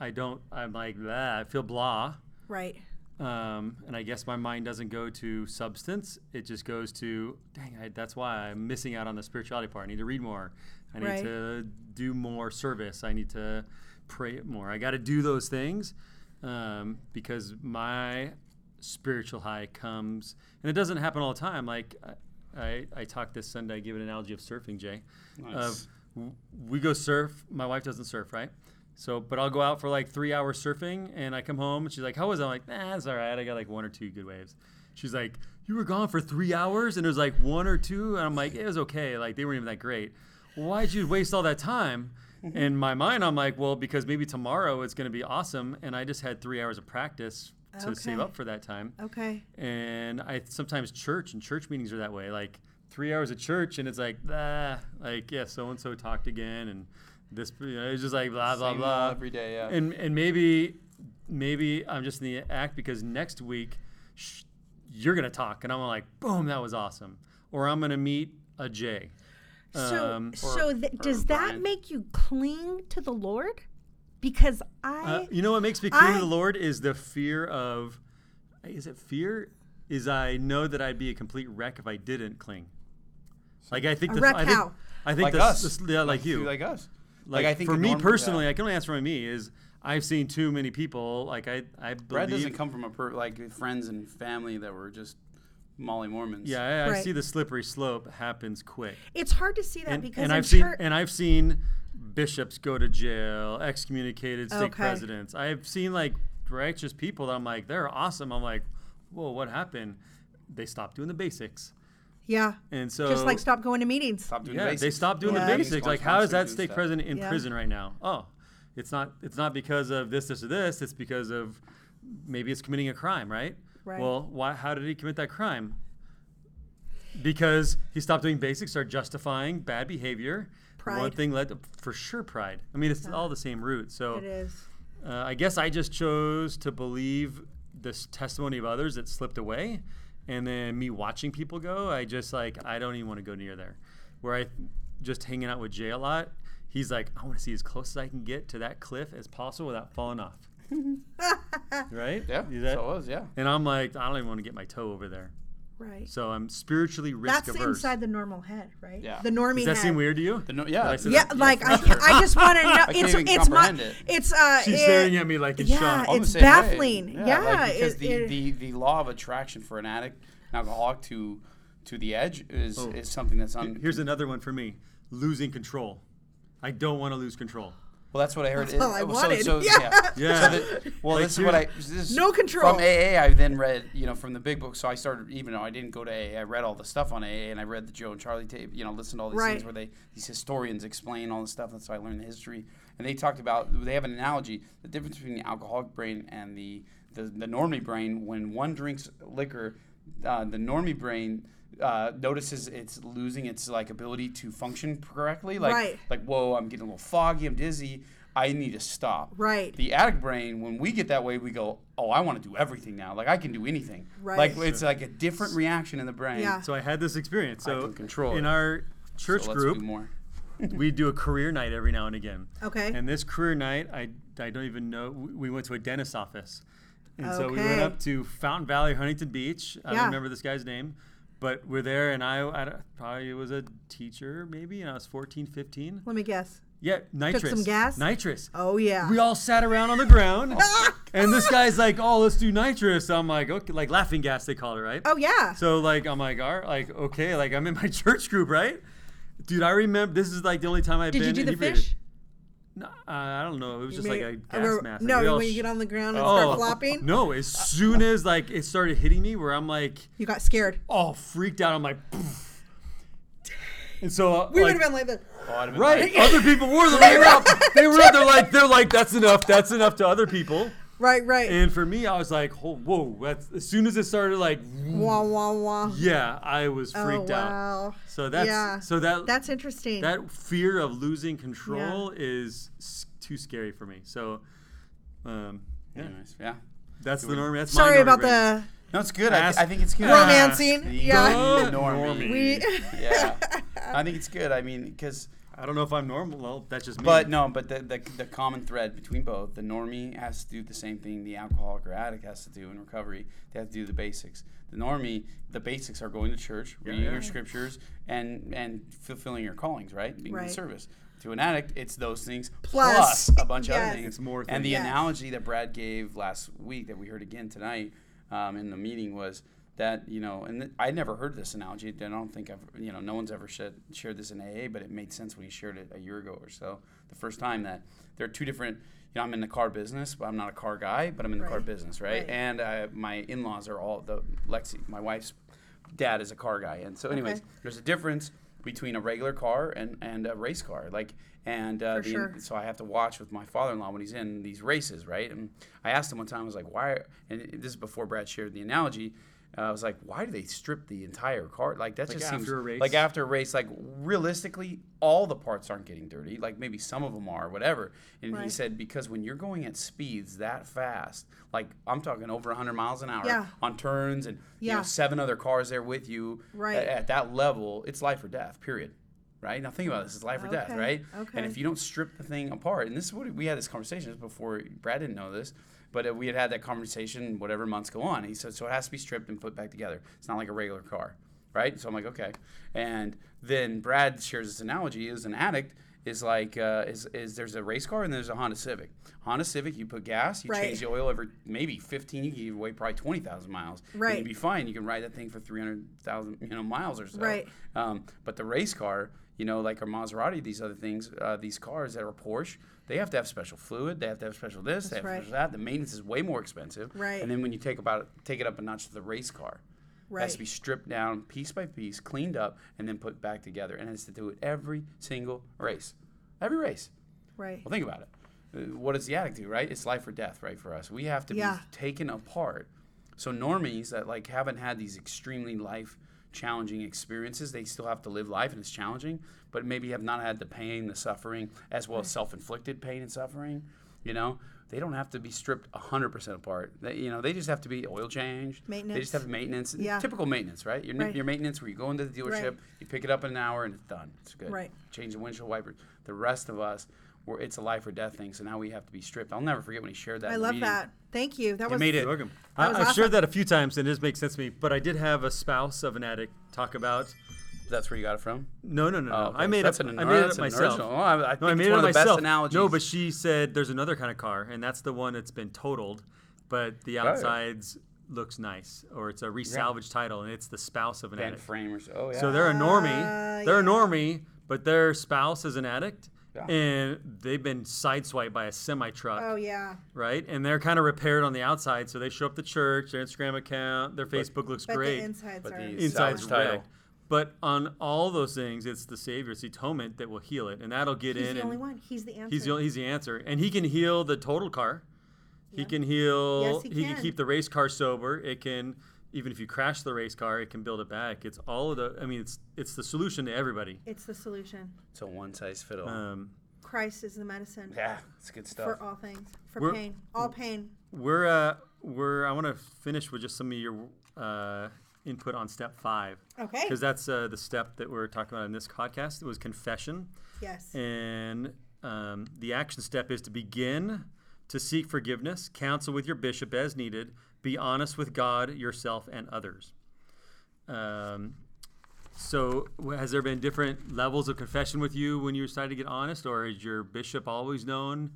[SPEAKER 1] I don't. I'm like blah, I feel blah,
[SPEAKER 6] right
[SPEAKER 1] um, and I guess my mind doesn't go to substance. It just goes to dang. I, that's why I'm missing out on the spirituality part. I need to read more. I need
[SPEAKER 6] Right.
[SPEAKER 1] to do more service. I need to pray more. I got to do those things um, because my spiritual high comes, and it doesn't happen all the time. Like I, I, I talked this Sunday. I gave an analogy of surfing, Jay. Of w- we go surf. My wife doesn't surf, right? So, but I'll go out for like three hours surfing, and I come home, and she's like, "How was it?" I'm like, "Nah, it's all right. I got like one or two good waves." She's like, "You were gone for three hours, and it was like one or two, and I'm like, "It was okay. Like they weren't even that great. Why'd you waste all that time?" In my mind, I'm like, "Well, because maybe tomorrow it's going to be awesome, and I just had three hours of practice to save
[SPEAKER 6] Okay.
[SPEAKER 1] up for that time."
[SPEAKER 6] okay
[SPEAKER 1] and I sometimes church and church meetings are that way. Like three hours of church, and it's like, ah, like yeah, so and so talked again, and this you know, it's just like blah blah
[SPEAKER 2] Same
[SPEAKER 1] blah
[SPEAKER 2] every day, yeah.
[SPEAKER 1] And and maybe maybe I'm just in the act because next week sh- you're gonna talk, and I'm like, boom, that was awesome, or I'm gonna meet a Jay.
[SPEAKER 6] So,
[SPEAKER 1] Um,
[SPEAKER 6] so th- does that
[SPEAKER 2] Brian.
[SPEAKER 6] make you cling to the Lord? Because
[SPEAKER 1] Uh,
[SPEAKER 6] I,
[SPEAKER 1] you know what makes me cling
[SPEAKER 6] I-
[SPEAKER 1] to the Lord is the fear of, is it fear? Is I know that I'd be a complete wreck if I didn't cling. Like I think
[SPEAKER 6] A
[SPEAKER 1] the,
[SPEAKER 6] wreck
[SPEAKER 1] I think,
[SPEAKER 6] how?
[SPEAKER 1] I think
[SPEAKER 2] Like
[SPEAKER 1] the,
[SPEAKER 2] us.
[SPEAKER 1] s- yeah, like you.
[SPEAKER 2] like us.
[SPEAKER 1] Like,
[SPEAKER 2] I think
[SPEAKER 1] for
[SPEAKER 2] the
[SPEAKER 1] me
[SPEAKER 2] norm-
[SPEAKER 1] personally,
[SPEAKER 2] yeah.
[SPEAKER 1] I can only answer for me is I've seen too many people. Like I, I believe.
[SPEAKER 2] Brad doesn't come from a per, like friends and family that were just Molly Mormons.
[SPEAKER 1] yeah, I, I
[SPEAKER 6] Right.
[SPEAKER 1] see the slippery slope happens quick.
[SPEAKER 6] it's hard to see that
[SPEAKER 1] and,
[SPEAKER 6] because
[SPEAKER 1] and
[SPEAKER 6] I'm
[SPEAKER 1] I've
[SPEAKER 6] sure.
[SPEAKER 1] seen and I've seen bishops go to jail, excommunicated state
[SPEAKER 6] Okay.
[SPEAKER 1] presidents. I've seen like righteous people that I'm like, they're awesome. I'm like, whoa, what happened? They stopped doing the basics,
[SPEAKER 6] yeah,
[SPEAKER 1] and so
[SPEAKER 6] just like stop going to meetings.
[SPEAKER 2] Stop doing the
[SPEAKER 1] yeah,
[SPEAKER 2] basics.
[SPEAKER 1] they stopped doing
[SPEAKER 6] Yeah.
[SPEAKER 1] the basics. Like, how is that state
[SPEAKER 2] president?
[SPEAKER 1] president in
[SPEAKER 6] Yeah.
[SPEAKER 1] prison right now? Oh, it's not. It's not because of this, this, or this. It's because of maybe it's committing a crime, right?
[SPEAKER 6] Right.
[SPEAKER 1] Well, why? How did he commit that crime? Because he stopped doing basics, started justifying bad behavior. One
[SPEAKER 6] Pride.
[SPEAKER 1] thing led to, for sure, pride. I mean, it's all the same root. So
[SPEAKER 6] It is.
[SPEAKER 1] uh, I guess I just chose to believe this testimony of others that slipped away, and then me watching people go. I just like I don't even want to go near there. Where I just hanging out with Jay a lot. He's like, I want to see as close as I can get to that cliff as possible without falling off. right?
[SPEAKER 2] Yeah,
[SPEAKER 1] Is that-
[SPEAKER 2] so it was. Yeah.
[SPEAKER 1] and I'm like, I don't even want to get my toe over there.
[SPEAKER 6] Right.
[SPEAKER 1] So I'm spiritually risk
[SPEAKER 6] That's
[SPEAKER 1] averse.
[SPEAKER 6] inside the normal head, right?
[SPEAKER 2] Yeah.
[SPEAKER 6] The normie
[SPEAKER 1] Does that
[SPEAKER 6] head.
[SPEAKER 1] seem weird to you?
[SPEAKER 2] The no- yeah.
[SPEAKER 1] Did I say
[SPEAKER 6] Yeah,
[SPEAKER 1] that?
[SPEAKER 6] like I, can't- I just want to know.
[SPEAKER 2] can't
[SPEAKER 6] It's
[SPEAKER 2] even
[SPEAKER 6] it's my
[SPEAKER 2] comprehend it.
[SPEAKER 6] it's uh.
[SPEAKER 1] She's
[SPEAKER 6] it-
[SPEAKER 1] staring at me like in
[SPEAKER 6] yeah,
[SPEAKER 1] shock.
[SPEAKER 2] I'm the
[SPEAKER 6] it's
[SPEAKER 2] same way.
[SPEAKER 6] baffling.
[SPEAKER 2] Yeah, like,
[SPEAKER 6] Yeah,
[SPEAKER 2] because
[SPEAKER 6] it-
[SPEAKER 2] the,
[SPEAKER 6] it-
[SPEAKER 2] the the law of attraction for an addict, an alcoholic to to the edge is
[SPEAKER 1] Oh.
[SPEAKER 2] is something that's un.
[SPEAKER 1] Here's another one for me: losing control. I don't want to lose control.
[SPEAKER 2] well, that's what I heard.
[SPEAKER 6] all I
[SPEAKER 2] so-
[SPEAKER 6] wanted.
[SPEAKER 2] So,
[SPEAKER 6] Yeah.
[SPEAKER 1] Yeah.
[SPEAKER 2] Well,
[SPEAKER 1] Like,
[SPEAKER 2] this is what I
[SPEAKER 1] here-
[SPEAKER 2] this is
[SPEAKER 6] No control.
[SPEAKER 2] from AA. I then read you know from the big book. So I started even though I didn't go to AA, I read all the stuff on AA and I read the Joe and Charlie tape. You know, listened to all these
[SPEAKER 6] Right.
[SPEAKER 2] things where they these historians explain all this stuff. That's how I learned the history. And they talked about they have an analogy the difference between the alcoholic brain and the the, the normie brain. When one drinks liquor, uh, the normie brain. Uh, notices it's losing its like ability to function correctly like
[SPEAKER 6] Right.
[SPEAKER 2] like whoa i'm getting a little foggy i'm dizzy i need to stop
[SPEAKER 6] Right.
[SPEAKER 2] the addict brain, when we get that way, we go, "Oh, I want to do everything now. Like I can do anything."
[SPEAKER 6] Right.
[SPEAKER 2] Like it's like a different reaction in the brain.
[SPEAKER 6] Yeah.
[SPEAKER 1] So I had this experience. So
[SPEAKER 2] can control
[SPEAKER 1] in
[SPEAKER 2] it.
[SPEAKER 1] our church
[SPEAKER 2] So let's do
[SPEAKER 1] group,
[SPEAKER 2] more.
[SPEAKER 1] we do a career night every now and again.
[SPEAKER 6] Okay.
[SPEAKER 1] And this career night, I, I don't even know. we- We went to a dentist's office, and so we went
[SPEAKER 6] Okay.
[SPEAKER 1] up to Fountain Valley, Huntington Beach. I
[SPEAKER 6] Yeah.
[SPEAKER 1] don't remember this guy's name, but we're there, and I, I don't- probably was a teacher maybe, and I was 14, 15.
[SPEAKER 6] Let me guess.
[SPEAKER 1] Yeah, nitrous.
[SPEAKER 6] gas?
[SPEAKER 1] Nitrous.
[SPEAKER 6] Oh yeah.
[SPEAKER 1] We all sat around on the ground. And this guy's like, oh, let's do nitrous. I'm like, okay, like laughing gas, they call it, right?
[SPEAKER 6] Oh yeah.
[SPEAKER 1] So like I'm like, all right, like okay, like I'm in my church group, right? Dude, I remember this is like the only time I've
[SPEAKER 6] Did
[SPEAKER 1] been.
[SPEAKER 6] you do the
[SPEAKER 1] inebriated.
[SPEAKER 6] fish?
[SPEAKER 1] No, uh, I don't know. It was just like a
[SPEAKER 6] Maybe-
[SPEAKER 1] gas
[SPEAKER 6] or-
[SPEAKER 1] mask. Like,
[SPEAKER 6] No,
[SPEAKER 1] we all
[SPEAKER 6] when you
[SPEAKER 1] sh-
[SPEAKER 6] get on the ground and start flopping,
[SPEAKER 1] No, as soon as like it started hitting me, where I'm like
[SPEAKER 6] you got scared.
[SPEAKER 1] all freaked out. I'm like, "Poof." and so uh,
[SPEAKER 6] We
[SPEAKER 1] like,
[SPEAKER 6] would have been like this.
[SPEAKER 1] right. Other people were the they were up. They were up. They're like they're like that's enough. That's enough to other people.
[SPEAKER 6] Right, right.
[SPEAKER 1] And for me, I was like, oh, whoa. That's as soon as it started like.
[SPEAKER 6] wah wah wah.
[SPEAKER 1] Mm. Yeah, I was
[SPEAKER 6] Oh,
[SPEAKER 1] freaked out.
[SPEAKER 6] wow.
[SPEAKER 1] So that's
[SPEAKER 6] Yeah.
[SPEAKER 1] so that
[SPEAKER 6] That's interesting.
[SPEAKER 1] that fear of losing control is s- too scary for me. So, um, yeah,
[SPEAKER 2] Anyways, yeah.
[SPEAKER 1] that's the norm. That's my
[SPEAKER 6] Sorry
[SPEAKER 1] norm,
[SPEAKER 6] about
[SPEAKER 1] everybody.
[SPEAKER 6] the
[SPEAKER 2] No, it's good. I,
[SPEAKER 1] Ask-
[SPEAKER 2] th- I think it's good.
[SPEAKER 1] Ah.
[SPEAKER 6] romancing.
[SPEAKER 2] The
[SPEAKER 6] Yeah.
[SPEAKER 1] Don't
[SPEAKER 2] normie.
[SPEAKER 6] We
[SPEAKER 2] yeah. I think it's good. I mean, because
[SPEAKER 1] I don't know if I'm normal. Well, that's just me.
[SPEAKER 2] But no, but the, the the common thread between both, the normie has to do the same thing the alcoholic or addict has to do in recovery. They have to do the basics. The normie, the basics are going to church, reading your scriptures, and and fulfilling your callings, right? Being in
[SPEAKER 6] Right.
[SPEAKER 2] service. To an addict, it's those things
[SPEAKER 6] Plus.
[SPEAKER 2] plus, a bunch of
[SPEAKER 6] Yes.
[SPEAKER 2] other things.
[SPEAKER 1] It's more
[SPEAKER 2] And the
[SPEAKER 1] things.
[SPEAKER 6] Yes.
[SPEAKER 2] analogy that Brad gave last week that we heard again tonight um, in the meeting was that you know, and th- I never heard this analogy. and I don't think I've you know, no one's ever shared, shared this in AA, but it made sense when he shared it a year ago or so, the first time that there are two different. You know, I'm in the car business, but I'm not a car guy, but I'm in the car
[SPEAKER 6] Right.
[SPEAKER 2] business, right?
[SPEAKER 6] Right.
[SPEAKER 2] And I, my in-laws are all the Lexi, my wife's dad is a car guy, and so anyways,
[SPEAKER 6] Okay.
[SPEAKER 2] there's a difference between a regular car and, and a race car, like and uh,
[SPEAKER 6] For
[SPEAKER 2] the,
[SPEAKER 6] sure.
[SPEAKER 2] so I have to watch with my father-in-law when he's in these races, right? And I asked him one time, I was like, why? And this is before Brad shared the analogy. Uh, I was like, why do they strip the entire car? Like that
[SPEAKER 1] Like
[SPEAKER 2] just seems
[SPEAKER 1] after a race?
[SPEAKER 2] like after a race, like realistically, all the parts aren't getting dirty. Like maybe some of them are, whatever. And he
[SPEAKER 6] Right.
[SPEAKER 2] said because when you're going at speeds that fast, like I'm talking over 100 miles an hour
[SPEAKER 6] Yeah.
[SPEAKER 2] on turns, and you
[SPEAKER 6] Yeah.
[SPEAKER 2] know seven other cars there with you,
[SPEAKER 6] Right.
[SPEAKER 2] a- at that level, it's life or death. Period. Right now, think about this: it's life or death,
[SPEAKER 6] Okay,
[SPEAKER 2] right? And
[SPEAKER 6] okay.
[SPEAKER 2] if you don't strip the thing apart, and this is what we had this conversation before. Brad didn't know this, but uh, we had had that conversation. Whatever months go on, he said, so it has to be stripped and put back together. It's not like a regular car, right? So I'm like, okay. And then Brad shares this analogy: is an addict is like uh, is is there's a race car and there's a Honda Civic. Honda Civic, you put gas, you
[SPEAKER 6] Right.
[SPEAKER 2] change the oil every maybe 15, you can give away probably 20,000 miles. and
[SPEAKER 6] Right.
[SPEAKER 2] you'd be fine. You can ride that thing for 300,000 you know miles or so.
[SPEAKER 6] Right.
[SPEAKER 2] Um, but the race car, you know, like our Maserati, these other things, uh, these cars that are Porsche, they have to have special fluid. They have to have special this. they have
[SPEAKER 6] That's right.
[SPEAKER 2] special that. The maintenance is way more expensive.
[SPEAKER 6] Right.
[SPEAKER 2] And then when you take about take it up a notch to the race car, it has
[SPEAKER 6] Right.
[SPEAKER 2] to be stripped down piece by piece, cleaned up, and then put back together. And it has to do it every single race, every race.
[SPEAKER 6] right.
[SPEAKER 2] Well, think about it. Uh, What is the attitude, right? It's life or death, right, for us. We have to
[SPEAKER 6] Yeah.
[SPEAKER 2] be taken apart. So normies that like haven't had these extremely life challenging experiences, they still have to live life and it's challenging, but maybe have not had the pain, the suffering, as well as self-inflicted pain and suffering, you know? They don't have to be stripped 100% apart. They, you know, they just have to be oil changed. They
[SPEAKER 6] Maintenance.
[SPEAKER 2] just have maintenance.
[SPEAKER 6] Yeah.
[SPEAKER 2] Typical maintenance, right? Your,
[SPEAKER 6] Right.
[SPEAKER 2] your maintenance where you go into the dealership,
[SPEAKER 6] Right.
[SPEAKER 2] you pick it up in an hour and it's done. It's good
[SPEAKER 6] Right.
[SPEAKER 2] change the windshield wipers. The rest of us, we're, it's a life or death thing. So now we have to be stripped. I'll never forget when he shared that.
[SPEAKER 6] I
[SPEAKER 2] in the
[SPEAKER 6] love
[SPEAKER 2] meeting.
[SPEAKER 6] that. Thank you. That was
[SPEAKER 1] made it.
[SPEAKER 6] That
[SPEAKER 1] I,
[SPEAKER 6] was
[SPEAKER 1] I've
[SPEAKER 6] awesome.
[SPEAKER 1] shared that a few times, and it just makes sense to me. But I did have a spouse of an addict talk about.
[SPEAKER 2] That's where you got it from.
[SPEAKER 1] No, no, no, no.
[SPEAKER 2] Oh, okay.
[SPEAKER 1] I made
[SPEAKER 2] That's
[SPEAKER 1] up.
[SPEAKER 2] an-
[SPEAKER 1] I made it
[SPEAKER 2] that's
[SPEAKER 1] up
[SPEAKER 2] an
[SPEAKER 1] myself.
[SPEAKER 2] original. Oh, I- I think
[SPEAKER 1] no, I
[SPEAKER 2] it's
[SPEAKER 1] made it up
[SPEAKER 2] one of the best
[SPEAKER 1] myself. No,
[SPEAKER 2] analogies.
[SPEAKER 1] but she said there's another kind of car, and that's the one that's been totaled, but the outsides looks nice, or it's a resalvaged title, and it's the spouse of an
[SPEAKER 2] Ben
[SPEAKER 1] addict.
[SPEAKER 2] Framers. Oh yeah.
[SPEAKER 1] So they're a normie.
[SPEAKER 6] Ah,
[SPEAKER 1] they're a
[SPEAKER 6] yeah.
[SPEAKER 1] normie, but their spouse is an addict,
[SPEAKER 2] Yeah.
[SPEAKER 1] and they've been sideswiped by a semi truck
[SPEAKER 6] Oh yeah.
[SPEAKER 1] right? And they're kind of repaired on the outside, so they show up to church, their Instagram account, their Facebook looks
[SPEAKER 6] But
[SPEAKER 1] great.
[SPEAKER 6] the insides
[SPEAKER 2] But
[SPEAKER 6] are.
[SPEAKER 2] the
[SPEAKER 1] Inside's
[SPEAKER 2] Salvage title.
[SPEAKER 1] wrecked. But on all those things, it's the Savior, it's atonement that will heal it, and that'll get
[SPEAKER 6] He's
[SPEAKER 1] in.
[SPEAKER 6] the
[SPEAKER 1] and
[SPEAKER 6] only one. He's the answer.
[SPEAKER 1] He's the only, he's the answer, and he can heal the total car. He can heal.
[SPEAKER 6] Yes, he
[SPEAKER 1] can.
[SPEAKER 6] can.
[SPEAKER 1] keep the race car sober. It can even if you crash the race car, it can build it back. It's all of the. I mean, it's it's the solution to everybody.
[SPEAKER 6] It's the solution.
[SPEAKER 2] So one size fit all.
[SPEAKER 1] Um,
[SPEAKER 6] Christ is the medicine
[SPEAKER 2] yeah, it's good stuff.
[SPEAKER 6] for all things, for
[SPEAKER 1] We're-
[SPEAKER 6] pain, all pain.
[SPEAKER 1] We're uh, we're. I want to finish with just some of your uh, input on step five.
[SPEAKER 6] Okay.
[SPEAKER 1] Because that's uh, the step that we're talking about in this podcast. It was confession,
[SPEAKER 6] Yes.
[SPEAKER 1] and um, the action step is to begin to seek forgiveness, counsel with your bishop as needed, be honest with God, yourself, and others. Um, so, wh- has there been different levels of confession with you when you decided to get honest, or has your bishop always known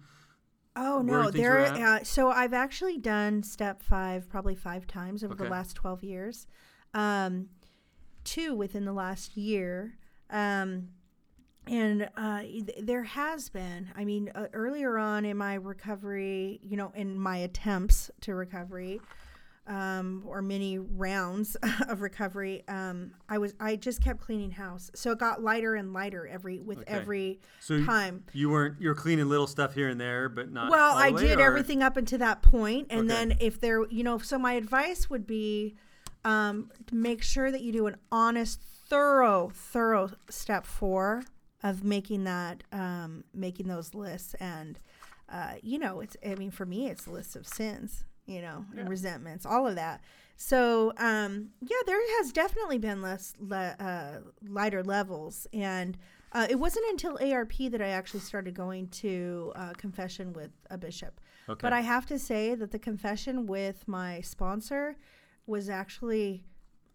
[SPEAKER 1] where
[SPEAKER 6] Oh
[SPEAKER 1] you
[SPEAKER 6] no,
[SPEAKER 1] think
[SPEAKER 6] there.
[SPEAKER 1] you're at?
[SPEAKER 6] Uh, so I've actually done step five probably five times over
[SPEAKER 1] Okay.
[SPEAKER 6] the last twelve years, um, two within the last year, um, and uh, th- there has been. I mean, uh, earlier on in my recovery, you know, in my attempts to recovery, um, or many rounds of recovery, um, I was I just kept cleaning house, so it got lighter and lighter every with
[SPEAKER 1] Okay.
[SPEAKER 6] every
[SPEAKER 1] So y-
[SPEAKER 6] time.
[SPEAKER 1] you weren't you're cleaning little stuff here and there, but not.
[SPEAKER 6] Well,
[SPEAKER 1] all the
[SPEAKER 6] I
[SPEAKER 1] way,
[SPEAKER 6] did
[SPEAKER 1] or-
[SPEAKER 6] everything up until that point, and
[SPEAKER 1] Okay.
[SPEAKER 6] then if there, you know, so my advice would be, um, to make sure that you do an honest, thorough, thorough step four of making that, um, making those lists, and, uh, you know, it's. I mean, for me, it's lists of sins, you know, and resentments, all of that. So, um, yeah, there has definitely been less le- uh, lighter levels, and uh, it wasn't until ARP that I actually started going to uh, confession with a bishop.
[SPEAKER 1] Okay.
[SPEAKER 6] But I have to say that the confession with my sponsor was actually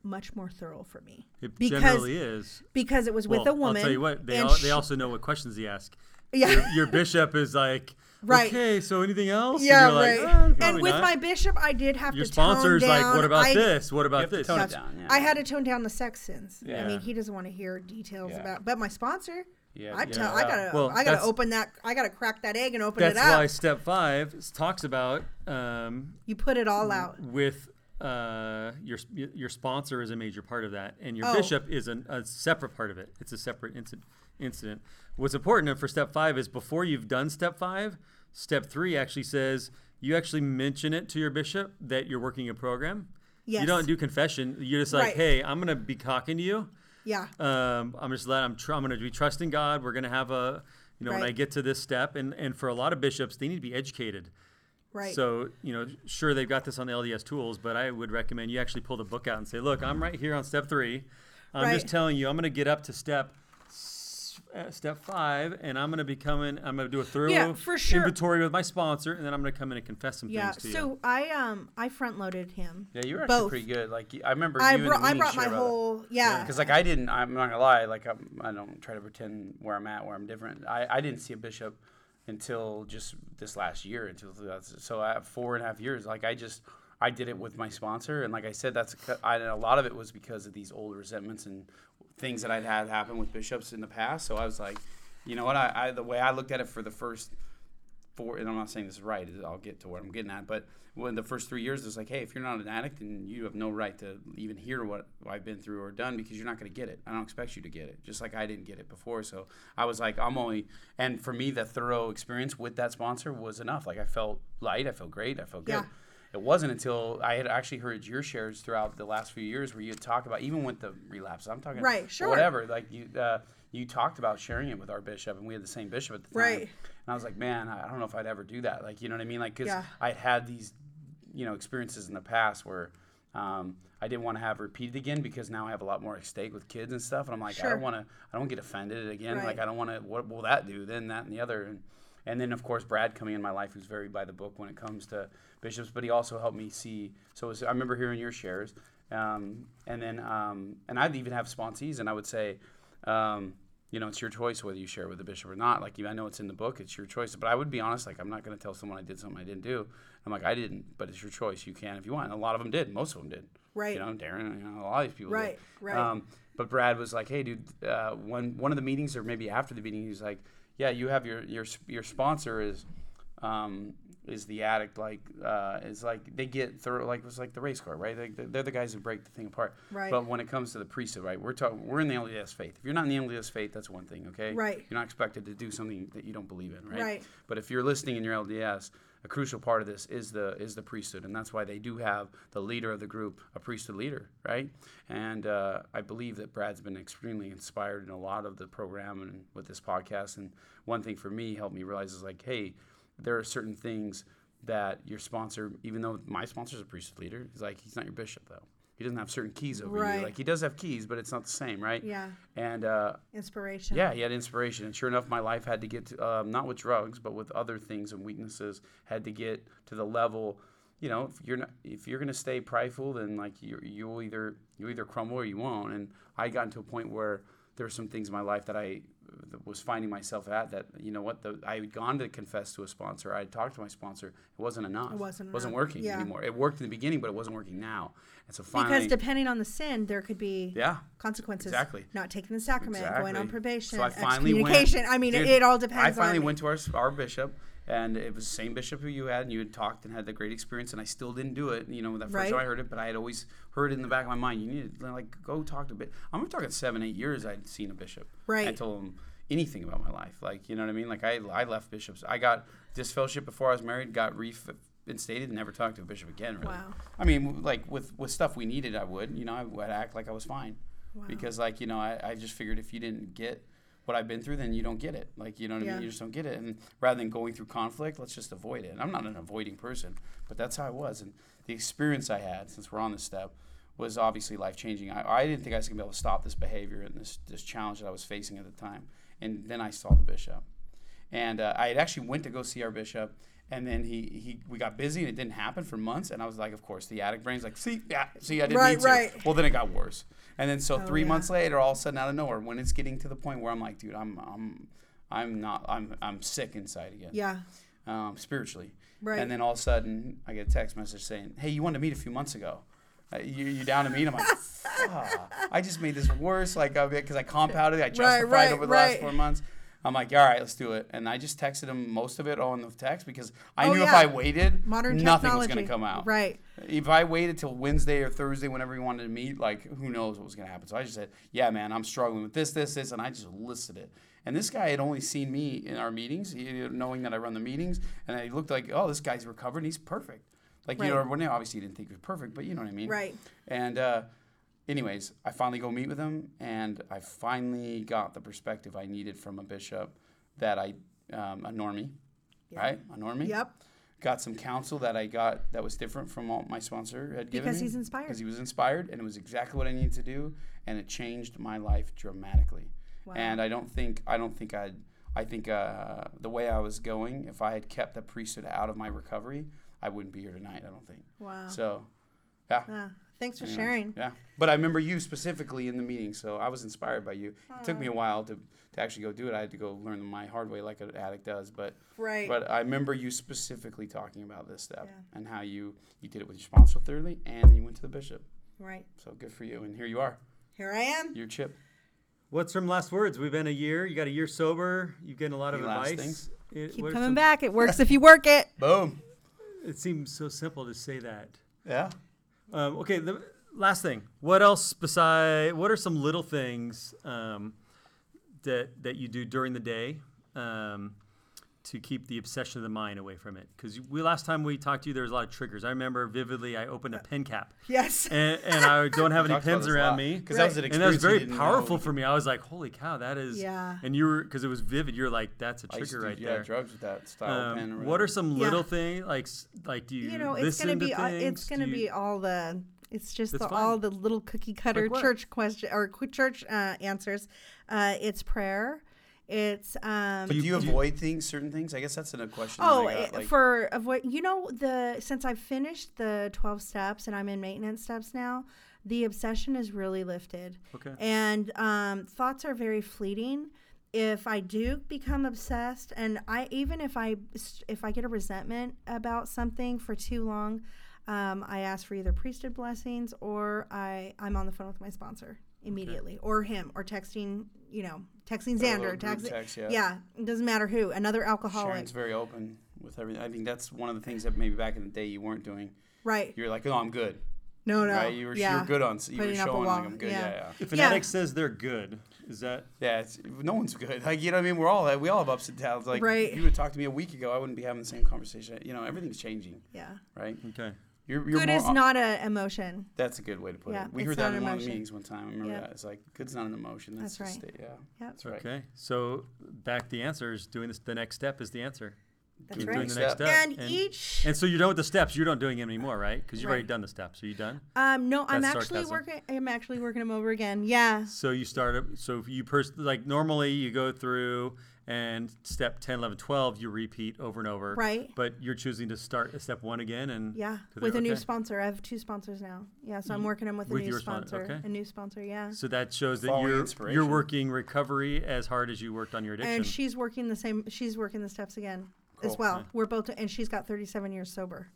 [SPEAKER 6] much more thorough for me
[SPEAKER 1] It
[SPEAKER 6] because-
[SPEAKER 1] generally is.
[SPEAKER 6] because it was with
[SPEAKER 1] Well,
[SPEAKER 6] a woman.
[SPEAKER 1] I'll tell you what. They
[SPEAKER 6] and
[SPEAKER 1] all, they
[SPEAKER 6] sh-
[SPEAKER 1] also know what questions they ask. Your,
[SPEAKER 6] yeah.
[SPEAKER 1] your bishop is like,
[SPEAKER 6] Right.
[SPEAKER 1] okay, so anything else?
[SPEAKER 6] Yeah,
[SPEAKER 1] and
[SPEAKER 6] right.
[SPEAKER 1] you're like, "Ah,
[SPEAKER 6] and
[SPEAKER 1] probably
[SPEAKER 6] with
[SPEAKER 1] not."
[SPEAKER 6] my bishop, I did have
[SPEAKER 1] your
[SPEAKER 6] to tone
[SPEAKER 1] sponsor's like,
[SPEAKER 6] down-
[SPEAKER 1] what about
[SPEAKER 6] I-
[SPEAKER 1] this? What
[SPEAKER 7] have
[SPEAKER 1] about
[SPEAKER 7] to
[SPEAKER 1] this?
[SPEAKER 7] tone it
[SPEAKER 6] That's-
[SPEAKER 7] down, yeah.
[SPEAKER 6] I had to tone down the sex sins. I
[SPEAKER 1] Yeah.
[SPEAKER 6] mean, he doesn't want to hear details
[SPEAKER 7] Yeah.
[SPEAKER 6] about. But my sponsor,
[SPEAKER 7] Yeah,
[SPEAKER 6] I
[SPEAKER 7] yeah.
[SPEAKER 6] tell, I gotta,
[SPEAKER 1] Well,
[SPEAKER 6] I gotta
[SPEAKER 1] that's-
[SPEAKER 6] open that, I gotta crack that egg and open
[SPEAKER 1] That's
[SPEAKER 6] it up.
[SPEAKER 1] why step five s- talks about um,
[SPEAKER 6] you put it all out.
[SPEAKER 1] with uh, your s- y- your sponsor is a major part of that, and your
[SPEAKER 6] Oh.
[SPEAKER 1] bishop is an, a separate part of it. It's a separate incident. Incident. What's important for step five is before you've done step five, step three actually says you actually mention it to your bishop that you're working a program. You
[SPEAKER 6] Yes.
[SPEAKER 1] don't do confession. You're just like,
[SPEAKER 6] Right.
[SPEAKER 1] hey, I'm gonna be cocking to you.
[SPEAKER 6] Yeah.
[SPEAKER 1] um, I'm just glad I'm, tr- I'm going to be trusting God. We're going to have a, you know, when I
[SPEAKER 6] Right.
[SPEAKER 1] get to this step, and, and for a lot of bishops, they need to be educated.
[SPEAKER 6] Right.
[SPEAKER 1] So, you know, sure, they've got this on the LDS tools, but I would recommend you actually pull the book out and say, look, I'm right here on step three. I'm just
[SPEAKER 6] Right.
[SPEAKER 1] telling you, I'm going to get up to step s- uh, step five and i'm going to be coming i'm going to do a thorough
[SPEAKER 6] Yeah, for sure.
[SPEAKER 1] inventory with my sponsor and then i'm going to come in and confess some
[SPEAKER 6] yeah.
[SPEAKER 1] things to
[SPEAKER 6] So
[SPEAKER 1] you
[SPEAKER 6] I um I front loaded him.
[SPEAKER 2] Yeah, you were actually
[SPEAKER 6] Both.
[SPEAKER 2] pretty good. Like y- I remember
[SPEAKER 6] I
[SPEAKER 2] you
[SPEAKER 6] brought
[SPEAKER 2] and the
[SPEAKER 6] I
[SPEAKER 2] meeting
[SPEAKER 6] brought my
[SPEAKER 2] share about it.
[SPEAKER 6] whole yeah.
[SPEAKER 2] Because like I didn't, I'm not gonna lie. Like I'm, I don't try to pretend where I'm at, where I'm different. I, I didn't see a bishop until just this last year. Until that's- so I have four and a half years. Like I just, I did it with my sponsor, and like I said, that's a cut- I, a lot of it was because of these old resentments and things that I'd had happen with bishops in the past. So I was like, you know what? I, I the way I looked at it for the first four, and I'm not saying this is right. I'll get to what I'm getting at, but when the first three years, it's like, hey, if you're not an addict, then you have no right to even hear what I've been through or done because you're not going to get it. I don't expect you to get it, just like I didn't get it before. So I was like, I'm only, and for me, the thorough experience with that sponsor was enough. Like I felt light, I felt great, I felt good.
[SPEAKER 6] Yeah.
[SPEAKER 2] It wasn't until I had actually heard your shares throughout the last few years where you had talked about even with the relapse. I'm talking
[SPEAKER 6] Right, sure.
[SPEAKER 2] whatever. Like you, uh, you talked about sharing it with our bishop, and we had the same bishop at the time.
[SPEAKER 6] Right.
[SPEAKER 2] And I was like, man, I I don't know if I'd ever do that. Like, you know what I mean? Like, because
[SPEAKER 6] Yeah.
[SPEAKER 2] I'd had these, you know, experiences in the past where um, I didn't want to have repeated again because now I have a lot more at stake with kids and stuff. And I'm like, I
[SPEAKER 6] Sure.
[SPEAKER 2] don't want to, I don't get offended again.
[SPEAKER 6] Right.
[SPEAKER 2] Like, I don't want to, what will that do? Then that and the other. And, and then, of course, Brad coming in my life, who's very by the book when it comes to bishops, but he also helped me see. So it was, I remember hearing your shares. Um, and then, um, and I'd even have sponsees, and I would say, um, you know, it's your choice whether you share it with the bishop or not. Like, you- I know it's in the book, it's your choice. But I would be honest, like, I'm not going to tell someone I did something I didn't do. I'm like, I didn't, but it's your choice. You can if you want. And a lot of them did. Most of them did.
[SPEAKER 6] Right.
[SPEAKER 2] You know, Darren, you know, a lot of these people
[SPEAKER 6] Right,
[SPEAKER 2] did.
[SPEAKER 6] right.
[SPEAKER 2] Um, but Brad was like, hey, dude, uh, one, one of the meetings or maybe after the meeting, he was like, yeah, you have your, your, your sponsor is, um, is the addict like uh, is like they get through like was like the race car right like they're, they're the guys who break the thing apart
[SPEAKER 6] Right.
[SPEAKER 2] but when it comes to the priesthood right we're talking we're in the LDS faith if you're not in the LDS faith that's one thing okay
[SPEAKER 6] Right.
[SPEAKER 2] you're not expected to do something that you don't believe in right
[SPEAKER 6] Right.
[SPEAKER 2] but if you're listening in your LDS a crucial part of this is the is the priesthood and that's why they do have the leader of the group a priesthood leader right and uh, I believe that Brad's been extremely inspired in a lot of the program and with this podcast and one thing for me helped me realize is like hey there are certain things that your sponsor, even though my sponsor's a priesthood leader, is like he's not your bishop though. He doesn't have certain keys over
[SPEAKER 6] Right.
[SPEAKER 2] you. Like he does have keys, but it's not the same, right?
[SPEAKER 6] Yeah.
[SPEAKER 2] And uh,
[SPEAKER 6] Inspiration.
[SPEAKER 2] yeah, he had inspiration, and sure enough, my life had to get to, um, not with drugs, but with other things and weaknesses. Had to get to the level, you know, if you're not, if you're gonna stay prideful, then like you you will either you either crumble or you won't. And I got to a point where there were some things in my life that I was finding myself at that you know what the, I had gone to confess to a sponsor I had talked to my sponsor it wasn't enough
[SPEAKER 6] It wasn't
[SPEAKER 2] wasn't
[SPEAKER 6] enough.
[SPEAKER 2] working
[SPEAKER 6] Yeah.
[SPEAKER 2] anymore it worked in the beginning but it wasn't working now and so finally
[SPEAKER 6] Because depending on the sin, there could be
[SPEAKER 2] yeah
[SPEAKER 6] consequences.
[SPEAKER 2] Exactly.
[SPEAKER 6] Not taking the sacrament, going on
[SPEAKER 2] Exactly.
[SPEAKER 6] probation,
[SPEAKER 2] So I finally went-
[SPEAKER 6] excommunication. I mean, it,
[SPEAKER 2] Dude,
[SPEAKER 6] it all depends.
[SPEAKER 2] I finally
[SPEAKER 6] on
[SPEAKER 2] went to our, our bishop, and it was the same bishop who you had, and you had talked and had the great experience, and I still didn't do it. You know, that first
[SPEAKER 6] Right.
[SPEAKER 2] time I heard it, but I had always heard it in the back of my mind. You need to like go talk to. a bit. I'm talking seven, eight years. I'd seen a bishop. I
[SPEAKER 6] Right.
[SPEAKER 2] told him anything about my life. Like you know what I mean. Like I, I left bishops. I got disfellowship before I was married. Got reinstated. and Never talked to a bishop again. Really.
[SPEAKER 6] Wow.
[SPEAKER 2] I mean, like with with stuff we needed, I would. You know, I would act like I was fine, because like you know, I, I just figured if you didn't get what I've been through, then you don't get it. Like you know what I
[SPEAKER 6] Yeah.
[SPEAKER 2] mean? You just don't get it. And rather than going through conflict, let's just avoid it. And I'm not an avoiding person, but that's how I was. And the experience I had, since we're on this step, was obviously life changing. I, I didn't think I was gonna be able to stop this behavior and this this challenge that I was facing at the time. And then I saw the bishop and uh, I had actually went to go see our bishop, and then he, he we got busy and it didn't happen for months, and I was like, of course, the addict brain's like, see, yeah, see, I didn't
[SPEAKER 6] Right,
[SPEAKER 2] need to.
[SPEAKER 6] right.
[SPEAKER 2] Well, then it got worse, and then so three
[SPEAKER 6] Oh, yeah.
[SPEAKER 2] months later, all of a sudden out of nowhere, when it's getting to the point where I'm like, dude, I'm I'm I'm not I'm I'm sick inside again,
[SPEAKER 6] Yeah.
[SPEAKER 2] um, spiritually,
[SPEAKER 6] Right.
[SPEAKER 2] And then all of a sudden, I get a text message saying, hey, you wanted to meet a few months ago. Uh, you, you down to meet? I'm like, fuck. I just made this worse, like, because I compounded, it, I justified
[SPEAKER 6] right,
[SPEAKER 2] over the
[SPEAKER 6] right.
[SPEAKER 2] last four months. I'm like, all right, let's do it. And I just texted him most of it on the text because I
[SPEAKER 6] Oh,
[SPEAKER 2] knew if
[SPEAKER 6] yeah.
[SPEAKER 2] I waited,
[SPEAKER 6] Modern
[SPEAKER 2] nothing was
[SPEAKER 6] technology.
[SPEAKER 2] going to come out.
[SPEAKER 6] Right.
[SPEAKER 2] If I waited till Wednesday or Thursday, whenever we wanted to meet, like who knows what was going to happen. So I just said, yeah, man, I'm struggling with this, this, this. And I just listed it. And this guy had only seen me in our meetings, he- knowing that I run the meetings. And he looked like, oh, this guy's recovered and he's perfect. Like, you know,
[SPEAKER 6] Right.
[SPEAKER 2] well, obviously he didn't think he was perfect, but you know what I mean?
[SPEAKER 6] Right.
[SPEAKER 2] And, uh, anyways, I finally go meet with him, and I finally got the perspective I needed from a bishop that I, um, a normie, right? A normie.
[SPEAKER 6] Yep.
[SPEAKER 2] Got some counsel that I got that was different from what my sponsor had given
[SPEAKER 6] Because
[SPEAKER 2] me.
[SPEAKER 6] he's inspired.
[SPEAKER 2] Because he was inspired, and it was exactly what I needed to do, and it changed my life dramatically. And I don't think I don't think I'd. I think uh, the way I was going, if I had kept the priesthood out of my recovery, I wouldn't be here tonight. I don't think.
[SPEAKER 6] Wow.
[SPEAKER 2] So, yeah.
[SPEAKER 6] Ah, thanks for sharing.
[SPEAKER 2] Yeah, but I remember you specifically in the meeting, so I was inspired by you. It took me a while to, to actually go do it. I had to go learn my hard way, like an addict does. But
[SPEAKER 6] Right.
[SPEAKER 2] but I remember you specifically talking about this step
[SPEAKER 6] Yeah.
[SPEAKER 2] and how you you did it with your sponsor thirdly, and you went to the bishop.
[SPEAKER 6] Right.
[SPEAKER 2] So good for you, and here you are.
[SPEAKER 6] Here I am.
[SPEAKER 2] Your chip.
[SPEAKER 1] What's some last words? We've been a year. You got a year sober. You've getting a lot of
[SPEAKER 2] Any last
[SPEAKER 1] advice.
[SPEAKER 2] things?
[SPEAKER 1] It,
[SPEAKER 6] Keep
[SPEAKER 1] what are
[SPEAKER 6] coming
[SPEAKER 1] some-
[SPEAKER 6] back. It works if you work it.
[SPEAKER 2] Boom.
[SPEAKER 1] It seems so simple to say that.
[SPEAKER 2] Yeah.
[SPEAKER 1] Um, okay, the last thing. What else beside? What are some little things um, that that you do during the day um, to keep the obsession of the mind away from it? Because we last time we talked to you, there was a lot of triggers. I remember vividly. I opened a pen cap,
[SPEAKER 6] Uh, Yes.
[SPEAKER 1] and, and I don't have any
[SPEAKER 2] Talked about
[SPEAKER 1] pens
[SPEAKER 2] this a
[SPEAKER 1] around
[SPEAKER 2] lot,
[SPEAKER 1] me
[SPEAKER 2] 'cause that was
[SPEAKER 6] Right.
[SPEAKER 2] an
[SPEAKER 1] and that was
[SPEAKER 2] experience you
[SPEAKER 1] very
[SPEAKER 2] didn't
[SPEAKER 1] powerful
[SPEAKER 2] know.
[SPEAKER 1] for me. I was like, "Holy cow, that is!"
[SPEAKER 6] Yeah.
[SPEAKER 1] And you were because it was vivid. You're like, "That's a
[SPEAKER 2] I used
[SPEAKER 1] trigger
[SPEAKER 2] to do,
[SPEAKER 1] right
[SPEAKER 2] yeah,
[SPEAKER 1] there."
[SPEAKER 2] drugs with that style pen. or
[SPEAKER 1] Um, what are
[SPEAKER 2] whatever.
[SPEAKER 1] some
[SPEAKER 6] Yeah.
[SPEAKER 1] little things like s- like do you,
[SPEAKER 6] you know, it's
[SPEAKER 1] listen
[SPEAKER 6] gonna
[SPEAKER 1] to
[SPEAKER 6] be uh,
[SPEAKER 1] things?
[SPEAKER 6] it's gonna
[SPEAKER 1] Do you-
[SPEAKER 6] be all the it's just
[SPEAKER 1] That's
[SPEAKER 6] the, all
[SPEAKER 1] fine.
[SPEAKER 6] the little cookie cutter
[SPEAKER 1] Like what?
[SPEAKER 6] church question or qu- church uh, answers. Uh, it's prayer. It's um,
[SPEAKER 2] But do you
[SPEAKER 1] do you-
[SPEAKER 2] avoid things, certain things? I guess that's a question. that
[SPEAKER 6] Oh,
[SPEAKER 2] I got,
[SPEAKER 6] eh,
[SPEAKER 2] like-
[SPEAKER 6] for avoid. You know the since I've finished the twelve steps and I'm in maintenance steps now, the obsession is really lifted.
[SPEAKER 1] Okay.
[SPEAKER 6] And um, thoughts are very fleeting. If I do become obsessed, and I even if I s- if I get a resentment about something for too long, um, I ask for either priesthood blessings or I I'm on the phone with my sponsor immediately or him or texting you know texting
[SPEAKER 2] Got a little
[SPEAKER 6] Xander
[SPEAKER 2] group
[SPEAKER 6] texting
[SPEAKER 2] text, yeah.
[SPEAKER 6] yeah it doesn't matter who another alcoholic
[SPEAKER 2] Sharon's very open with everything. I think that's one of the things that maybe back in the day you weren't doing.
[SPEAKER 6] right
[SPEAKER 2] You're like, oh, I'm good.
[SPEAKER 6] No, no.
[SPEAKER 2] Right? You were,
[SPEAKER 6] yeah.
[SPEAKER 2] you were good on. You were
[SPEAKER 6] Putting up a
[SPEAKER 2] showing
[SPEAKER 6] wall,
[SPEAKER 2] like I'm good.
[SPEAKER 6] yeah.
[SPEAKER 2] Yeah, yeah.
[SPEAKER 1] If an
[SPEAKER 6] Yeah.
[SPEAKER 1] addict says they're good, is that
[SPEAKER 2] Yeah, it's, no one's good. Like you know, what I mean, we're all we all have ups and downs. Like
[SPEAKER 6] Right.
[SPEAKER 2] if you would talk to me a week ago, I wouldn't be having the same conversation. You know, everything's changing,
[SPEAKER 6] Yeah.
[SPEAKER 2] right?
[SPEAKER 1] okay?
[SPEAKER 2] You're, you're
[SPEAKER 6] good
[SPEAKER 2] more,
[SPEAKER 6] is not an emotion.
[SPEAKER 2] That's a good way to put
[SPEAKER 6] Yeah,
[SPEAKER 2] it. We
[SPEAKER 6] it's
[SPEAKER 2] heard
[SPEAKER 6] not
[SPEAKER 2] that
[SPEAKER 6] an
[SPEAKER 2] in one of the
[SPEAKER 6] emotion.
[SPEAKER 2] meetings one time. I remember
[SPEAKER 6] Yeah.
[SPEAKER 2] that. It's like good's not an emotion. That's,
[SPEAKER 6] That's
[SPEAKER 2] just
[SPEAKER 6] right.
[SPEAKER 2] it. Yeah,
[SPEAKER 6] Yep.
[SPEAKER 2] that's right.
[SPEAKER 1] Okay, so back the answer is doing this. The next step is the answer.
[SPEAKER 6] That's
[SPEAKER 1] Keep
[SPEAKER 6] right.
[SPEAKER 1] doing the next
[SPEAKER 2] Step.
[SPEAKER 1] step.
[SPEAKER 6] And, each
[SPEAKER 1] and so you're done with the steps. You're not doing it anymore, right? Because you've already
[SPEAKER 6] Right.
[SPEAKER 1] done the steps. Are you done?
[SPEAKER 6] um no, I'm
[SPEAKER 1] That's
[SPEAKER 6] actually
[SPEAKER 1] sarcasm.
[SPEAKER 6] working I'm actually working them over again. Yeah.
[SPEAKER 1] So you start up. So if you pers- like normally you go through and step 10, 11, 12, you repeat over and over.
[SPEAKER 6] Right.
[SPEAKER 1] But you're choosing to start at step one again and
[SPEAKER 6] Yeah,
[SPEAKER 1] to the-
[SPEAKER 6] with a new
[SPEAKER 1] okay.
[SPEAKER 6] sponsor. I have two sponsors now. Yeah, so I'm working them with a
[SPEAKER 1] with
[SPEAKER 6] new
[SPEAKER 1] your spon-
[SPEAKER 6] sponsor.
[SPEAKER 1] okay.
[SPEAKER 6] A new sponsor, yeah.
[SPEAKER 1] So that shows that
[SPEAKER 2] Following
[SPEAKER 1] you're you're
[SPEAKER 2] inspiration.
[SPEAKER 1] working recovery as hard as you worked on your addiction.
[SPEAKER 6] And she's working the same. She's working the steps again as
[SPEAKER 2] Cool.
[SPEAKER 6] well. We're both, and she's got 37 years sober.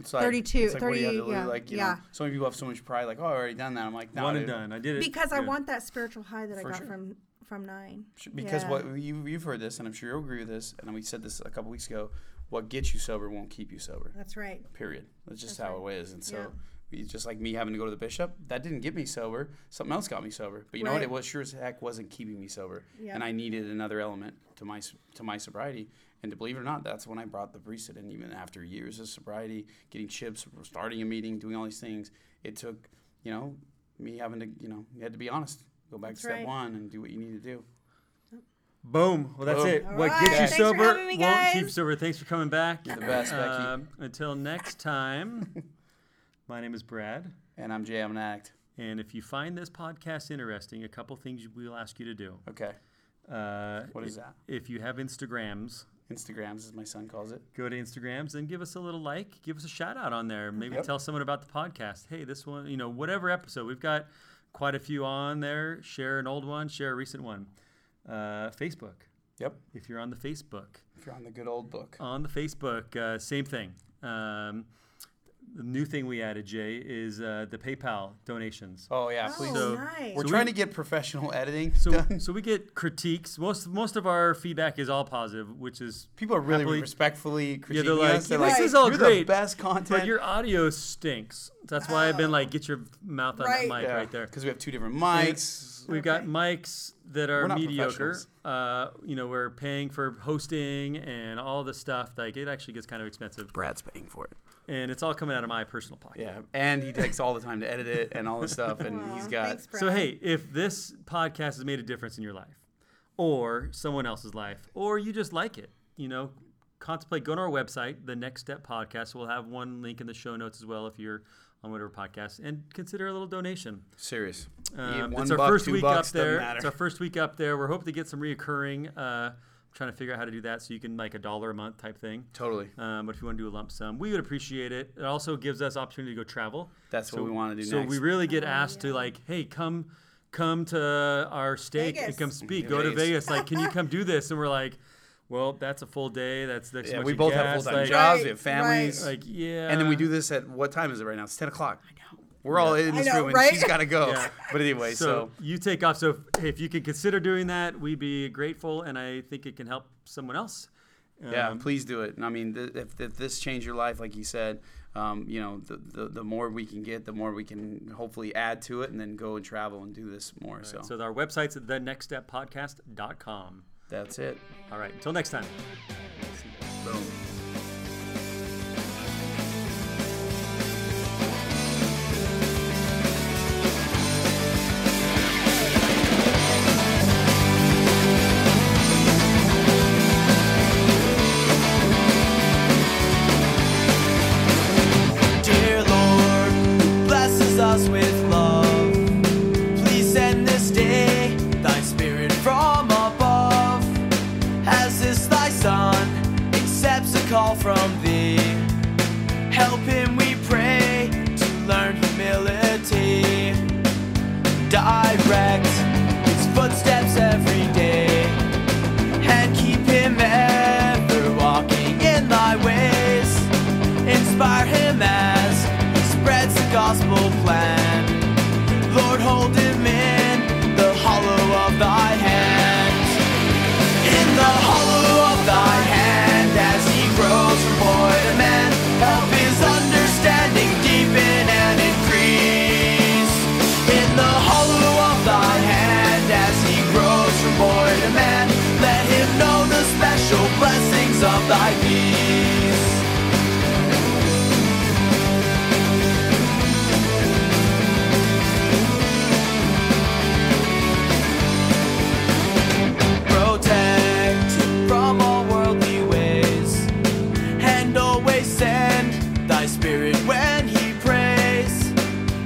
[SPEAKER 2] It's like,
[SPEAKER 6] 32,
[SPEAKER 2] it's like, what do you have
[SPEAKER 6] 30,
[SPEAKER 2] to lose?
[SPEAKER 6] yeah,
[SPEAKER 2] Like, you
[SPEAKER 6] yeah.
[SPEAKER 2] know, so many people have so much pride, like, oh, I already done that. I'm like, no,
[SPEAKER 1] One and
[SPEAKER 2] dude.
[SPEAKER 1] done. I did it
[SPEAKER 6] Because I
[SPEAKER 1] Yeah.
[SPEAKER 6] want that spiritual high that I
[SPEAKER 2] For
[SPEAKER 6] got
[SPEAKER 2] sure.
[SPEAKER 6] from from nine.
[SPEAKER 2] Sh- Because
[SPEAKER 6] Yeah.
[SPEAKER 2] what you, you've heard this, and I'm sure you'll agree with this, and we said this a couple weeks ago what gets you sober won't keep you sober.
[SPEAKER 6] That's right.
[SPEAKER 2] period. That's just
[SPEAKER 6] That's
[SPEAKER 2] how
[SPEAKER 6] right.
[SPEAKER 2] it is. And so,
[SPEAKER 6] Yeah.
[SPEAKER 2] we, just like me having to go to the bishop, that didn't get me sober. Something else got me sober. But you know what?
[SPEAKER 6] Right.
[SPEAKER 2] It was sure as heck wasn't keeping me sober.
[SPEAKER 6] Yeah.
[SPEAKER 2] And I needed another element to my s- to my sobriety. And to believe it or not, that's when I brought the priesthood. And even after years of sobriety, getting chips, starting a meeting, doing all these things, it took you know me having to you know you had to be honest. Go back
[SPEAKER 6] That's
[SPEAKER 2] to step
[SPEAKER 6] right.
[SPEAKER 2] one and do what you need to do.
[SPEAKER 1] Boom. Well, that's
[SPEAKER 2] Boom.
[SPEAKER 1] it.
[SPEAKER 6] All
[SPEAKER 1] what
[SPEAKER 6] right.
[SPEAKER 1] gets you
[SPEAKER 6] Thanks for
[SPEAKER 1] sober
[SPEAKER 6] having me,
[SPEAKER 1] won't keep
[SPEAKER 6] guys.
[SPEAKER 1] sober. Thanks for coming back. You're
[SPEAKER 2] the best, Becky.
[SPEAKER 1] until next time, my name is Brad.
[SPEAKER 2] And I'm Jay. I'm an addict.
[SPEAKER 1] And if you find this podcast interesting, a couple things we'll ask you to do.
[SPEAKER 2] Okay.
[SPEAKER 1] Uh,
[SPEAKER 2] What is
[SPEAKER 1] i-
[SPEAKER 2] that?
[SPEAKER 1] If you have Instagrams,
[SPEAKER 2] Instagrams, as my son calls it.
[SPEAKER 1] go to Instagrams and give us a little like, give us a shout out on there. Maybe tell someone about the podcast. Hey, this one, you know, whatever episode. We've got quite a few on there. Share an old one, share a recent one. Uh, Facebook,
[SPEAKER 2] Yep.
[SPEAKER 1] if you're on the Facebook.
[SPEAKER 2] If you're on the good old book.
[SPEAKER 1] On the Facebook, uh, same thing. Um, the new thing we added, Jay, is uh, the PayPal donations.
[SPEAKER 2] Oh yeah,
[SPEAKER 6] Oh,
[SPEAKER 2] please.
[SPEAKER 1] So-
[SPEAKER 6] nice.
[SPEAKER 2] We're
[SPEAKER 1] So
[SPEAKER 2] trying
[SPEAKER 1] we-
[SPEAKER 2] to get professional editing
[SPEAKER 1] So,
[SPEAKER 2] done.
[SPEAKER 1] so we get critiques. Most most of our feedback is all positive, which is
[SPEAKER 2] People are really
[SPEAKER 1] happily-
[SPEAKER 2] respectly critiquing
[SPEAKER 1] Yeah, they're like,
[SPEAKER 2] us. They're
[SPEAKER 1] this
[SPEAKER 2] like,
[SPEAKER 1] is all
[SPEAKER 2] you're the
[SPEAKER 1] great,
[SPEAKER 2] best content. Oh.
[SPEAKER 1] But your audio stinks. That's why I've been like, get your mouth on
[SPEAKER 6] Right.
[SPEAKER 1] that mic right there.
[SPEAKER 2] Because we have two different mics.
[SPEAKER 1] We've got mics that are
[SPEAKER 2] We're not
[SPEAKER 1] mediocre.
[SPEAKER 2] professionals.
[SPEAKER 1] Uh, you know, we're paying for hosting and all this stuff. Like, it actually gets kind of expensive,
[SPEAKER 2] Brad's paying for it.
[SPEAKER 1] and it's all coming out of my personal pocket.
[SPEAKER 2] Yeah, and he takes all the time to edit it and all this stuff, and
[SPEAKER 6] Aw,
[SPEAKER 2] he's got.
[SPEAKER 6] thanks,
[SPEAKER 1] So
[SPEAKER 6] Brad.
[SPEAKER 1] hey, if this podcast has made a difference in your life, or someone else's life, or you just like it, you know, contemplate go to our website, the Next Step Podcast. We'll have one link in the show notes as well if you're on whatever podcast, and consider a little donation.
[SPEAKER 2] serious.
[SPEAKER 1] Um,
[SPEAKER 2] one
[SPEAKER 1] it's our
[SPEAKER 2] buck,
[SPEAKER 1] first
[SPEAKER 2] two
[SPEAKER 1] week
[SPEAKER 2] bucks,
[SPEAKER 1] up
[SPEAKER 2] doesn't
[SPEAKER 1] there.
[SPEAKER 2] matter.
[SPEAKER 1] It's our first week up there. We're hoping to get some reoccurring. Uh, I'm trying to figure out how to do that so you can like a dollar a month type thing.
[SPEAKER 2] Totally.
[SPEAKER 1] Um, but if you want to do a lump sum, we would appreciate it. It also gives us opportunity to go travel.
[SPEAKER 2] That's what we wanna do
[SPEAKER 1] So
[SPEAKER 2] next.
[SPEAKER 1] we really get asked to like, hey, come, come to our stake and
[SPEAKER 6] Vegas.
[SPEAKER 1] come speak. Go to
[SPEAKER 2] Vegas.
[SPEAKER 1] Vegas. Like, can you come do this? And we're like, well, that's a full day. That's next.
[SPEAKER 2] Yeah, we both have full time
[SPEAKER 1] like,
[SPEAKER 2] jobs. we
[SPEAKER 6] Right,
[SPEAKER 2] have families.
[SPEAKER 1] Like, uh, yeah.
[SPEAKER 2] And then we do this at what time is it right now? It's ten o'clock. I know. We're all in this
[SPEAKER 6] I know,
[SPEAKER 2] room, and
[SPEAKER 6] right?
[SPEAKER 2] she's got to go.
[SPEAKER 1] Yeah.
[SPEAKER 2] But anyway, so,
[SPEAKER 1] you take off. So if, if you can consider doing that, we'd be grateful, and I think it can help someone else.
[SPEAKER 2] Yeah,
[SPEAKER 1] Um,
[SPEAKER 2] please do it. And I mean, th- if, if this changed your life, like you said, um, you know, the, the the more we can get, the more we can hopefully add to it, and then go and travel and do this more. So,
[SPEAKER 1] So our website's at thenextsteppodcast.com.
[SPEAKER 2] that's it.
[SPEAKER 1] All right, until next time.
[SPEAKER 2] Boom.
[SPEAKER 8] Dear Lord, who blesses us with love, please send this day thy spirit from above. As this thy son accepts a call from thee, help him, we pray, to learn humility. Direct his footsteps every day, and keep him ever walking in thy ways inspire him as he spreads the gospel plan. Lord, hold him in the hollow of thy hand. In the hollow of thy hand, as he grows from boy to man, help his understanding deepen and increase. In the hollow of thy hand, as he grows from boy to man, let him know the special blessings of thy peace. protect from all worldly ways and always send thy spirit when he prays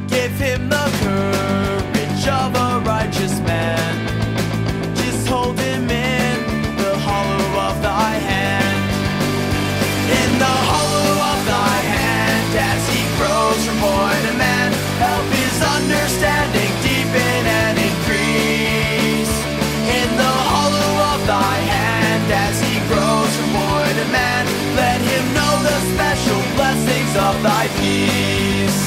[SPEAKER 8] give him the courage of a righteous man just hold him in the hollow
[SPEAKER 2] of thy peace.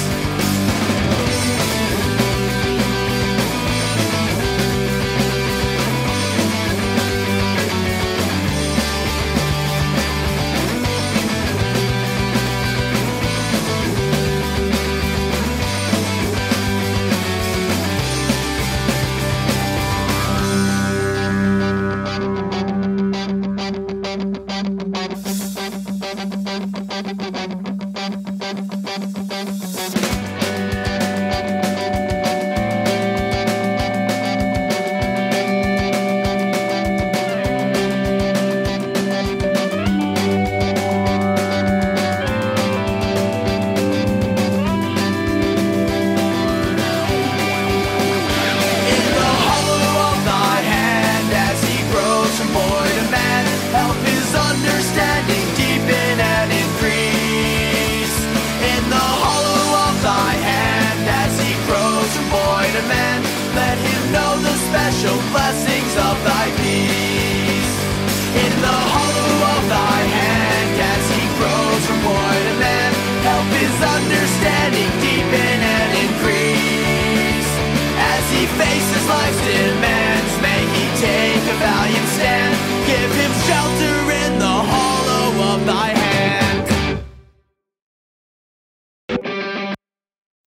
[SPEAKER 2] In the hollow of thy hand, as he grows from boy to man, help his understanding deepen and increase. In the hollow of thy hand, as he grows from boy to man, let him know the special blessings of thy peace. In the hollow of thy hand, as he grows from boy to man, help his understanding deepen and increase. As he faces life's demands, may he take a valiant stand. Give him shelter in the hollow of thy hand.